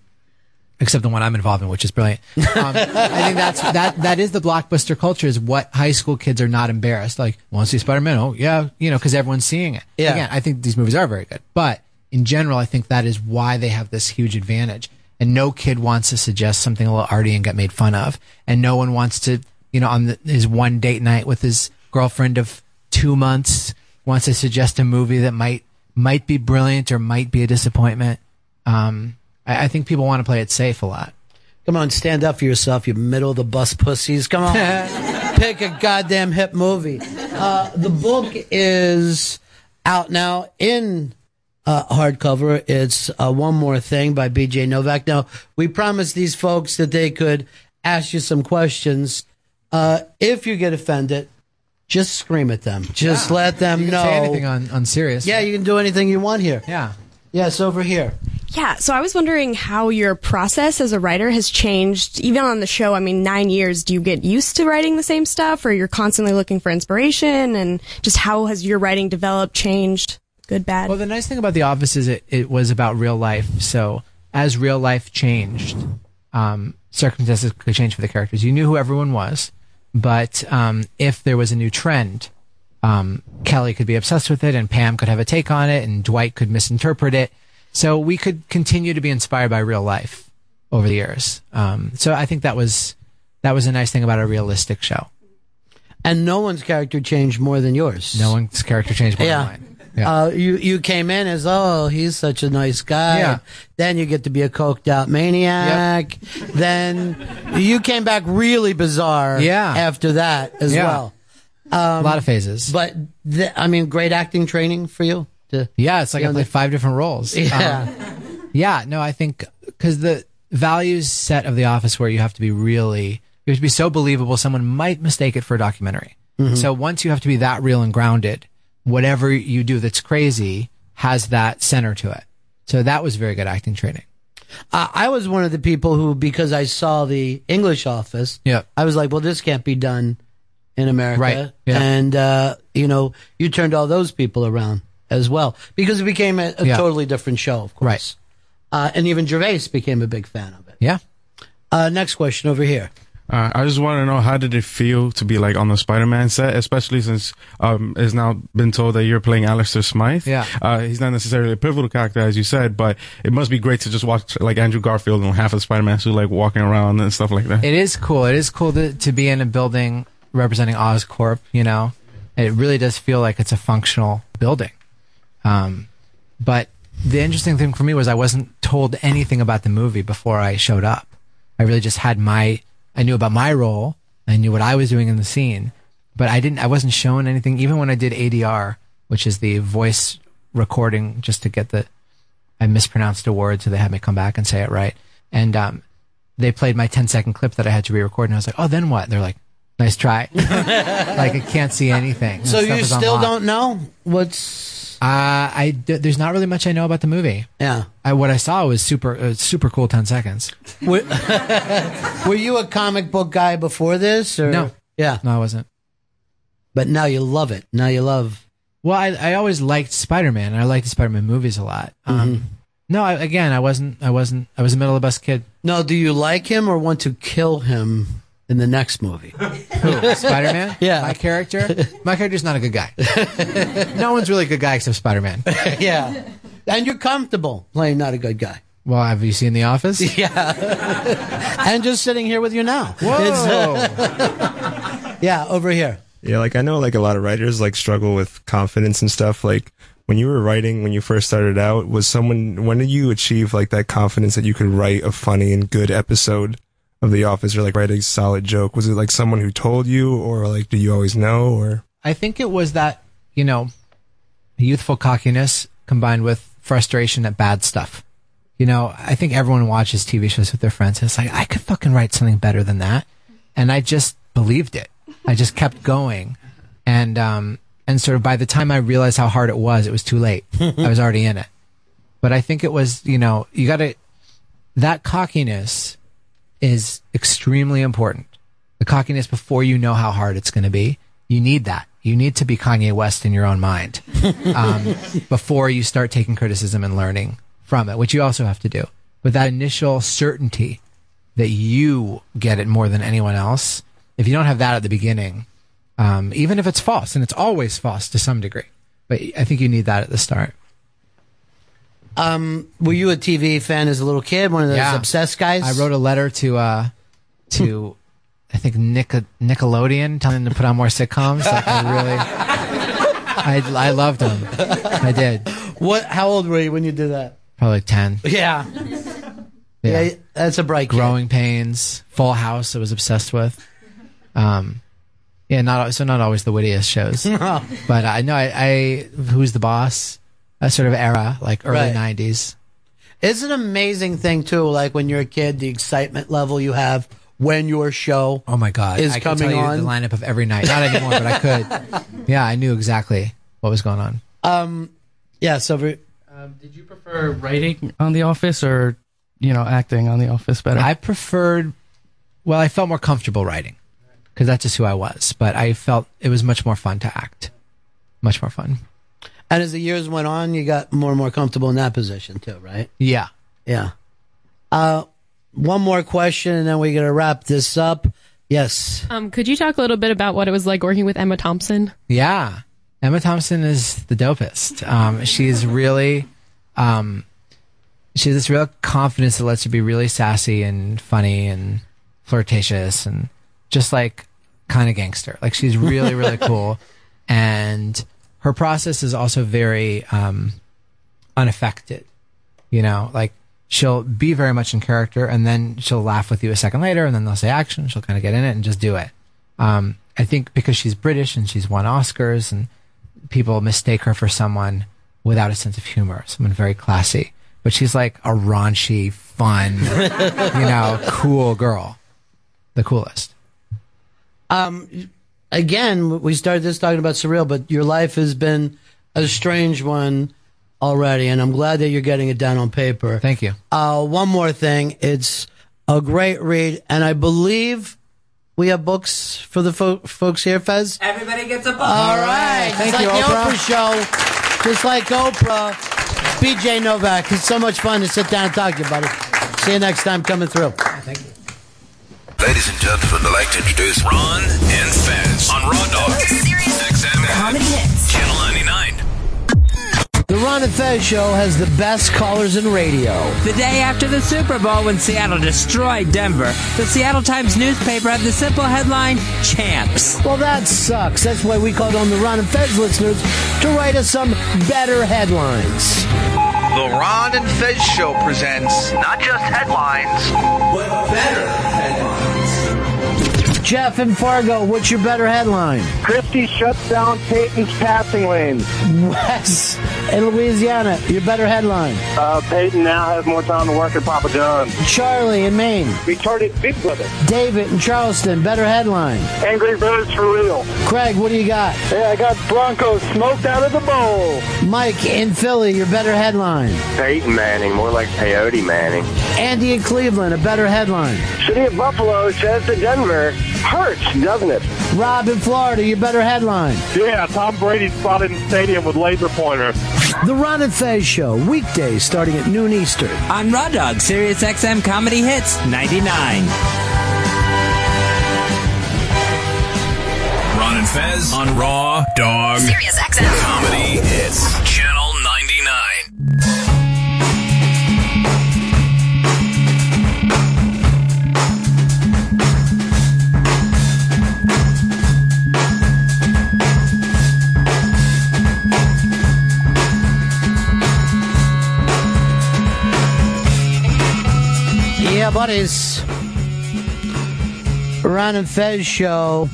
Speaker 1: except the one I'm involved in, which is brilliant. Um, I think that's that that is the blockbuster culture is what high school kids are not embarrassed. Like, want to see Spider Man? Oh yeah, you know, because everyone's seeing it.
Speaker 6: Yeah.
Speaker 1: Again, I think these movies are very good, but in general, I think that is why they have this huge advantage. And no kid wants to suggest something a little arty and get made fun of, and no one wants to, you know, on the, his one date night with his girlfriend of two months wants to suggest a movie that might might be brilliant or might be a disappointment. Um, I, I think people want to play it safe a lot.
Speaker 6: Come on, stand up for yourself, you middle of the bus pussies. Come
Speaker 1: [laughs]
Speaker 6: on, pick a goddamn hip movie. Uh, the book is out now in uh, hardcover. It's uh, One More Thing by BJ Novak. Now, we promised these folks that they could ask you some questions. Uh, if you get offended, just scream at them. Just let them
Speaker 1: You can
Speaker 6: know.
Speaker 1: say anything on, on Sirius.
Speaker 6: yeah, you can do anything you want here.
Speaker 1: Yeah.
Speaker 6: Yes, over here.
Speaker 12: Yeah, so I was wondering how your process as a writer has changed, even on the show. I mean, nine years. Do you get used to writing the same stuff, or you're constantly looking for inspiration? And just how has your writing developed, changed, good, bad?
Speaker 1: Well, the nice thing about The Office is it, it was about real life. So as real life changed, um, circumstances could change for the characters. You knew who everyone was, but um, if there was a new trend, um, Kelly could be obsessed with it, and Pam could have a take on it, and Dwight could misinterpret it. So we could continue to be inspired by real life over the years. Um, so I think that was that was a nice thing about a realistic show.
Speaker 6: And no one's character changed more than yours.
Speaker 1: No one's character changed more than
Speaker 6: Yeah.
Speaker 1: mine.
Speaker 6: Uh, you you came in as oh he's such a nice guy.
Speaker 1: Yeah.
Speaker 6: Then you get to be a coked out maniac. Then you came back really bizarre.
Speaker 1: Yeah.
Speaker 6: After that as
Speaker 1: Yeah.
Speaker 6: well. Um, a
Speaker 1: lot of phases.
Speaker 6: But th- I mean, great acting training for you. To,
Speaker 1: Yeah, it's like
Speaker 6: you
Speaker 1: I
Speaker 6: know,
Speaker 1: played
Speaker 6: the-
Speaker 1: five different roles.
Speaker 6: [laughs] Yeah.
Speaker 1: Um, yeah, no, I think because the values set of The Office where you have to be really, you have to be so believable, someone might mistake it for a documentary.
Speaker 15: Mhm.
Speaker 1: So once you have to be that real and grounded, whatever you do that's crazy has that center to it. So that was very good acting training.
Speaker 6: I I was one of the people who, because I saw the English office,
Speaker 1: Yeah.
Speaker 6: I was like, well, this can't be done in America.
Speaker 1: Right. Yeah.
Speaker 6: And, uh, you know, you turned all those people around as well because it became a, a
Speaker 1: Yeah.
Speaker 6: totally different show, of course. Uh, and even Gervais became a big fan of it.
Speaker 1: Yeah.
Speaker 6: Uh, next question over here.
Speaker 18: Uh, I just want to know how did it feel to be like on the Spider-Man set, especially since um, it's now been told that you're playing Alistair Smythe. Yeah. uh, he's not necessarily a pivotal character as you said, but it must be great to just watch like Andrew Garfield and half of Spider-Man suit like walking around and stuff like that.
Speaker 1: It is cool. It is cool to, to be in a building representing Oscorp, you know? It really does feel like it's a functional building. Um, but the interesting thing for me was I wasn't told anything about the movie before I showed up. I really just had my, I knew about my role. I knew what I was doing in the scene, but I didn't, I wasn't shown anything. Even when I did ADR, which is the voice recording just to get the, I mispronounced a word, so they had me come back and say it right. And um, they played my 10 second clip that I had to re record, and I was like, oh, then what? They're like, nice
Speaker 6: [laughs]
Speaker 1: try. like, I can't see anything.
Speaker 6: So
Speaker 1: The stuff
Speaker 6: you
Speaker 1: is
Speaker 6: still
Speaker 1: unlocked.
Speaker 6: don't know what's.
Speaker 1: Uh, I d- there's not really much I know about the movie.
Speaker 6: Yeah.
Speaker 1: I, what I saw was super uh, super cool. Ten seconds.
Speaker 6: Were, [laughs] were you a comic book guy before this? Or?
Speaker 1: No.
Speaker 6: Yeah.
Speaker 1: No, I wasn't.
Speaker 6: But now you love it. Now you love.
Speaker 1: Well, I, I always liked Spider Man, and I liked the Spider Man movies a lot.
Speaker 6: Mm-hmm.
Speaker 1: Um, No, I, again, I wasn't. I wasn't. I was a middle of the bus kid.
Speaker 6: No, do you like him or want to kill him in the next movie?
Speaker 1: Who? Spider [laughs] Man.
Speaker 6: [laughs] Yeah.
Speaker 1: My character. My character's not a good guy. [laughs] no one's really a good guy except Spider Man.
Speaker 6: [laughs] yeah. And you're comfortable playing not a good guy.
Speaker 1: Well, have you seen The
Speaker 6: [laughs]
Speaker 1: Office?
Speaker 6: Yeah. and just sitting here with you now.
Speaker 1: Whoa.
Speaker 6: uh, yeah, over here.
Speaker 46: Yeah, like I know like a lot of writers like struggle with confidence and stuff. Like when you were writing when you first started out, was someone when did you achieve like that confidence that you could write a funny and good episode of The Office or like write a solid joke? Was it like someone who told you or like do you always know or
Speaker 1: I think it was that you know, youthful cockiness combined with frustration at bad stuff. You know, I think everyone watches TV shows with their friends. And it's like I could fucking write something better than that, and I just believed it. I just kept going, and um, and sort of by the time I realized how hard it was, it was too late. I was already in it. But I think it was, you know, you got to that cockiness is extremely important. The cockiness before you know how hard it's going to be, you need that. You need to be Kanye West in your own mind um, before you start taking criticism and learning from it, which you also have to do. But that initial certainty that you get it more than anyone else, if you don't have that at the beginning, um, even if it's false, and it's always false to some degree, but I think you need that at the start.
Speaker 6: Um, were you a TV fan as a little kid? One of those
Speaker 1: Yeah.
Speaker 6: obsessed guys?
Speaker 1: I wrote a letter to uh, to [laughs] I think Nick, Nickelodeon, telling them to put on more sitcoms. Like I really, I I loved them. I did
Speaker 6: What? How old were you when you did that?
Speaker 1: probably ten.
Speaker 6: Yeah.
Speaker 1: Yeah.
Speaker 6: that's a bright.
Speaker 1: Growing Pains, Full House. I was obsessed with. Um,
Speaker 6: [laughs]
Speaker 1: yeah, not so not always the wittiest shows, but I know I, I Who's the Boss. a sort of era, like early
Speaker 6: Right.
Speaker 1: 90s.
Speaker 6: It's an amazing thing too. Like when you're a kid, the excitement level you have when your show.
Speaker 1: Oh my god,
Speaker 6: is
Speaker 1: I could tell
Speaker 6: coming
Speaker 1: you
Speaker 6: on.
Speaker 1: the lineup of every night. Not anymore, but I
Speaker 6: [laughs]
Speaker 1: could. Yeah, I knew exactly what was going on.
Speaker 6: Um, yeah. So we-
Speaker 15: Um, Did you prefer writing on The Office or, you know, acting on The Office better?
Speaker 1: I preferred. Well, I felt more comfortable writing because that's just who I was. But I felt it was much more fun to act, much more fun.
Speaker 6: and as the years went on, you got more and more comfortable in that position too, right?
Speaker 1: Yeah.
Speaker 6: Yeah. Uh, one more question, and then we're gonna wrap this up. Yes.
Speaker 21: Um, could you talk a little bit about what it was like working with Emma Thompson?
Speaker 1: Yeah. Emma Thompson is the dopest. Um, she's really, um, she has this real confidence that lets you be really sassy and funny and flirtatious and just like kind of gangster. Like she's really, really cool. And her process is also very, um, unaffected. You know, like she'll be very much in character and then she'll laugh with you a second later and then they'll say action. She'll kind of get in it and just do it. Um, I think because she's British and she's won Oscars and people mistake her for someone without a sense of humor, someone very classy. But she's like a raunchy, fun, you know, cool girl. The coolest.
Speaker 6: Um, again, we started this talking about surreal, but your life has been a strange one already, and I'm glad that you're getting it down on paper.
Speaker 1: Thank you.
Speaker 6: Uh, one more thing. It's a great read, and I believe we have books for the fo- folks here, Fez.
Speaker 8: Everybody gets a book.
Speaker 6: All right.
Speaker 8: Thank
Speaker 6: just
Speaker 8: you,
Speaker 6: like the
Speaker 8: Oprah.
Speaker 6: Oprah show. Just like Oprah. BJ Novak. It's so much fun to sit down and talk to you, buddy. See you next time coming through.
Speaker 20: Ladies and gentlemen, I'd like to introduce Ron and Fez on Raw Dog. Sirius XM. Comedy Hits. Channel 99.
Speaker 6: The Ron and Fez show has the best callers in radio.
Speaker 8: The day after the Super Bowl when Seattle destroyed Denver, the Seattle Times newspaper had the simple headline Champs.
Speaker 6: Well, that sucks. That's why we called on the Ron and Fez listeners to write us some better headlines.
Speaker 22: The Ron and Fez Show presents not just headlines, but better headlines.
Speaker 6: Jeff and Fargo, what's your better headline?
Speaker 11: Christie shuts down Peyton's passing lanes.
Speaker 6: Wes in Louisiana, your better headline.
Speaker 11: Uh, Peyton now has more time to work at Papa John's.
Speaker 6: Charlie in Maine.
Speaker 11: Retarded Big Brother.
Speaker 6: David in Charleston, better headline.
Speaker 11: Angry Birds for real.
Speaker 6: Craig, what do you got?
Speaker 11: Hey, I got Broncos smoked out of the bowl.
Speaker 6: Mike in Philly, your better headline.
Speaker 20: Peyton Manning, more like Peyote Manning.
Speaker 6: Andy in Cleveland, a better headline.
Speaker 20: City of Buffalo says to Denver, hurts, doesn't it?
Speaker 6: Rob in Florida, your better headline.
Speaker 11: Yeah, Tom Brady spotted in stadium with laser pointer.
Speaker 6: The Ron and Fez Show, weekdays starting at noon Eastern.
Speaker 8: On Raw Dog, Sirius XM Comedy Hits 99.
Speaker 20: Ron and Fez on Raw Dog.
Speaker 3: Sirius XM.
Speaker 20: Comedy Hits. Channel 99.
Speaker 6: Yeah, buddies. Ron and Fez show.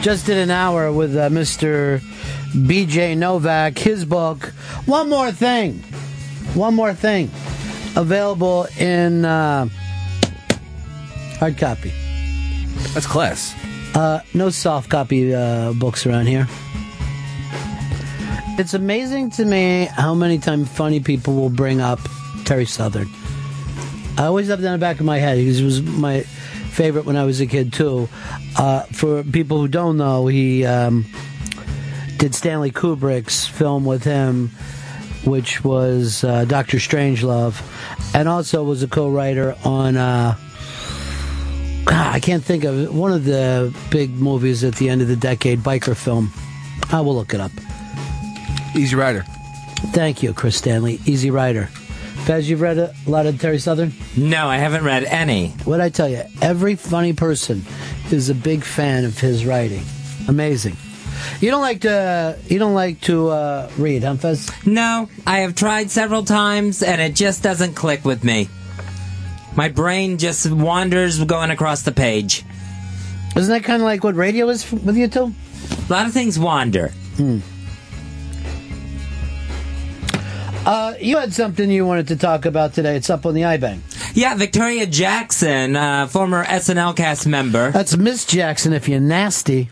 Speaker 6: Just did an hour with uh, Mr. BJ Novak, his book. One more thing. One more thing. Available in uh, hard copy.
Speaker 7: That's class.
Speaker 6: Uh, no soft copy uh, books around here. It's amazing to me how many times funny people will bring up Terry Southern. I always have that in the back of my head. He was my favorite when I was a kid too. Uh, for people who don't know, he um, did Stanley Kubrick's film with him, which was uh, Doctor Strangelove, and also was a co-writer on. Uh, God, I can't think of it. one of the big movies at the end of the decade, biker film. I will look it up.
Speaker 7: Easy Rider.
Speaker 6: Thank you, Chris Stanley. Easy Rider. Fez, you've read a lot of Terry Southern?
Speaker 8: No, I haven't read any.
Speaker 6: What I tell you, every funny person is a big fan of his writing. Amazing. You don't like to you don't like to uh, read, huh, Fez?
Speaker 8: No, I have tried several times and it just doesn't click with me. My brain just wanders going across the page.
Speaker 6: Isn't that kind of like what radio is f- with you two?
Speaker 8: A lot of things wander.
Speaker 6: Uh, you had something you wanted to talk about today. It's up on the iBang.
Speaker 8: Yeah, Victoria Jackson, uh, former SNL cast member.
Speaker 6: That's Miss Jackson, if you're nasty.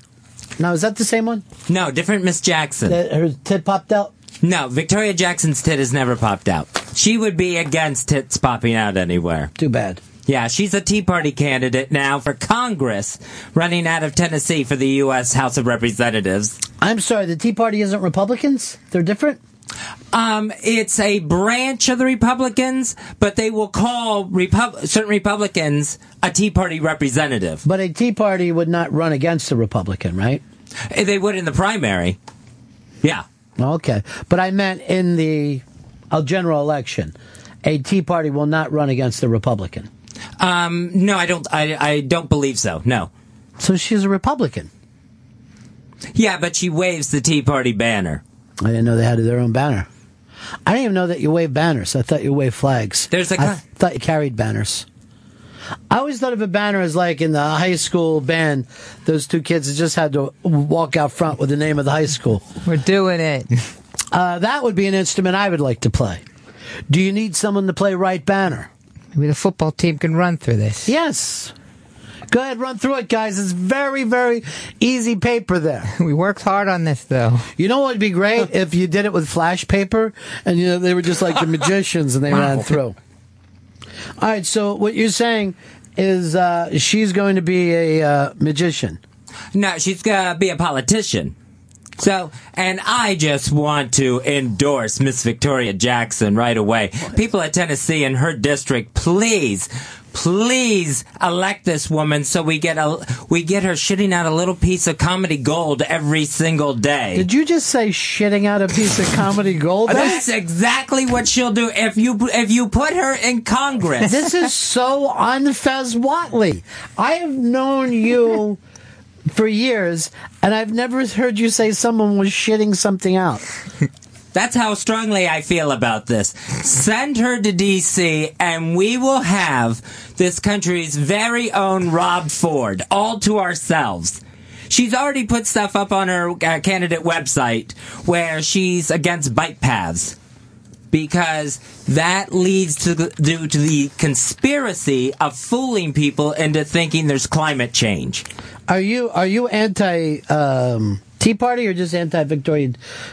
Speaker 6: Now, is that the same one?
Speaker 8: No, different Miss Jackson.
Speaker 6: That Uh, her tit popped out?
Speaker 8: No, Victoria Jackson's tit has never popped out. She would be against tits popping out anywhere.
Speaker 6: Too bad.
Speaker 8: Yeah, she's a Tea Party candidate now for Congress, running out of Tennessee for the U.S. House of Representatives.
Speaker 6: I'm sorry, the Tea Party isn't Republicans? They're different?
Speaker 8: Um, it's a branch of the Republicans, but they will call Repub- certain Republicans a Tea Party representative.
Speaker 6: But a Tea Party would not run against a Republican, right?
Speaker 8: Eh, They would in the primary. Yeah.
Speaker 6: Okay. But I meant in the uh, general election, a Tea Party will not run against a Republican.
Speaker 8: Um, no, I don't. I, I don't believe so. No.
Speaker 6: So she's a Republican.
Speaker 8: Yeah, but she waves the Tea Party banner.
Speaker 6: I didn't know they had their own banner. I didn't even know that you wave banners. I thought you wave flags.
Speaker 8: There's a
Speaker 6: I
Speaker 8: con-
Speaker 6: thought you carried banners. I always thought of a banner as like in the high school band, those two kids that just had to walk out front with the name of the high school.
Speaker 10: We're doing it.
Speaker 6: [laughs] Uh, that would be an instrument I would like to play. Do you need someone to play right banner?
Speaker 10: Maybe the football team can run through this.
Speaker 6: Yes. Go ahead, run through it, guys. It's very, very easy paper there.
Speaker 10: [laughs] We worked hard on this, though.
Speaker 6: You know what would be
Speaker 10: [laughs]
Speaker 6: great if you did it with flash paper, and you know they were just like the magicians, and they ran
Speaker 10: Wow.
Speaker 6: through. All right. So what you're saying is uh, she's going to be a uh, magician.
Speaker 8: No, she's gonna be a politician. So, and I just want to endorse Miss Victoria Jackson right away. People at Tennessee in her district, please, please elect this woman so we get a we get her shitting out a little piece of comedy gold every single day.
Speaker 6: Did you just say shitting out a piece of comedy gold?
Speaker 8: [laughs] That's exactly what she'll do if you if you put her in Congress.
Speaker 6: This is so unfez Watley. I have known you for years, and I've never heard you say someone was shitting something out.
Speaker 8: [laughs] That's how strongly I feel about this. Send her to DC and we will have this country's very own Rob Ford all to ourselves. She's already put stuff up on her uh, candidate website where she's against bike paths because that leads to the, due to the conspiracy of fooling people into thinking there's climate change.
Speaker 6: Are you are you anti um, Tea Party or just anti Victoria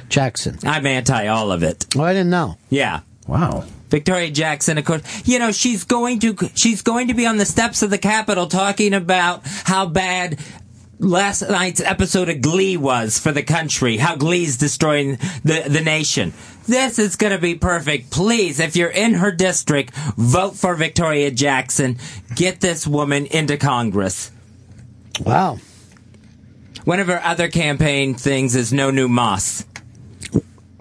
Speaker 6: Jackson?
Speaker 8: I'm anti all of it.
Speaker 6: Oh, I didn't know.
Speaker 8: Yeah.
Speaker 6: Wow.
Speaker 8: Victoria Jackson, of course. You know, she's going to she's going to be on the steps of the Capitol talking about how bad last night's episode of Glee was for the country, how Glee's destroying the, the nation. This is going to be perfect. Please, if you're in her district, vote for Victoria Jackson. Get this woman into Congress.
Speaker 6: Wow.
Speaker 8: One of her other campaign things is no new mosque.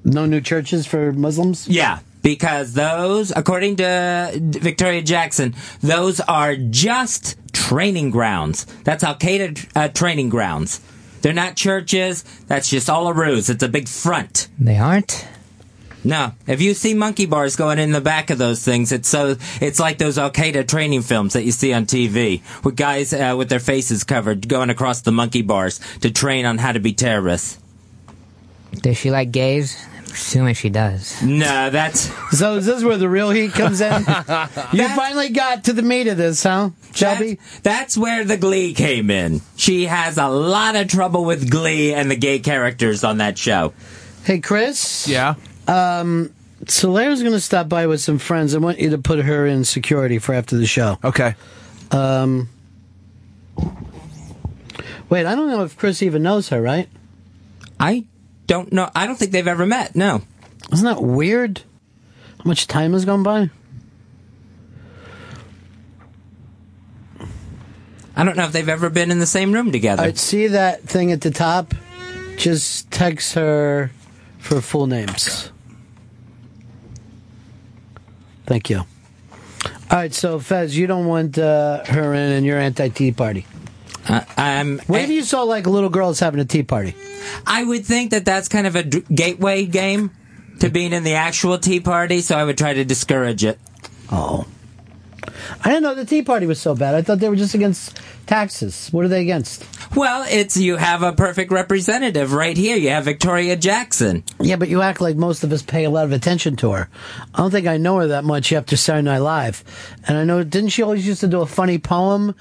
Speaker 6: No new churches for Muslims?
Speaker 8: Yeah, because those, according to Victoria Jackson, those are just training grounds. That's Al Qaeda uh, training grounds. They're not churches. That's just all a ruse. It's a big front.
Speaker 10: They aren't.
Speaker 8: No, if you see monkey bars going in the back of those things, it's so it's like those Al Qaeda training films that you see on TV with guys uh, with their faces covered going across the monkey bars to train on how to be terrorists.
Speaker 10: Does she like gays? I'm assuming she does.
Speaker 6: Mm.
Speaker 8: No, that's
Speaker 6: So is this where the real heat comes
Speaker 8: [laughs]
Speaker 6: in? you finally got to the meat of this, huh, Chubby?
Speaker 8: That's where the Glee came in. She has a lot of trouble with Glee and the gay characters on that show.
Speaker 6: Hey, Chris. Yeah. Um, Solaire's going to stop by with some friends. I want you to put her in security for after the show.
Speaker 7: Okay.
Speaker 6: Um, wait, I don't know if Chris even knows her, right?
Speaker 8: I don't know. I don't think they've ever met. No.
Speaker 6: Isn't that weird? How much time has gone by?
Speaker 8: I don't know if they've ever been in the same room together.
Speaker 6: All right, see that thing at the top? Just text her for full names. Thank you. All right, so Fez, you don't want uh, her in, and you're anti Tea Party.
Speaker 8: Uh, I'm.
Speaker 6: Maybe you saw like little girls having a tea party.
Speaker 8: I would think that that's kind of a d- gateway game to being in the actual tea party, so I would try to discourage it.
Speaker 6: Oh. I didn't know the Tea Party was so bad. I thought they were just against taxes. What are they against?
Speaker 8: Well, it's you have a perfect representative right here. You have Victoria Jackson.
Speaker 6: Yeah, but you act like most of us pay a lot of attention to her. I don't think I know her that much after Saturday Night Live. And I know, didn't she always used to do a funny poem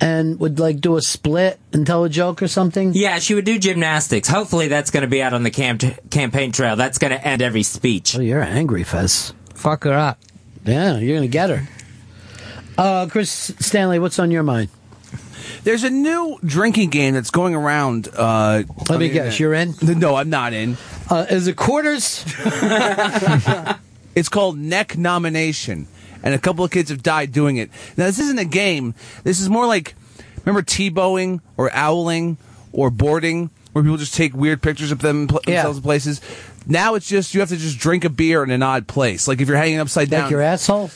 Speaker 6: and would like do a split and tell a joke or something?
Speaker 8: Yeah, she would do gymnastics. Hopefully, that's going to be out on the camp- campaign trail. That's going to end every speech.
Speaker 6: Oh, you're angry, Fez.
Speaker 10: Fuck her up.
Speaker 6: Yeah, you're going to get her. Uh, Chris Stanley, what's on your mind?
Speaker 7: There's a new drinking game that's going around. Uh,
Speaker 6: Let me guess, you're in?
Speaker 7: No, I'm not in.
Speaker 6: Uh, is it quarters?
Speaker 7: [laughs] it's called neck nomination, and a couple of kids have died doing it. Now, this isn't a game. This is more like remember T-bowing or owling or boarding, where people just take weird pictures of them pl- themselves in places. Now it's just you have to just drink a beer in an odd place. Like if you're hanging upside down,
Speaker 6: Like your asshole?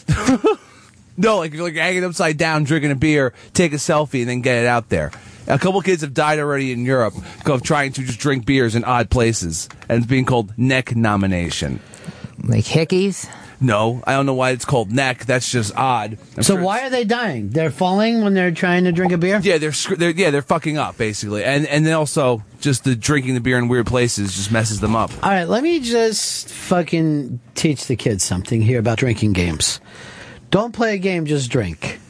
Speaker 7: No, like if you're like hanging upside down, drinking a beer, take a selfie, and then get it out there. A couple kids have died already in Europe of trying to just drink beers in odd places, and it's being called neck nomination.
Speaker 10: Like hickeys?
Speaker 7: No, I don't know why it's called neck. That's just odd. I'm
Speaker 6: so
Speaker 7: sure
Speaker 6: why are they dying? They're falling when they're trying to drink a beer?
Speaker 7: [laughs] Yeah, they're, sc- they're yeah they're fucking up basically, and and then also just the drinking the beer in weird places just messes them up.
Speaker 6: All right, let me just fucking teach the kids something here about drinking games. Don't play a game, just drink.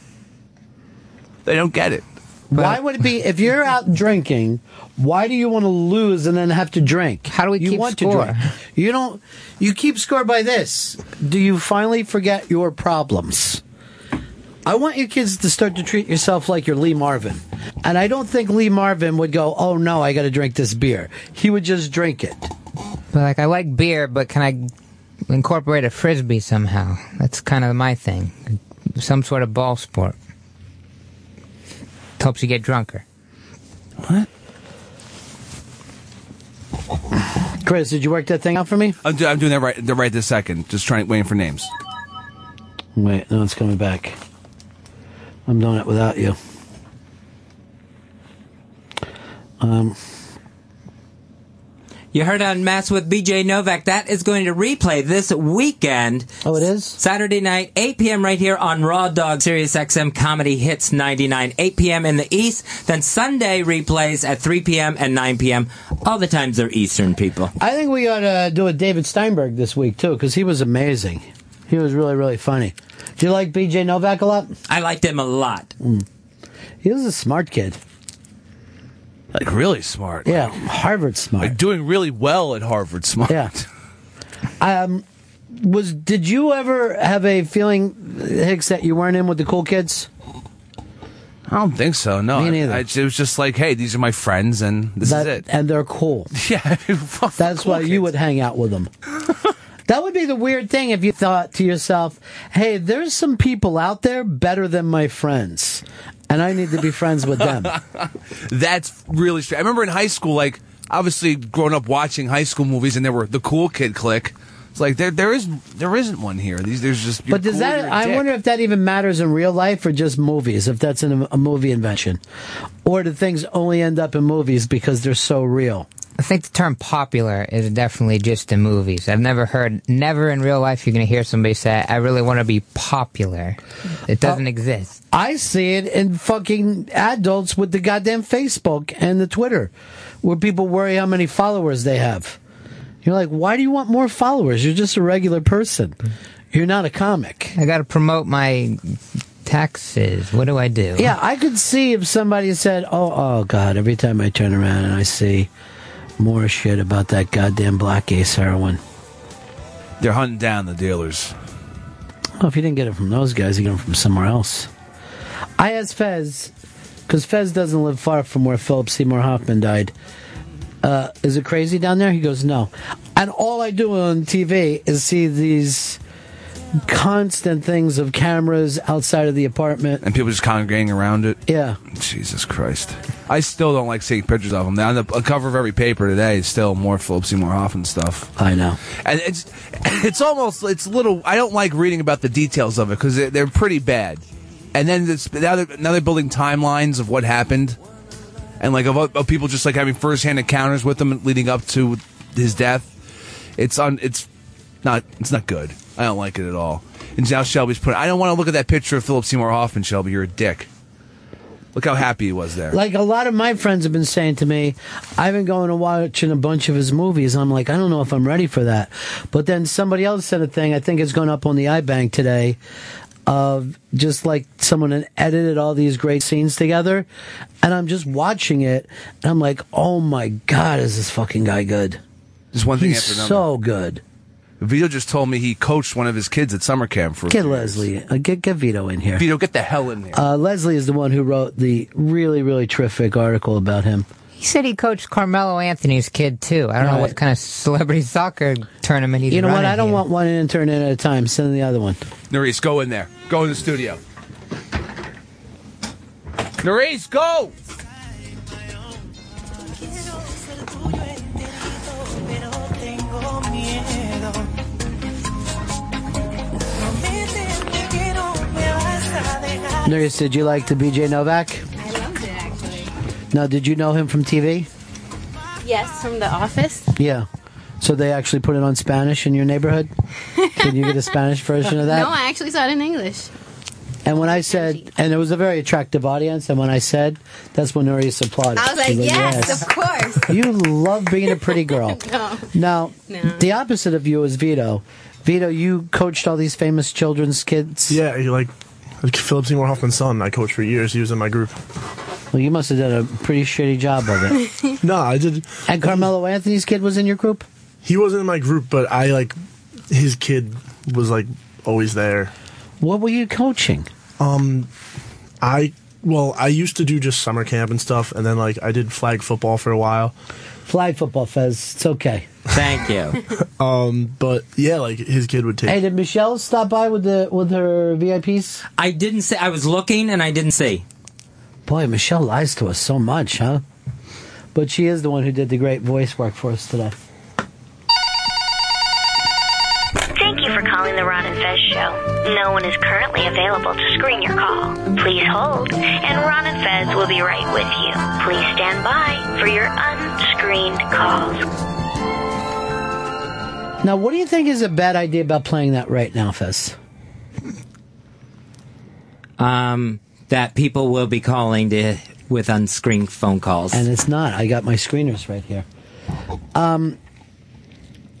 Speaker 7: They don't get it.
Speaker 6: Why would it be if you're out drinking? Why do you want to lose and then have to drink? How do we you
Speaker 10: keep
Speaker 6: want
Speaker 10: score?
Speaker 6: To drink. You don't. You keep score by this. Do you finally forget your problems? I want your kids to start to treat yourself like you're Lee Marvin, and I don't think Lee Marvin would go, "Oh no, I got to drink this beer." He would just drink it.
Speaker 10: But like, I like beer, but can I incorporate a frisbee somehow? That's kind of my thing. Some sort of ball sport. Helps you get drunker.
Speaker 6: Chris, did you work that thing out for me?
Speaker 7: I'm, do- I'm doing that right right this second. Just trying waiting for names.
Speaker 6: Wait, no, it's coming back. I'm doing it without you. Um.
Speaker 8: You heard on Mass with BJ Novak. That is going to replay this weekend.
Speaker 6: Oh, it is?
Speaker 8: Saturday night, 8 p.m. right here on Raw Dog Sirius XM Comedy Hits 99, 8 p.m. in the East. Then Sunday replays at 3 p.m. and 9 p.m. All the times they're Eastern people.
Speaker 6: I think we ought to do a David Steinberg this week too, because he was amazing. He was really, really funny. Do you like B.J. Novak a lot?
Speaker 8: I liked him a lot.
Speaker 6: Mm. He was a smart kid.
Speaker 7: Like really smart.
Speaker 6: Yeah, Harvard smart.
Speaker 7: Like doing really well at Harvard smart. [laughs]
Speaker 6: Yeah. Um, was did you ever have a feeling, Hicks, that you weren't in with the cool kids?
Speaker 7: I don't think so. No,
Speaker 6: Me
Speaker 7: I-
Speaker 6: neither.
Speaker 7: I- it was just like, hey, these are my friends, and this is
Speaker 6: That-
Speaker 7: it.
Speaker 6: And they're cool.
Speaker 7: [laughs] Yeah,
Speaker 6: that's why you would hang out
Speaker 7: [laughs]
Speaker 6: with them. that would be the weird thing if you thought to yourself, "Hey, there's some people out there better than my friends, and I need to be friends with them."
Speaker 7: That's really strange. I remember in high school, like obviously growing up watching high school movies, and there were the cool kid clique. It's like there there is there isn't one here. These there's just [laughs] you're
Speaker 6: But does
Speaker 7: cool,
Speaker 6: that?
Speaker 7: you're a
Speaker 6: I
Speaker 7: dick.
Speaker 6: wonder if that even matters in real life or just movies. If that's in a, a movie invention, or do things only end up in movies because they're so real?
Speaker 10: I think the term popular is definitely just in movies. I've never heard, never in real life you're going to hear somebody say, I really want to be popular. It doesn't
Speaker 6: Oh.
Speaker 10: exist.
Speaker 6: I see it in fucking adults with the goddamn Facebook and the Twitter, where people worry how many followers they have. You're like, why do you want more followers? You're just a regular person. You're not a comic.
Speaker 10: I got to promote my taxes. What do I do?
Speaker 6: Yeah, I could see if somebody said, "Oh, oh God!" Every time I turn around and I see more shit about that goddamn black ace heroin.
Speaker 7: they're hunting down the dealers.
Speaker 6: Well, if you didn't get it from those guys, you get it from somewhere else. I asked Fez, because Fez doesn't live far from where Philip Seymour Hoffman died. Uh, is it crazy down there? He goes, no. And all I do on TV is see these constant things of cameras outside of the apartment.
Speaker 7: And people just congregating around it.
Speaker 6: Yeah.
Speaker 7: Jesus Christ. I still don't like seeing pictures of them. Now, the a cover of every paper today is still more Philip Seymour Hoffman stuff.
Speaker 6: I know.
Speaker 7: And it's it's almost it's little. I don't like reading about the details of it because they're, they're pretty bad. And then this, now, they're, now they're building timelines of what happened, and like of, of people just like having firsthand encounters with him leading up to his death. It's on. It's not. It's not good. I don't like it at all. And now Shelby's put. I don't want to look at that picture of Philip Seymour Hoffman, Shelby. You're a dick. Look how happy he was there.
Speaker 6: Like a lot of my friends have been saying to me, I've been going and watching a bunch of his movies. I'm like, I don't know if I'm ready for that. But then somebody else said a thing. I think it's going up on the iBank today. Of just like someone had edited all these great scenes together, and I'm just watching it, and I'm like, oh my god, is this fucking guy good?
Speaker 7: Just one thing
Speaker 6: He's
Speaker 7: after another.
Speaker 6: so good.
Speaker 7: Vito just told me he coached one of his kids at summer camp for.
Speaker 6: Get Leslie, uh, get get Vito in here.
Speaker 7: Vito, get the hell in there.
Speaker 6: Uh, Leslie is the one who wrote the really, really terrific article about him.
Speaker 10: He said he coached Carmelo Anthony's kid too. I don't know what kind of celebrity soccer tournament he's
Speaker 6: you know what?
Speaker 10: running
Speaker 6: I don't
Speaker 10: here.
Speaker 6: want one intern in at a time. Send the other one.
Speaker 7: Nerys, go in there. Go in the studio. Nerys, go.
Speaker 6: Nurse, did you like the BJ Novak?
Speaker 13: I loved it actually.
Speaker 6: Now, did you know him from TV?
Speaker 13: Yes, from The Office.
Speaker 6: Yeah. So they actually put it on Spanish in your neighborhood?
Speaker 13: [laughs]
Speaker 6: Can you get a Spanish version of that?
Speaker 13: No, I actually saw it in English.
Speaker 6: and when I said, and it was a very attractive audience, and when I said, that's when Nurius applauded.
Speaker 13: I was like,
Speaker 6: She goes,
Speaker 13: yes, of course.
Speaker 6: You love being a pretty girl.
Speaker 13: [laughs] No.
Speaker 6: Now, the opposite of you is Vito. Vito, you coached all these famous children's kids.
Speaker 16: Yeah, you like Philip Seymour Hoffman's son. I coached for years. He was in my group.
Speaker 6: Well, you must have done a pretty shitty job
Speaker 16: [laughs]
Speaker 6: of it.
Speaker 16: no, I did.
Speaker 6: And Carmelo Anthony's kid was in your group.
Speaker 16: He wasn't in my group, but I like his kid was like always there.
Speaker 6: What were you coaching?
Speaker 16: Um, I well, I used to do just summer camp and stuff, and then like I did flag football for a while.
Speaker 6: Flag football, Fez. It's okay.
Speaker 16: Thank you. [laughs] um, but yeah, like his kid would take.
Speaker 6: Hey, did Michelle stop by with the with her VIPs?
Speaker 8: I didn't say. I was looking and I didn't see.
Speaker 6: Boy, Michelle lies to us so much, huh? But she is the one who did the great voice work for us today.
Speaker 47: Thank you for calling the Ron and Fez Show. No one is currently available to screen your call. Please hold, and Ron and Fez will be right with you. Please stand by for your unscreened calls.
Speaker 6: Now, what do you think is a bad idea about playing that right now, Fez?
Speaker 8: Um, that people will be calling to with unscreened phone calls.
Speaker 6: And it's not. I got my screeners right here. Um,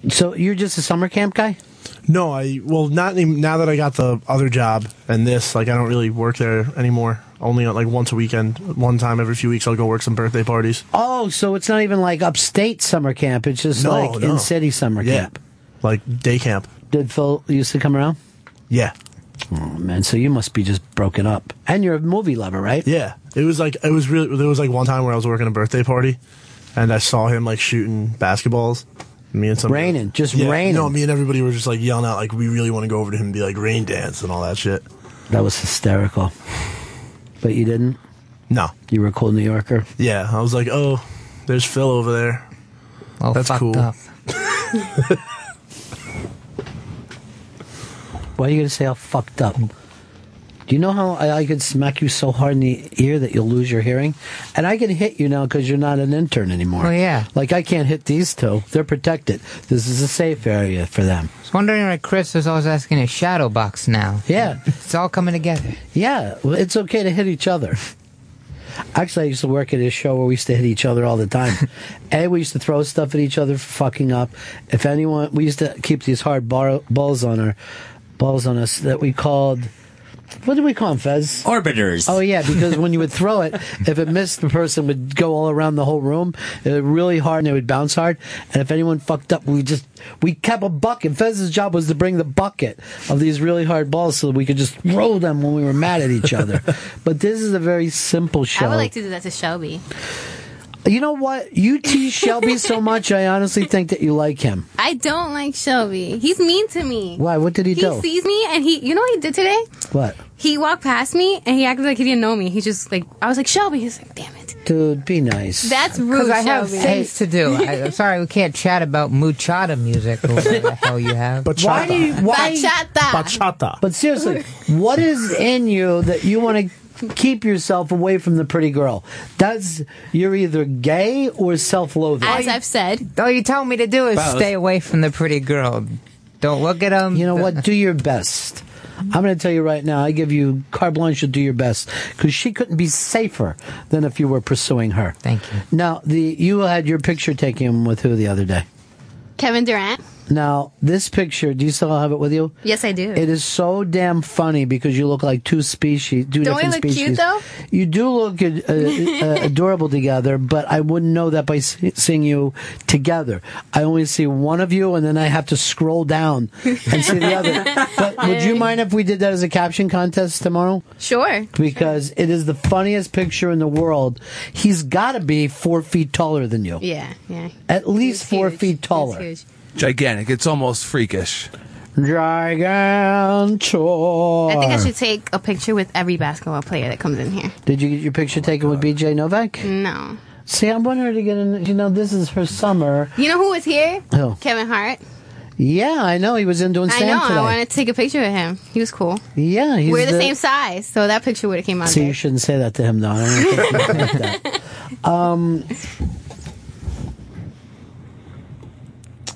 Speaker 6: so you're just a summer camp guy?
Speaker 16: No, I well not any, now that I got the other job and this like I don't really work there anymore. Only like once a weekend, one time every few weeks I'll go work some birthday parties.
Speaker 6: Oh, so it's not even like upstate summer camp. It's just
Speaker 16: No,
Speaker 6: like
Speaker 16: no.
Speaker 6: in city summer
Speaker 16: Yeah.
Speaker 6: camp.
Speaker 16: Like day camp.
Speaker 6: Did Phil used to come around?
Speaker 16: Yeah.
Speaker 6: Oh man, so you must be just broken up. And you're a movie lover, right?
Speaker 16: Yeah, it was like it was really there was like one time where I was working a birthday party, and I saw him like shooting basketballs. Me and some
Speaker 6: raining, just
Speaker 16: yeah,
Speaker 6: raining.
Speaker 16: No, me and everybody were just like yelling out like we really want to go over to him and be like rain dance and all that shit.
Speaker 6: That was hysterical. But you didn't?
Speaker 16: No.
Speaker 6: You were a cool New Yorker?
Speaker 16: Yeah, I was like, oh, there's Phil over there.
Speaker 10: Oh,
Speaker 16: that's cool. [laughs]
Speaker 6: Why are you going to say I fucked up? Do you know how I, I could smack you so hard in the ear that you'll lose your hearing? And I can hit you now because you're not an intern anymore.
Speaker 10: Oh, yeah.
Speaker 6: Like, I can't hit these two. They're protected. This is a safe area for them.
Speaker 10: I was wondering why Chris was always asking a shadow box now.
Speaker 6: Yeah.
Speaker 10: It's all coming together.
Speaker 6: Yeah, well, it's okay to hit each other. Actually, I used to work at a show where we used to hit each other all the time. and we used to throw stuff at each other for fucking up. If anyone, we used to keep these hard bar, balls on our balls on us that we called. What did we call them, Fez?
Speaker 8: Orbiters.
Speaker 6: Oh yeah, because when you would throw it, if it missed, the person would go all around the whole room. It would really hard, and it would bounce hard. And if anyone fucked up, we just we kept a bucket. Fez's job was to bring the bucket of these really hard balls so that we could just throw them when we were mad at each other. but this is a very simple show.
Speaker 13: I would like to do that to Shelby.
Speaker 6: you know what? You tease Shelby so much, I honestly think that you like him.
Speaker 13: I don't like Shelby. He's mean to me.
Speaker 6: Why? What did he,
Speaker 13: He
Speaker 6: do?
Speaker 13: sees me and he, you know what he did today?
Speaker 6: what?
Speaker 13: He walked past me and he acted like he didn't know me. He just like, I was like, Shelby. He's like, damn it.
Speaker 6: Dude, be nice.
Speaker 13: That's rude.
Speaker 10: Because I have
Speaker 13: Shelby.
Speaker 10: things to do. I, am sorry, we can't chat about muchada music or whatever the
Speaker 1: Oh,
Speaker 10: hell you have.
Speaker 6: But why do you why But seriously, what is in you that you want to keep yourself away from the pretty girl? That's you're either gay or self-loathing.
Speaker 13: As I've said.
Speaker 10: All you tell me to do is
Speaker 6: Both.
Speaker 10: stay away from the pretty girl. Don't look at them.
Speaker 6: You know what? Do your best. I'm going to tell you right now, I give you carte blanche to do your best because she couldn't be safer than if you were pursuing her. Thank you. Now, the you had your picture taken with who the other day?
Speaker 13: Kevin Durant.
Speaker 6: Now, this picture, do you still have it with you?
Speaker 13: Yes, I do.
Speaker 6: It is so damn funny because you look like two species, 2
Speaker 13: Don't I
Speaker 6: different
Speaker 13: look cute,
Speaker 6: species.
Speaker 13: though?
Speaker 6: You do look ad- uh,
Speaker 13: [laughs]
Speaker 6: uh, adorable together, but I wouldn't know that by see- seeing you together. I only see one of you, and then I have to scroll down and
Speaker 13: [laughs]
Speaker 6: see the other. [laughs] But would you mind if we did that as a caption contest tomorrow?
Speaker 13: Sure.
Speaker 6: Because it is the funniest picture in the world. He's got to be four feet taller than you.
Speaker 13: Yeah, yeah.
Speaker 6: At least four feet taller.
Speaker 13: Huge.
Speaker 7: Gigantic. It's almost freakish.
Speaker 6: Gigantor.
Speaker 13: I think I should take a picture with every basketball player that comes in here.
Speaker 6: Did you get your picture taken with BJ Novak?
Speaker 13: No.
Speaker 6: See, I want her to get in. You know, this is her summer.
Speaker 13: You know who was here?
Speaker 6: Who?
Speaker 13: Kevin Hart.
Speaker 6: Yeah, I know. He was in doing
Speaker 13: I
Speaker 6: stand
Speaker 13: know.
Speaker 6: today.
Speaker 13: I wanted to take a picture with him. He was cool.
Speaker 6: yeah, he's
Speaker 13: We're the, same size, so that picture would have came out.
Speaker 6: So you
Speaker 13: good.
Speaker 6: shouldn't say that to him, though. I don't think you should like
Speaker 13: [laughs]
Speaker 6: that. Um,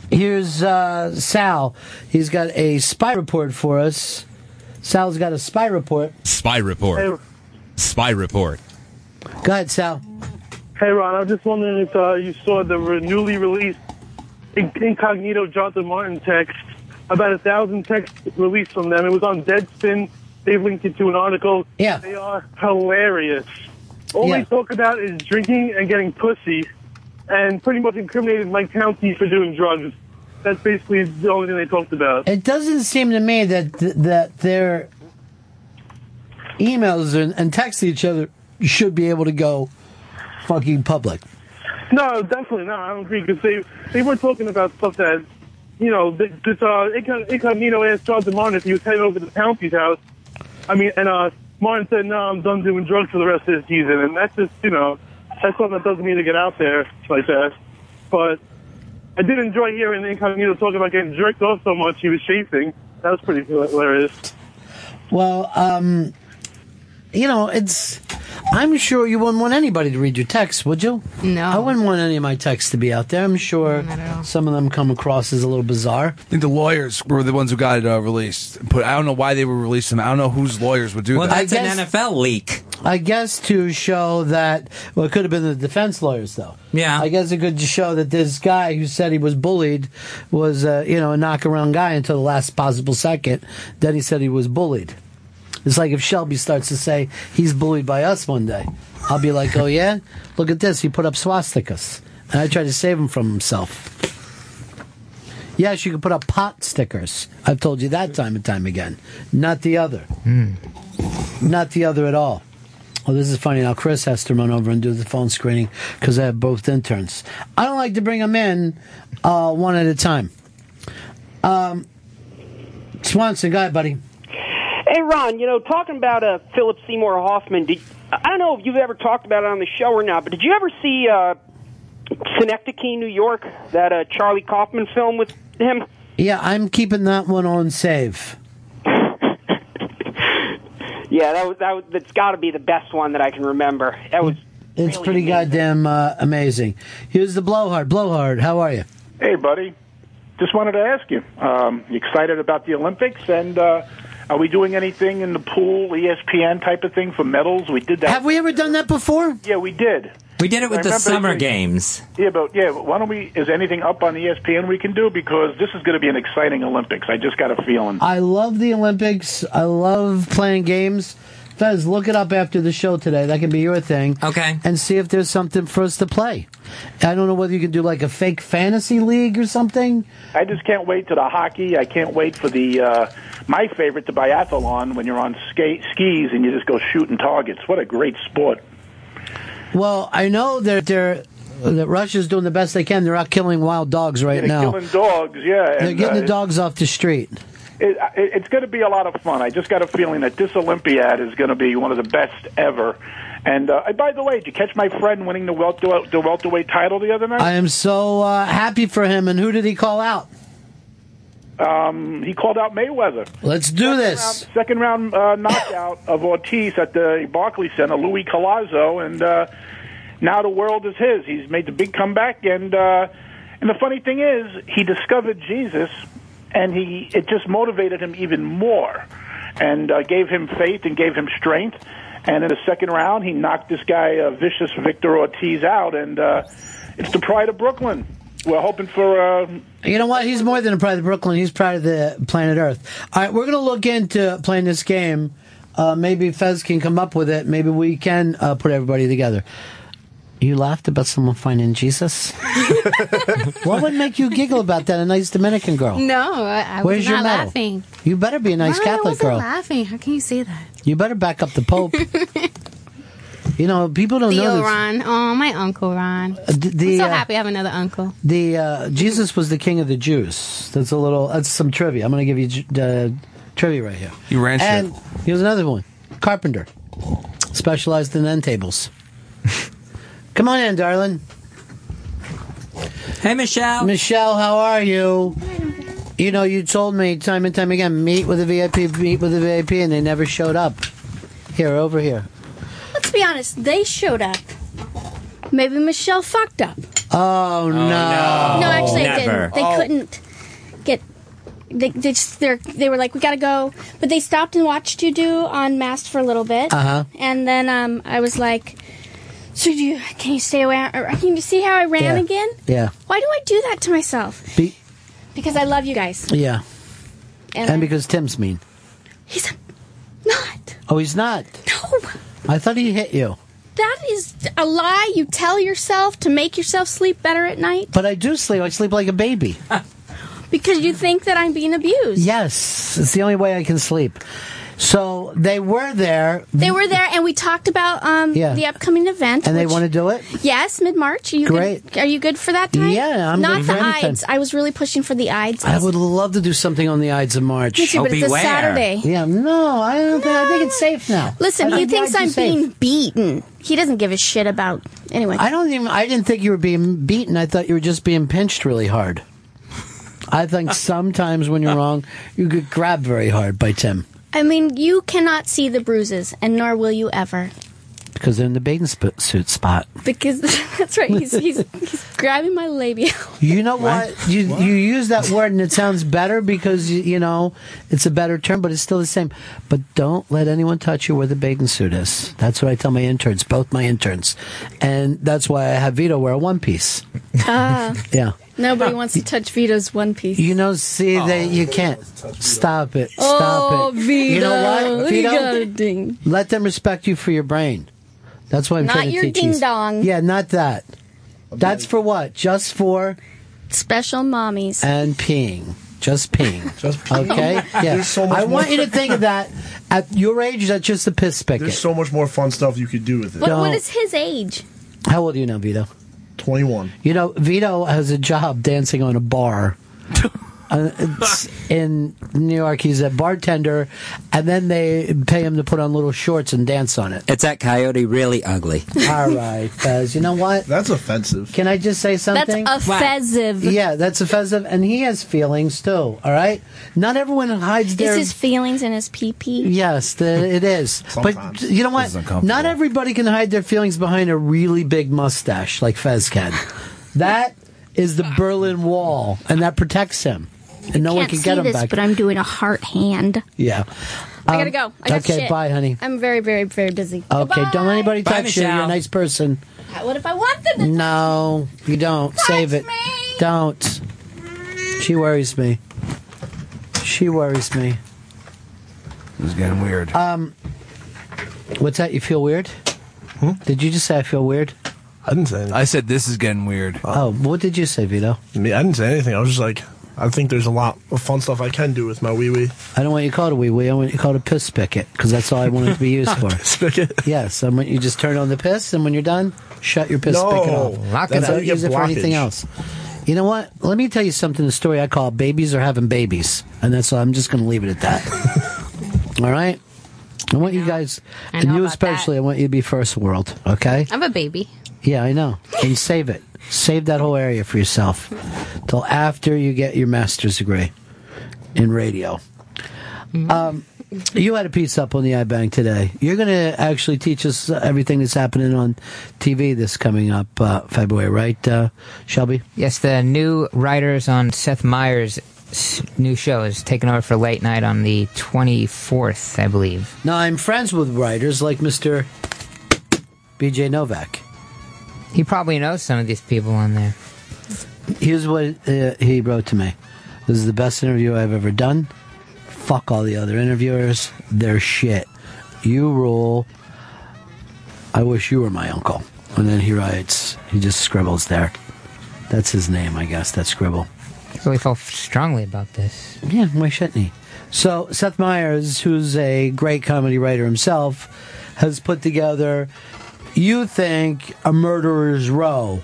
Speaker 6: here's uh, Sal. He's got a spy report for us. Sal's got a spy report.
Speaker 4: Spy report. Spy report.
Speaker 6: Go ahead, Sal.
Speaker 11: Hey, Ron, I was just wondering if uh, you saw the re- newly released in- incognito Jonathan Martin text. About a thousand texts released from them. It was on Deadspin. They've linked it to an article.
Speaker 6: Yeah.
Speaker 11: They are hilarious. All they talk about is drinking and getting pussy and pretty much incriminated Mike County for doing drugs. That's basically the only thing they talked about.
Speaker 6: It doesn't seem to me that that their emails and, and texts to each other should be able to go fucking public.
Speaker 11: No, definitely not. I don't agree because they they were talking about stuff that you know th- this uh incog- incognito asked John Martin if he was heading over to Pouncey's house. I mean, and uh Martin said, "No, I'm done doing drugs for the rest of the season," and that's just you know that's something that doesn't need to get out there like that. But I did enjoy hearing incognito talk about getting jerked off so much he was chafing. That was pretty hilarious.
Speaker 6: Well, um, you know, it's. I'm sure you wouldn't want anybody to read your texts, would you? No. I wouldn't want any of my texts to be out there. I'm sure some of them come across as a little bizarre.
Speaker 7: I think the lawyers were the ones who got it uh, released. But I don't know why they were releasing them. I don't know whose lawyers would do
Speaker 8: Well,
Speaker 7: that.
Speaker 8: that's an NFL leak.
Speaker 6: I guess to show that, well, it could have been the defense lawyers, though. Yeah. I guess it could show that this guy who said he was bullied was, uh, you know, a knock around guy until the last possible second. Then he said he was bullied. It's like if Shelby starts to say he's bullied by us one day, I'll be like, oh, yeah? Look at this. He put up swastikas. And I try to save him from himself. Yes, you can put up pot stickers. I've told you that time and time again. Not the other. Not the other at all. Well, this is funny. Now Chris has to run over and do the phone screening because I have both interns. I don't like to bring them in uh, one at a time. Um, Swanson, guy, buddy.
Speaker 17: Hey, Ron, you know, talking about uh, Philip Seymour Hoffman, did, I don't know if you've ever talked about it on the show or not, but did you ever see uh, Synecdoche, New York, that uh, Charlie Kaufman film with him?
Speaker 6: Yeah, I'm keeping that one on save.
Speaker 17: Yeah, that was, that was, that's got to be the best one that I can remember. That was
Speaker 6: It's pretty goddamn uh, amazing. Here's the blowhard. Blowhard, how are you?
Speaker 36: Hey, buddy. Just wanted to ask you. Um, you excited about the Olympics? And uh, are we doing anything in the pool, E ESPN type of thing for medals? We did that.
Speaker 6: Have we ever done that before?
Speaker 36: Yeah, we did.
Speaker 8: [laughs] We did it with
Speaker 36: I
Speaker 8: the
Speaker 36: remember
Speaker 8: summer
Speaker 36: we-
Speaker 8: games.
Speaker 36: Yeah, but yeah, why don't we? Is anything up on E ESPN we can do? Because this is going to be an exciting Olympics. I just got a feeling.
Speaker 6: I love the Olympics. I love playing games. Fez, look it up after the show today. That can be your thing. Okay. And see if there's something for us to play. I don't know whether you can do like a fake fantasy league or something.
Speaker 36: I just can't wait to the hockey. I can't wait for the uh, my favorite, the biathlon, when you're on skate skis and you just go shooting targets. What a great sport!
Speaker 6: Well, I know that they're that Russia's doing the best they can. They're out killing wild dogs right
Speaker 36: They're
Speaker 6: now.
Speaker 36: killing dogs. Yeah,
Speaker 6: They're
Speaker 36: and,
Speaker 6: getting
Speaker 36: uh,
Speaker 6: the dogs off the street.
Speaker 36: It, it, it's going to be a lot of fun. I just got a feeling that this Olympiad is going to be one of the best ever. And uh, by the way, did you catch my friend winning the welter the welterweight title the other
Speaker 6: I
Speaker 36: night?
Speaker 6: am so uh, happy for him. And who did he call out?
Speaker 36: um, he called out Mayweather.
Speaker 6: Let's do this.
Speaker 36: Second round uh, knockout of Ortiz at the Barclays Center, Louis Collazo, and uh, now the world is his. He's made the big comeback, and uh, and the funny thing is, he discovered Jesus, and he it just motivated him even more. and uh, gave him faith and gave him strength. And in the second round, he knocked this guy, uh, vicious Victor Ortiz, out. And uh, it's the pride of Brooklyn. We're hoping for. Uh,
Speaker 6: You know what? He's more than a pride of Brooklyn. He's proud of the planet Earth. All right, we're going to look into playing this game. Uh, maybe Fez can come up with it. Maybe we can uh, put everybody together. You laughed about someone finding Jesus. what would make you giggle about that? A nice Dominican girl.
Speaker 13: No, I, I was
Speaker 6: Where's
Speaker 13: not
Speaker 6: your medal?
Speaker 13: laughing.
Speaker 6: You better be a nice
Speaker 13: No, I
Speaker 6: Catholic
Speaker 13: wasn't
Speaker 6: girl.
Speaker 13: laughing. How can you say that?
Speaker 6: You better back up the
Speaker 13: [laughs]
Speaker 6: Pope. you know, people don't know
Speaker 13: Theo
Speaker 6: this.
Speaker 13: Ron. Oh, my uncle Ron.
Speaker 6: Uh, d- the,
Speaker 13: I'm so
Speaker 6: uh,
Speaker 13: happy I have another uncle.
Speaker 6: The uh, Jesus was the king of the Jews. That's a little. That's some trivia. I'm going to give you ju- uh, trivia right here.
Speaker 7: You ran shit.
Speaker 6: And here's another one. Carpenter, specialized in end
Speaker 7: [laughs]
Speaker 6: tables. Come on in, darling.
Speaker 8: Hey, Michelle.
Speaker 6: Michelle, how are you? You know, you told me time and time again, meet with a VIP, meet with a VIP, and they never showed up. Here, over here.
Speaker 48: Let's be honest, they showed up. Maybe Michelle fucked up.
Speaker 6: Oh, no!
Speaker 48: no, actually, they didn't. They
Speaker 6: Oh.
Speaker 7: Oh.
Speaker 48: couldn't get. They, they just they're, they were like we gotta go, but they stopped and watched you do on Masked for a little bit,
Speaker 2: Uh-huh.
Speaker 48: and then um I was like, so do you can you stay away? Or can you see how I ran
Speaker 6: Yeah.
Speaker 48: again?
Speaker 6: Yeah,
Speaker 48: Why do I do that to myself?
Speaker 6: Be-
Speaker 48: because I love you guys.
Speaker 6: yeah,
Speaker 48: And,
Speaker 6: and because Tim's mean. He's not. Oh, he's not.
Speaker 48: no,
Speaker 6: I thought he hit you.
Speaker 48: that is a lie you tell yourself to make yourself sleep better at night
Speaker 6: But I do sleep. I sleep like a baby.
Speaker 48: because you think that I'm being abused.
Speaker 6: yes, it's the only way I can sleep. So they were there,
Speaker 48: They were there, and we talked about um,
Speaker 6: Yeah.
Speaker 48: the upcoming event.
Speaker 6: and they
Speaker 48: which-
Speaker 6: want to do it.
Speaker 48: Yes, mid March. Are you
Speaker 6: Great.
Speaker 48: Good, are you good for that time?
Speaker 6: Yeah, I'm
Speaker 48: not
Speaker 6: good
Speaker 48: the
Speaker 6: for anything.
Speaker 48: Ides. I was really pushing for the Ides.
Speaker 6: I would love to do something on the Ides of March.
Speaker 48: Me too, but Oh, it's a beware. Saturday.
Speaker 6: Yeah, no, I don't think. I think it's safe now.
Speaker 48: Listen,
Speaker 6: I
Speaker 48: he
Speaker 6: think the
Speaker 48: thinks
Speaker 6: Ides are
Speaker 48: I'm
Speaker 6: safe.
Speaker 48: being beaten. He doesn't give a shit about anyway.
Speaker 6: I don't even. I didn't think you were being beaten. I thought you were just being pinched really hard. I
Speaker 48: [laughs]
Speaker 6: think sometimes when you're wrong, you get grabbed very hard by Tim
Speaker 48: I mean, you cannot see the bruises, and nor will you ever,
Speaker 6: because they're in the bathing sp- suit spot.
Speaker 48: because [laughs] that's right. He's he's, he's grabbing my labia. [laughs]
Speaker 6: You know what? You you use that word and it sounds better because you, you know it's a better term, but it's still the same. But don't let anyone touch you where the bathing suit is. That's what I tell my interns, both my interns, and that's why I have Vito wear a one piece.
Speaker 48: Ah,
Speaker 6: Yeah,
Speaker 48: nobody wants to touch Vito's one piece.
Speaker 6: Uh, you know, see that you can't stop it. Stop
Speaker 48: Oh,
Speaker 6: it. You know what,
Speaker 48: Vito, you got
Speaker 6: Vito?
Speaker 48: a ding.
Speaker 6: Let them respect you for your brain. That's why I'm
Speaker 48: Not
Speaker 6: trying to
Speaker 48: your
Speaker 6: teach you.
Speaker 48: ding dong.
Speaker 6: Yeah, not that. That's for what? Just for
Speaker 48: Special mommies.
Speaker 6: and peeing. Just peeing. [laughs] Just
Speaker 48: peeing.
Speaker 6: Okay?
Speaker 48: Oh my-
Speaker 6: Yeah.
Speaker 48: There's so much
Speaker 6: I want
Speaker 48: more-
Speaker 6: you to think of that. At your age, that's just a piss picket.
Speaker 2: There's
Speaker 6: so much more fun stuff you could do with
Speaker 48: What, what is his age?
Speaker 6: How old are you now, Vito? 21. You know, Vito has a job dancing on a
Speaker 48: [laughs]
Speaker 6: bar. Uh, it's in New York, he's a bartender, and then they pay him to put on little shorts and dance on it.
Speaker 8: It's that coyote really ugly.
Speaker 6: All right, Fez. You know what? That's offensive. Can I just say something?
Speaker 48: That's offensive.
Speaker 6: Yeah, that's offensive, and he has feelings too. All right, not everyone hides
Speaker 48: Is
Speaker 6: their.
Speaker 48: his feelings in his pee pee?
Speaker 6: Yes, the, it is. But
Speaker 48: Sometimes.
Speaker 6: you know
Speaker 48: This
Speaker 6: what?
Speaker 48: is uncomfortable.
Speaker 6: Not everybody can hide their feelings behind a really big mustache like Fez can. that is the Berlin Wall, and that protects him, and no one
Speaker 48: Can't
Speaker 6: can
Speaker 48: see
Speaker 6: get him
Speaker 48: this,
Speaker 6: back.
Speaker 48: but I'm doing a heart hand.
Speaker 6: yeah.
Speaker 48: I gotta
Speaker 6: Um,
Speaker 48: go. I got
Speaker 6: okay,
Speaker 48: shit.
Speaker 6: bye, honey.
Speaker 48: I'm very, very, very busy.
Speaker 6: Okay, don't let anybody
Speaker 48: Bye,
Speaker 6: touch you. You're a
Speaker 48: Michelle.
Speaker 6: nice person.
Speaker 48: What if I want them? to-
Speaker 6: No, you don't. Save it. Don't. She worries me. She worries me.
Speaker 7: This is getting weird.
Speaker 6: Um, what's that? You feel weird? Did you just say I feel weird?
Speaker 16: Hmm? I didn't say anything.
Speaker 7: I said this is getting weird.
Speaker 6: Oh, what did you say, Vito?
Speaker 16: I, mean, I didn't say anything. I was just like, I think there's a lot of fun stuff I can do with my wee wee.
Speaker 6: I don't want you called a wee wee. I want you called a piss picket because that's all I want it
Speaker 16: [laughs]
Speaker 6: to be used for. piss picket. Yes, I want you just turn on the piss, and when you're done, shut your piss
Speaker 16: No,
Speaker 6: picket off.
Speaker 16: lock it
Speaker 6: That's
Speaker 16: up.
Speaker 6: Don't
Speaker 16: You get
Speaker 6: use it for anything
Speaker 16: blockage.
Speaker 6: else. You know what? Let me tell you something. The story I call "Babies Are Having Babies," and that's all. I'm just going to leave it
Speaker 16: [laughs]
Speaker 6: at that. all right. I want you guys,
Speaker 13: I
Speaker 6: and
Speaker 13: know
Speaker 6: you
Speaker 13: about that.
Speaker 6: especially. I want you to be first world. Okay.
Speaker 13: I'm a baby.
Speaker 6: Yeah, I know. And save it. Save that whole area for yourself till after you get your master's degree in radio. Um, you had a piece up on the iBank today. You're going to actually teach us everything that's happening on TV this coming up uh, February, right, uh, Shelby?
Speaker 10: Yes, the new writers on Seth Meyers s- new show is taking over for late night on the 24th, I believe.
Speaker 6: Now I'm friends with writers like Mr. B.J. Novak.
Speaker 10: He probably knows some of these people on there.
Speaker 6: Here's what uh, he wrote to me. This is the best interview I've ever done. Fuck all the other interviewers. They're shit. You rule. I wish you were my uncle. And then he writes, he just scribbles there. That's his name, I guess, that scribble.
Speaker 10: He really felt strongly about this.
Speaker 6: Yeah, why shouldn't he? So Seth Meyers, who's a great comedy writer himself, has put together, you think, a murderer's row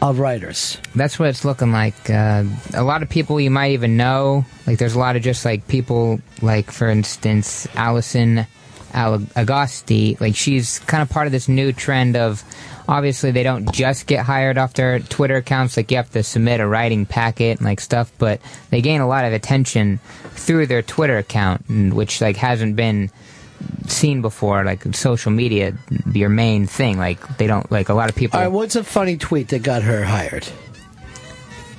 Speaker 6: of writers.
Speaker 10: That's what it's looking like. Uh, a lot of people you might even know. Like, there's a lot of just like people, like, for instance, Allison Al- Agosti. Like, she's kind of part of this new trend of obviously they don't just get hired off their Twitter accounts. Like, you have to submit a writing packet and like stuff, but they gain a lot of attention through their Twitter account, and- which like hasn't been seen before like social media your main thing like they don't like a lot of people
Speaker 6: All right, what's a funny tweet that got her hired?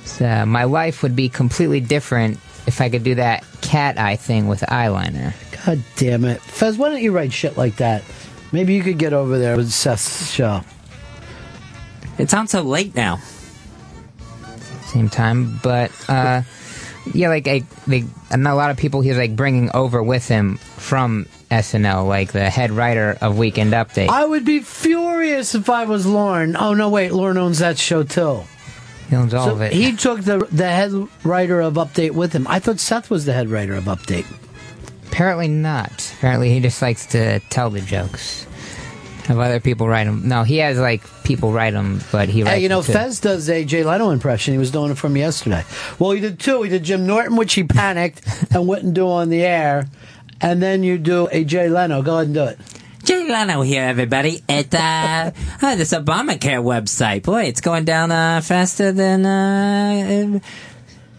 Speaker 10: So my life would be completely different if I could do that cat eye thing with eyeliner.
Speaker 6: God damn it. Fez, why don't you write shit like that? Maybe you could get over there with Seth's show.
Speaker 8: It sounds so late now.
Speaker 10: Same time, but uh, yeah, like I, they, I know a lot of people he's like bringing over with him from SNL, like the head writer of Weekend Update.
Speaker 6: I would be furious if I was Lauren. Oh, no, wait, Lauren owns that show too.
Speaker 10: He owns all
Speaker 6: So
Speaker 10: of it.
Speaker 6: He took the, the head writer of Update with him. I thought Seth was the head writer of Update.
Speaker 10: Apparently not. Apparently he just likes to tell the jokes. Have other people write them? No, he has like people write them, but he writes.
Speaker 6: Hey, you know,
Speaker 10: them, too.
Speaker 6: Fez does a Jay Leno impression. He was doing it from yesterday. Well, he did two. He did Jim Norton, which he panicked and wouldn't do on the air. And then you do a Jay Leno. Go ahead and do it.
Speaker 8: Jay Leno here, everybody. At uh, oh, this Obamacare website, boy, it's going down uh, faster than uh, um,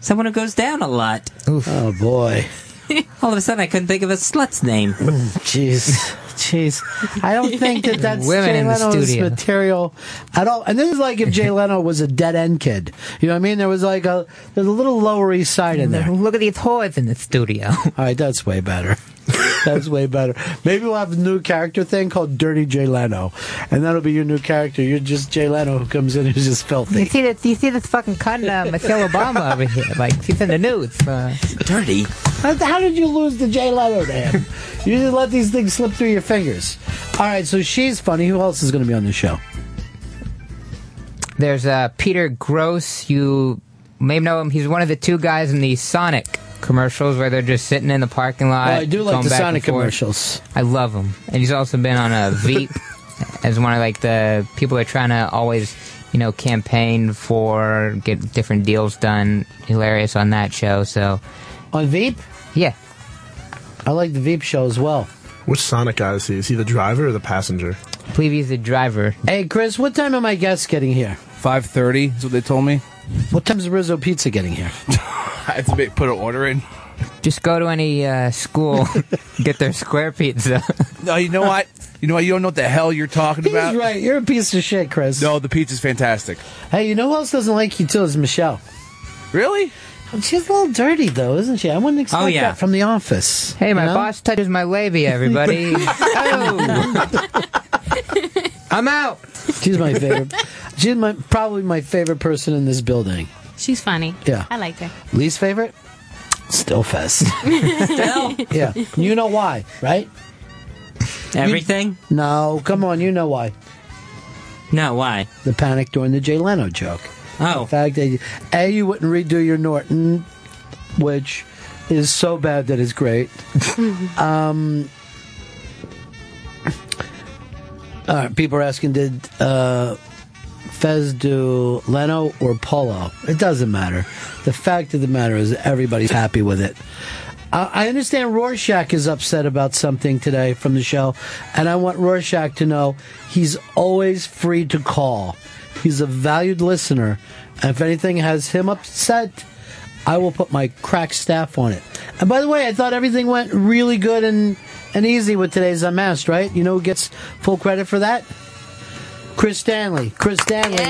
Speaker 8: someone who goes down a lot.
Speaker 6: Oh boy!
Speaker 8: [laughs]
Speaker 6: Mm,
Speaker 8: All of a sudden, I couldn't think of a slut's name.
Speaker 6: Jeez,
Speaker 8: [laughs]
Speaker 6: jeez. I don't think
Speaker 10: [laughs]
Speaker 6: that that's
Speaker 8: Women
Speaker 6: Jay
Speaker 8: in the
Speaker 6: Leno's
Speaker 8: studio.
Speaker 6: material at all. And this is like if Jay Leno was a dead end kid. You know what I mean? There was like a there's a little Lower East Side in there.
Speaker 10: Look at these whores in the studio. All
Speaker 6: right, that's way better. [laughs] That's way better. Maybe we'll have a new character thing called Dirty Jay Leno, and that'll be your new character. You're just Jay Leno who comes in who's just filthy.
Speaker 10: You see this? You see this fucking cunt, uh, Michelle Obama over here? Like she's in the news. Uh,
Speaker 8: Dirty.
Speaker 6: How, [laughs] how did you lose the Jay Leno to
Speaker 10: [laughs]
Speaker 6: him? you didn't let these things slip through your fingers. All right, so she's funny. Who else is going to be on the show?
Speaker 10: There's uh, Peter Gross. You may know him. He's one of the two guys in the Sonic commercials where they're just sitting in the parking lot.
Speaker 6: Well, I do like
Speaker 10: going
Speaker 6: the
Speaker 10: back and
Speaker 6: Sonic
Speaker 10: forth.
Speaker 6: commercials.
Speaker 10: I love him, and he's also been
Speaker 6: [laughs]
Speaker 10: on a Veep as one of like the people that are trying to always, you know, campaign for get different deals done. Hilarious on that show. So
Speaker 6: on Veep,
Speaker 10: yeah,
Speaker 6: I like the Veep show as well.
Speaker 16: Which Sonic guy is he? Is he the driver or the passenger?
Speaker 10: I believe he's the driver.
Speaker 6: Hey, Chris, what time are my guests getting here?
Speaker 7: Five thirty is what they told me.
Speaker 6: What time's the Rizzo Pizza getting here?
Speaker 7: [laughs] I have to make, put an order in.
Speaker 10: Just go to any uh, school,
Speaker 6: [laughs]
Speaker 10: get their square pizza.
Speaker 7: [laughs] No, you know what? You know what? You don't know what the hell you're talking about.
Speaker 6: He's right. You're a piece of shit, Chris.
Speaker 7: No, the pizza's fantastic.
Speaker 6: Hey, you know who else doesn't like you too is Michelle.
Speaker 7: Really?
Speaker 6: She's a little dirty though, isn't she? I wouldn't expect
Speaker 10: Oh, yeah.
Speaker 6: that from the office.
Speaker 10: Hey,
Speaker 6: you
Speaker 10: my
Speaker 6: know?
Speaker 10: boss touches my labia,
Speaker 6: [laughs]
Speaker 10: everybody. I'm out.
Speaker 6: She's my
Speaker 10: [laughs]
Speaker 6: favorite. She's my probably my favorite person in this building.
Speaker 13: She's funny.
Speaker 6: Yeah.
Speaker 13: I like
Speaker 6: [laughs]
Speaker 13: her.
Speaker 6: Least favorite? Still Fest. yeah. You know why, right?
Speaker 8: Everything?
Speaker 6: no, come on, you know why.
Speaker 8: No, why?
Speaker 6: The panic during the Jay Leno joke.
Speaker 8: Oh.
Speaker 6: The fact that, A, you wouldn't redo your Norton, which is so bad that it's
Speaker 8: [laughs]
Speaker 6: great. um, all right, people are asking, did uh, Fez do Leno or Polo? It doesn't matter. The fact of the matter is, everybody's happy with it. Uh, I understand Rorschach is upset about something today from the show, and I want Rorschach to know he's always free to call. He's a valued listener, and if anything has him upset, I will put my crack staff on it. And by the way, I thought everything went really good and, and easy with today's Unmasked, right? You know who gets full credit for that? Chris Stanley. Chris Stanley.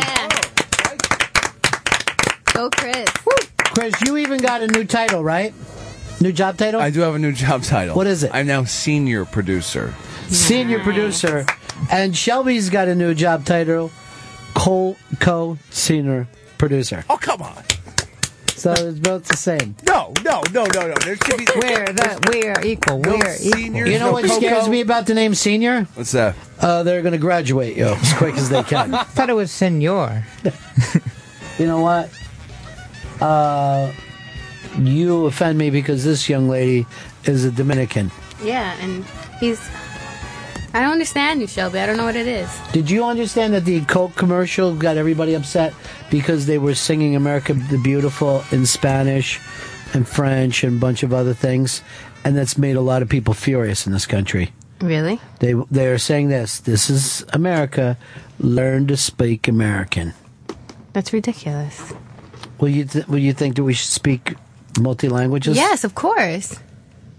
Speaker 2: Go, Chris.
Speaker 6: Chris, you even got a new title, right? New job title?
Speaker 7: I do have a new job title.
Speaker 6: What is it?
Speaker 7: I'm now senior producer.
Speaker 6: Senior producer. And Shelby's got a new job title, Cole Co Senior Producer.
Speaker 7: Oh, come on.
Speaker 6: So it's both the same.
Speaker 7: No, no, no, no, no. There should be.
Speaker 10: We're the, we are equal.
Speaker 7: No
Speaker 10: we are equal.
Speaker 7: seniors,
Speaker 6: You know
Speaker 7: no
Speaker 6: what
Speaker 7: Coco.
Speaker 6: scares me about the name senior?
Speaker 7: What's that?
Speaker 6: Uh, they're going to graduate you as quick as
Speaker 7: [laughs]
Speaker 6: they can.
Speaker 10: I thought it was senor.
Speaker 6: [laughs] you know what? Uh, you offend me because this young lady is a Dominican.
Speaker 13: Yeah, and he's. I don't understand you, Shelby. I don't know what it is.
Speaker 6: Did you understand that the Coke commercial got everybody upset because they were singing America the Beautiful in Spanish and French and a bunch of other things? And that's made a lot of people furious in this country.
Speaker 13: Really?
Speaker 6: They, they are saying this this is America, learn to speak American.
Speaker 13: That's ridiculous.
Speaker 6: Will you, th- will you think that we should speak multi languages?
Speaker 13: yes, of course.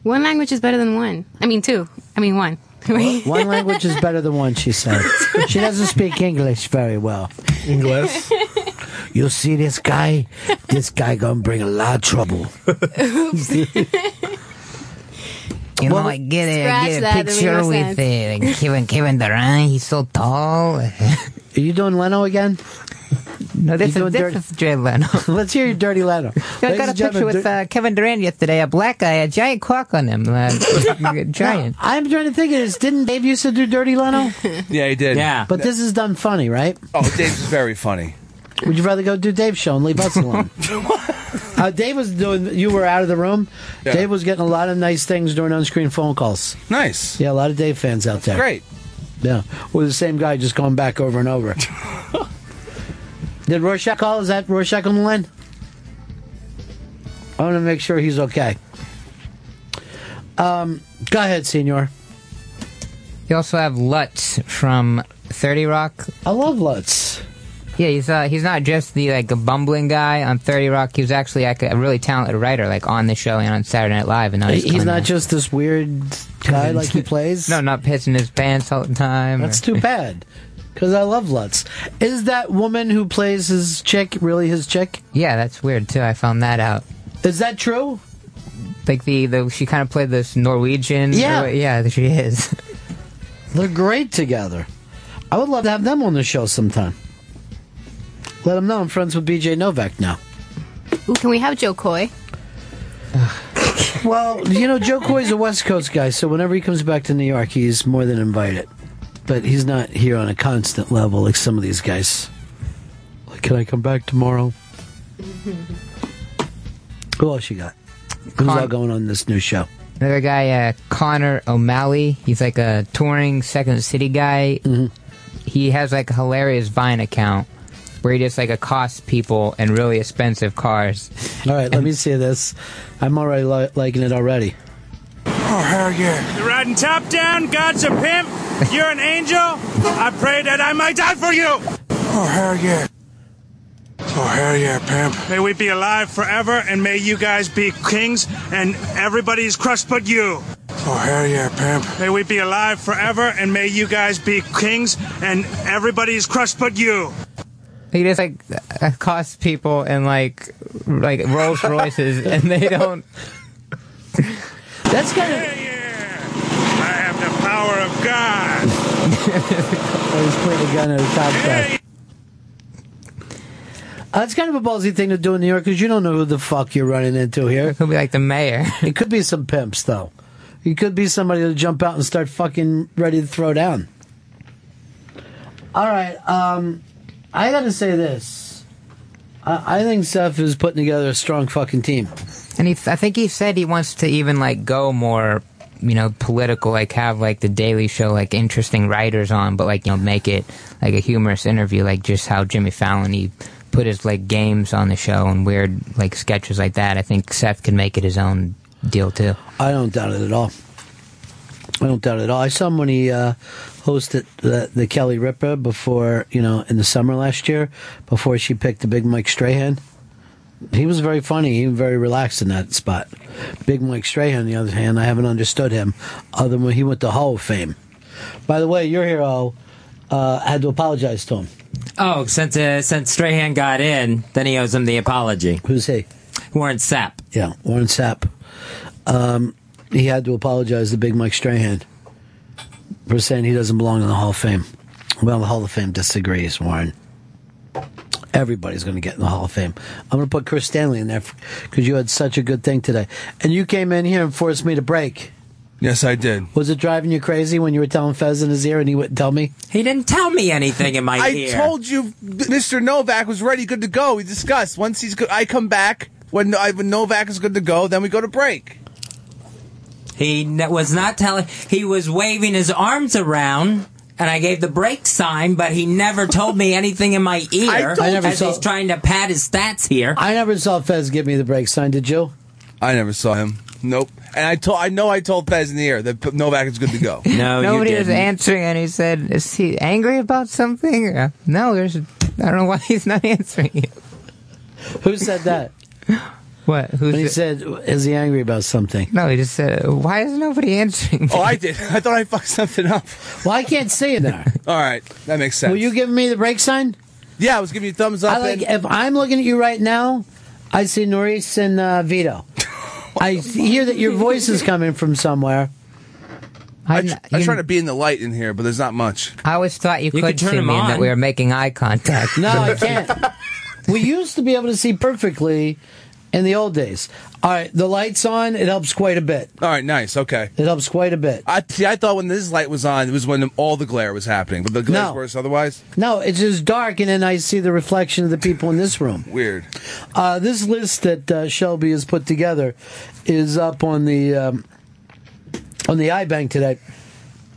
Speaker 13: One language is better than one. I mean, two. I mean, one. [laughs]
Speaker 6: One language is better than one, she said. She doesn't speak English very well.
Speaker 16: English?
Speaker 6: [laughs] You see this guy? This guy gonna bring a lot of trouble. [laughs]
Speaker 10: You
Speaker 6: Well,
Speaker 10: know, I get it.
Speaker 6: scratch
Speaker 10: I get a
Speaker 6: that, it makes
Speaker 10: picture
Speaker 6: no
Speaker 10: with
Speaker 6: sense.
Speaker 10: uh, like Kevin Kevin Durant. He's so tall. [laughs]
Speaker 6: Are you doing Leno again?
Speaker 10: No, this
Speaker 6: You doing
Speaker 10: is this
Speaker 6: dirty-
Speaker 10: is Jay Leno.
Speaker 6: [laughs] Let's hear your dirty Leno.
Speaker 10: [laughs] I got a picture with uh, Kevin Durant yesterday. A black guy, a giant clock on
Speaker 6: [laughs]
Speaker 10: him. Uh, [laughs] giant.
Speaker 6: I'm trying to think of this. Didn't Dave used to do Dirty
Speaker 10: [laughs]
Speaker 6: Leno?
Speaker 7: Yeah, he did.
Speaker 6: But this is done funny, right?
Speaker 7: Oh, Dave's very funny.
Speaker 6: Would you rather go do Dave's show and leave us
Speaker 7: [laughs]
Speaker 6: alone? uh, Dave was doing. You were out of the room. Dave was getting a lot of nice things during on-screen phone calls.
Speaker 7: Nice.
Speaker 6: Yeah, a lot of Dave fans out there.
Speaker 7: Great.
Speaker 6: Yeah, with the same guy just going back over and
Speaker 7: [laughs]
Speaker 6: over. Did Rorschach call? Is that Rorschach on the line? I want to make sure he's okay. Um, go ahead, Senor.
Speaker 10: You also have Lutz from Thirty Rock.
Speaker 6: I love Lutz.
Speaker 10: Yeah, he's uh, he's not just the like a bumbling guy on Thirty Rock. He was actually like a really talented writer, like on the show and on Saturday Night Live. And now
Speaker 6: He's,
Speaker 10: on
Speaker 6: not
Speaker 10: the-
Speaker 6: just this weird guy like
Speaker 10: [laughs]
Speaker 6: he plays.
Speaker 10: no, not pissing his pants all the time.
Speaker 6: That's too bad. Because I love Lutz. Is that woman who plays his chick really his chick?
Speaker 10: [laughs] Yeah, that's weird too. I found that out.
Speaker 6: Is that true?
Speaker 10: Like the, the she kind of played this Norwegian. or
Speaker 6: Yeah.
Speaker 10: what- yeah, she is. [laughs]
Speaker 6: They're great together. I would love to have them on the show sometime. Let them know I'm friends with BJ Novak now.
Speaker 13: Ooh, can we have Joe Coy?
Speaker 6: Well, you know, Joe Coy's a West Coast guy, so whenever he comes back to New York, he's more than invited. But he's not here on a constant level like some of these guys. Like, can I come back tomorrow? Who else you got? Who's all going on this new show?
Speaker 10: Another guy, uh, Connor O'Malley. He's like a touring Second City guy. He has like a hilarious Vine account where he just like accosts people in really expensive cars.
Speaker 6: All right, let me see this. I'm already li- liking it already.
Speaker 2: Oh, hell yeah. You're riding top down, God's a pimp, you're an angel. I pray that I might die for you. Oh, hell yeah.
Speaker 12: Oh, hell yeah, pimp.
Speaker 2: May we be alive forever, and may you guys be kings, and everybody's crushed but you.
Speaker 12: Oh, hell yeah, pimp.
Speaker 2: May we be alive forever, and may you guys be kings, and everybody's crushed but you.
Speaker 10: He just like accosts people in like like
Speaker 11: [laughs]
Speaker 10: Rolls Royces, and they
Speaker 2: [laughs]
Speaker 10: don't.
Speaker 6: That's kind
Speaker 2: of. I have the power of God.
Speaker 6: [laughs] I just played a gun at a top guy. Uh, it's kind of a ballsy thing to do in New York because you don't know who the fuck you're running into here. It
Speaker 10: could be like the mayor.
Speaker 6: [laughs] it could be some pimps, though. It could be somebody to jump out and start fucking ready to throw down. All right, um, I gotta say this. I, I think Seth is putting together a strong fucking team.
Speaker 10: And he, I think he said he wants to even like go more, you know, political, like have like the Daily Show, like interesting writers on, but like you know, make it like a humorous interview, like just how Jimmy Fallon he put his like games on the show and weird like sketches like that. I think Seth could make it his own deal too.
Speaker 6: I don't doubt it at all. I don't doubt it at all. I saw him when he uh, hosted the, the Kelly Ripa before, you know, in the summer last year, before she picked the big Mike Strahan. He was very funny. He was very relaxed in that spot. Big Mike Strahan, on the other hand, I haven't understood him other than when he went to Hall of Fame. By the way, your hero uh, had to apologize to him.
Speaker 8: Oh, since uh, since Strahan got in, then he owes him the apology.
Speaker 6: Who's he?
Speaker 8: Warren Sapp.
Speaker 6: Yeah, Warren Sapp. Um, he had to apologize to Big Mike Strahan for saying he doesn't belong in the Hall of Fame. Well, the Hall of Fame disagrees, Warren. Everybody's going to get in the Hall of Fame. I'm going to put Chris Stanley in there because you had such a good thing today. And you came in here and forced me to break.
Speaker 7: Yes, I did.
Speaker 6: Was it driving you crazy when you were telling Fez in his ear and he wouldn't tell me?
Speaker 8: He didn't tell me anything in my
Speaker 7: I
Speaker 8: ear.
Speaker 7: told you, Mr. Novak was ready, good to go. We discussed once he's good. I come back when, I- when Novak is good to go. Then we go to break.
Speaker 8: He n- was not telling. He was waving his arms around, and I gave the break sign, but he never told me anything in my
Speaker 6: [laughs]
Speaker 8: ear.
Speaker 6: I told I never
Speaker 8: as
Speaker 6: saw-
Speaker 8: he's trying to pat his stats here.
Speaker 6: I never saw Fez give me the break sign. Did you?
Speaker 7: I never saw him. Nope. And I told I know I told Pez in the air that P- Novak is good to go.
Speaker 8: [laughs] no,
Speaker 10: Nobody was answering, and he said, "Is he angry about something?" Uh, No, there's. I don't know why [laughs] he's not answering you.
Speaker 6: Who said that?
Speaker 10: [laughs] What? Who's
Speaker 6: when he
Speaker 10: it?
Speaker 6: said, "Is he angry about something?"
Speaker 10: No, he just said, "Why is nobody answering?" Me?
Speaker 7: Oh, I did. I thought I fucked something up.
Speaker 6: Well, I can't see it there.
Speaker 7: [laughs] All right, that makes sense.
Speaker 6: Were you giving me the break sign?
Speaker 7: Yeah, I was giving you thumbs up.
Speaker 6: I like, if
Speaker 7: and-
Speaker 6: I'm looking at you right now, I see Norris and uh,
Speaker 7: [laughs]
Speaker 6: Vito. I hear that your voice is coming from somewhere.
Speaker 10: I,
Speaker 7: I was trying to be in the light in here, but there's not much.
Speaker 10: I always thought you,
Speaker 7: You
Speaker 10: could
Speaker 7: could turn
Speaker 10: see
Speaker 7: him
Speaker 10: me and that
Speaker 7: on.
Speaker 10: we were making eye contact. [laughs]
Speaker 6: No, I can't. we used to be able to see perfectly in the old days. All right, the lights on. It helps quite a bit.
Speaker 7: All right, nice. Okay.
Speaker 6: It helps quite a bit.
Speaker 7: I, see, I thought when this light was on, it was when all the glare was happening, but the glare's
Speaker 6: No.
Speaker 7: worse otherwise.
Speaker 6: No, it's just dark, and then I see the reflection of the people in this room.
Speaker 7: Weird.
Speaker 6: Uh, this list that uh, Shelby has put together is up on the um, on the iBank today.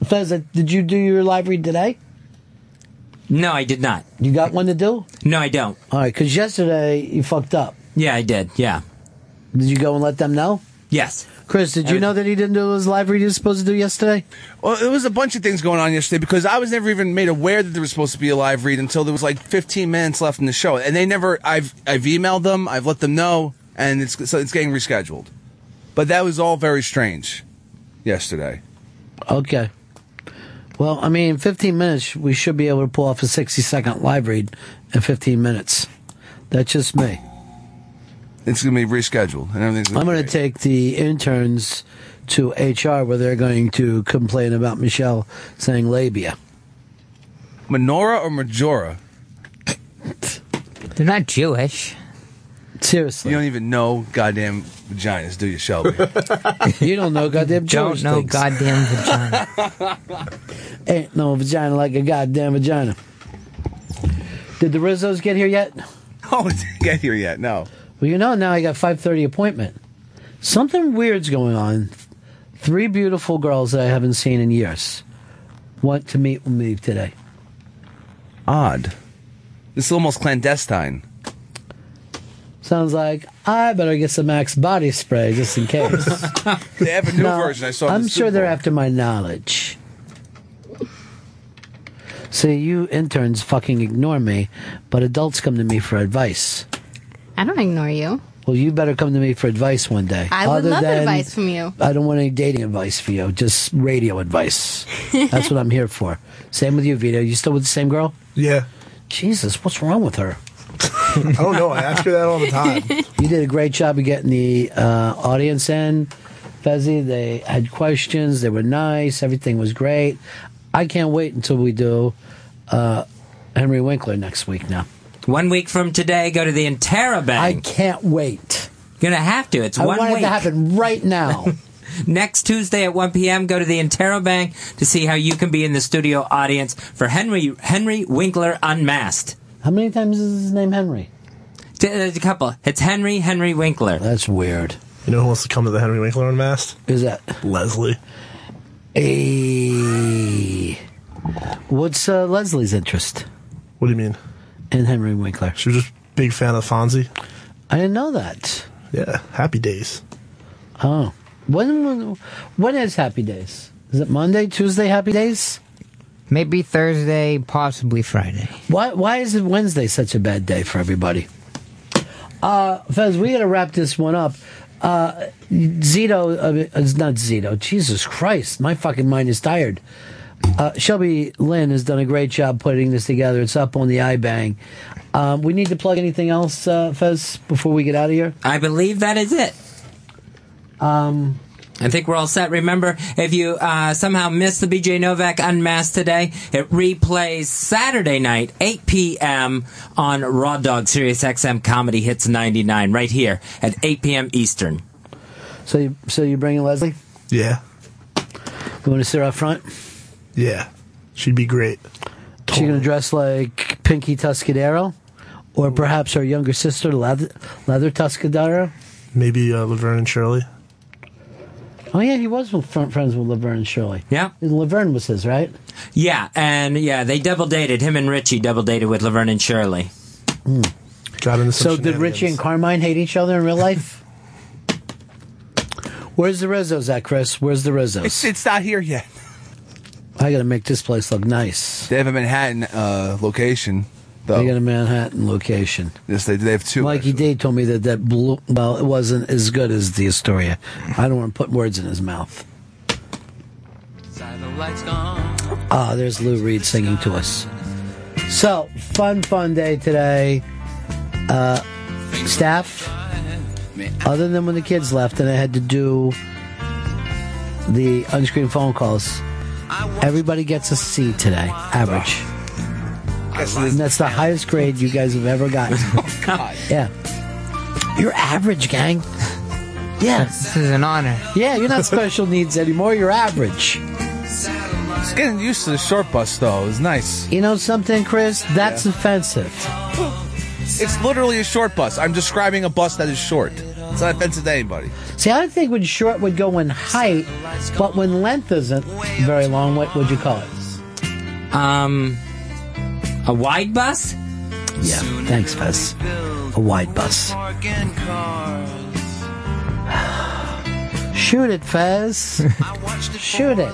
Speaker 6: Fez, uh, did you do your live read today?
Speaker 8: No, I did not.
Speaker 6: You got one to do?
Speaker 8: No, I don't.
Speaker 6: All right, because yesterday you fucked up.
Speaker 8: Yeah, I did. Yeah.
Speaker 6: Did you go and let them know?
Speaker 8: Yes.
Speaker 6: Chris, did you know that he didn't do his live read he was supposed to do yesterday?
Speaker 7: Well, there was a bunch of things going on yesterday because I was never even made aware that there was supposed to be a live read until there was like 15 minutes left in the show, and they never. I've I've emailed them, I've let them know, and it's so it's getting rescheduled. But that was all very strange yesterday.
Speaker 6: Okay. Well, I mean, 15 minutes, we should be able to pull off a 60 second live read in 15 minutes. That's just me.
Speaker 7: It's going to be rescheduled, and everything's.
Speaker 6: I'm
Speaker 7: Gonna
Speaker 6: going to take the interns to HR where they're going to complain about Michelle saying labia.
Speaker 7: Minora or Majora?
Speaker 10: They're not Jewish.
Speaker 6: Seriously.
Speaker 7: You don't even know goddamn vaginas, do you, Shelby?
Speaker 6: [laughs] you don't know goddamn
Speaker 10: Don't
Speaker 6: Jewish
Speaker 10: know
Speaker 6: things. [laughs]
Speaker 10: goddamn vagina.
Speaker 6: Ain't no vagina like a goddamn vagina. Did the Rizzos get here yet?
Speaker 7: Oh, didn't get here yet? No.
Speaker 6: Well, you know now I got 5:30 appointment. Something weird's going on. Three beautiful girls that I haven't seen in years want to meet with me today.
Speaker 7: Odd. This is almost clandestine.
Speaker 6: Sounds like I better get some Axe body spray just in
Speaker 7: [laughs]
Speaker 6: case.
Speaker 7: They have a new
Speaker 6: No,
Speaker 7: version. I saw. in
Speaker 6: I'm
Speaker 7: the
Speaker 6: sure
Speaker 7: Super
Speaker 6: they're
Speaker 7: Bowl.
Speaker 6: after my knowledge. See, you interns fucking ignore me, but adults come to me for advice.
Speaker 13: I don't ignore you.
Speaker 6: Well, you better come to me for advice one day.
Speaker 13: I would
Speaker 6: Other
Speaker 13: love
Speaker 6: than-
Speaker 13: advice from you.
Speaker 6: I don't want any dating advice for you, just radio advice. That's what I'm here for. Same with you, Vito. You still with the same girl?
Speaker 16: Yeah.
Speaker 6: Jesus, what's wrong with her?
Speaker 16: I don't know. I ask her that all the
Speaker 6: [laughs]
Speaker 16: time.
Speaker 6: You did a great job of getting the uh, audience in, Fezzi. They had questions. They were nice. Everything was great. I can't wait until we do uh, Henry Winkler next week now.
Speaker 8: One week from today, go to the Interrobang. I
Speaker 6: can't wait.
Speaker 8: Gonna have to. It's
Speaker 6: I
Speaker 8: one
Speaker 6: want
Speaker 8: week.
Speaker 6: it to happen right
Speaker 8: [laughs]
Speaker 6: now.
Speaker 8: Next Tuesday at 1 p.m., go to the Interrobang to see how you can be in the studio audience for Henry Henry Winkler Unmasked.
Speaker 6: How many times is his name Henry?
Speaker 8: T- There's a couple. It's Henry Henry Winkler.
Speaker 6: That's weird.
Speaker 16: You know who wants to come to the Henry Winkler Unmasked?
Speaker 6: Is that
Speaker 16: Leslie?
Speaker 6: Hey. What's uh, Leslie's interest?
Speaker 16: What do you mean?
Speaker 6: And Henry Winkler.
Speaker 16: She was just a big fan of Fonzie.
Speaker 6: I didn't know that.
Speaker 16: Yeah, Happy Days.
Speaker 6: Oh, when when is Happy Days? Is it Monday, Tuesday, Happy Days?
Speaker 10: Maybe Thursday, possibly Friday.
Speaker 6: Why why is it Wednesday such a bad day for everybody? Uh, Fez, we gotta wrap this one up. Uh, Zito, uh, it's not Zito. Jesus Christ, my fucking mind is tired. Uh, Shelby Lynn has done a great job putting this together. It's up on the iBang. Um, we need to plug anything else, uh, Fez, before we get out of here?
Speaker 8: I believe that is it.
Speaker 6: Um,
Speaker 8: I think we're all set. Remember, if you uh, somehow missed the BJ Novak Unmasked today, it replays Saturday night, 8 p.m. on Raw Dog Sirius XM Comedy Hits 99, right here at 8 p.m. Eastern.
Speaker 6: So, you, so you're bringing Leslie?
Speaker 16: Yeah.
Speaker 6: You want to sit her up front?
Speaker 16: Yeah. She'd be great.
Speaker 6: She's going to dress like Pinky Tuscadero, or perhaps her younger sister, Leather, Leather Tuscadero.
Speaker 16: Maybe uh, Laverne and Shirley.
Speaker 6: Oh yeah, he was with, fr- friends with Laverne and Shirley.
Speaker 8: Yeah,
Speaker 6: and Laverne was his, right?
Speaker 8: Yeah, and yeah, they double dated. Him and Richie double dated with Laverne and Shirley.
Speaker 16: Got into some
Speaker 6: Hmm. So did Richie and Carmine hate each other in
Speaker 16: [laughs]
Speaker 6: real life? Where's the Rizzos at, Chris? Where's the Rizzos?
Speaker 7: It's, it's not here yet.
Speaker 6: I gotta make this place look nice.
Speaker 7: They have a Manhattan uh, location, though.
Speaker 6: They got a Manhattan location.
Speaker 7: Yes, they, they have two.
Speaker 6: Mikey D told me that that blue, well, it wasn't as good as the Astoria. I don't want to put words in his mouth. Ah, there's Lou Reed singing to us. So fun, fun day today. Uh, staff. Other than when the kids left and I had to do the unscreened phone calls, everybody gets a C today, average. And that's the highest grade you guys have ever gotten. [laughs] oh, God. Yeah. You're average, gang. Yeah.
Speaker 10: This is an honor.
Speaker 6: Yeah, you're not special needs anymore. You're average.
Speaker 7: It's getting used to the short bus, though. It's nice.
Speaker 6: You know something, Chris? That's offensive.
Speaker 7: It's literally a short bus. I'm describing a bus that is short. It's not offensive to anybody.
Speaker 6: See, I think when short would go in height, but when length isn't very long, what would you call it?
Speaker 8: Um, a wide bus?
Speaker 6: Yeah, thanks, Fez. A wide bus. Shoot it, Fez. Shoot it.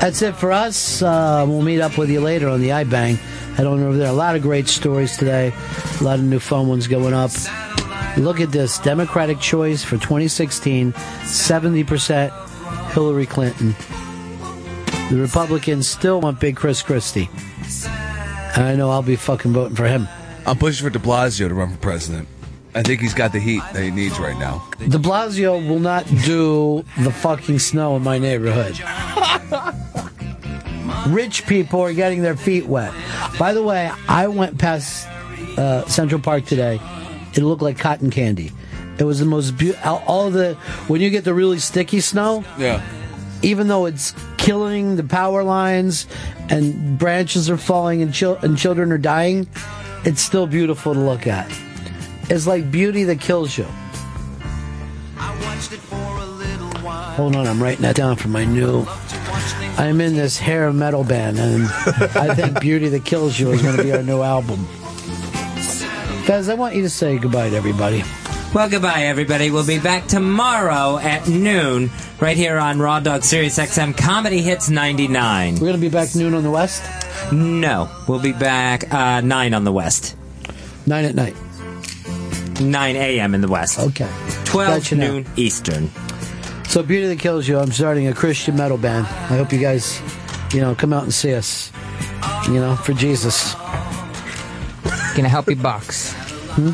Speaker 6: That's it for us. Uh, we'll meet up with you later on the iBang. Head on over there. A lot of great stories today. A lot of new fun ones going up. Look at this Democratic choice for 2016 70% Hillary Clinton. The Republicans still want Big Chris Christie. And I know I'll be fucking voting for him.
Speaker 7: I'm pushing for De Blasio to run for president. I think he's got the heat that he needs right now.
Speaker 6: De Blasio will not do the fucking snow in my neighborhood. [laughs] Rich people are getting their feet wet. By the way, I went past uh, Central Park today. It looked like cotton candy. It was the most beautiful. All the when you get the really sticky snow,
Speaker 7: Yeah.
Speaker 6: even though it's killing the power lines and branches are falling and, chil- and children are dying, it's still beautiful to look at. It's like beauty that kills you. Hold on, I'm writing that down for my new. I'm in this hair metal band, and I think Beauty That Kills You is going to be our new album. Fez, I want you to say goodbye to everybody.
Speaker 8: Well, goodbye, everybody. We'll be back tomorrow at noon, right here on Raw Dog Sirius XM Comedy Hits 99. We're
Speaker 6: going to be back noon on the West?
Speaker 8: No, we'll be back uh, 9 on the West.
Speaker 6: 9 at night.
Speaker 8: 9 a.m. in the West.
Speaker 6: Okay.
Speaker 8: 12
Speaker 6: Gotcha now.
Speaker 8: noon Eastern.
Speaker 6: So, Beauty That Kills You, I'm starting a Christian metal band. I hope you guys, you know, come out and see us. You know, for Jesus.
Speaker 10: Gonna help you box.
Speaker 6: Hmm?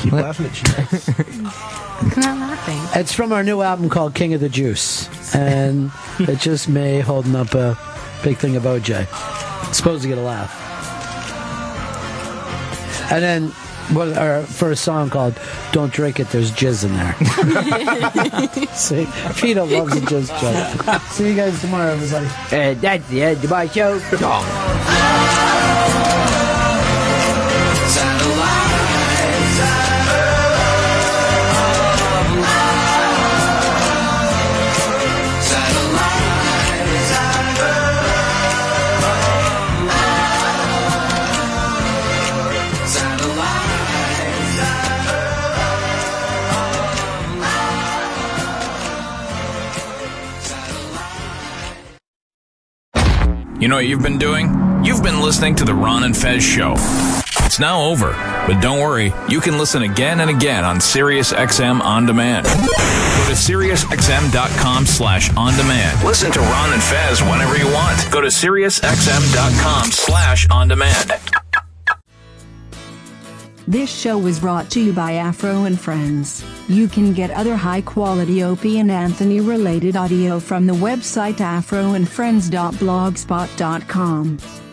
Speaker 16: Keep laughing at you.
Speaker 10: [laughs]
Speaker 13: Come out laughing.
Speaker 6: It's from our new album called King of the Juice,
Speaker 10: [laughs]
Speaker 6: and it just me holding up a big thing of OJ. It's supposed to get a laugh. And then what our first song called "Don't Drink It." There's jizz in there. See, Peter loves a jizz [laughs] joke. See you guys tomorrow, everybody.
Speaker 14: And Uh, that's the end of my show.
Speaker 18: You know what you've been doing?
Speaker 3: You've been listening to The Ron and Fez Show. It's now over, but don't worry. You can listen again and again on SiriusXM On Demand. Go to SiriusXM.com slash On Demand. Listen to Ron and Fez whenever you want. Go to SiriusXM.com slash On Demand.
Speaker 49: This show was brought to you by Afro and Friends. You can get other high quality Opie and Anthony related audio from the website afroandfriends.blogspot.com.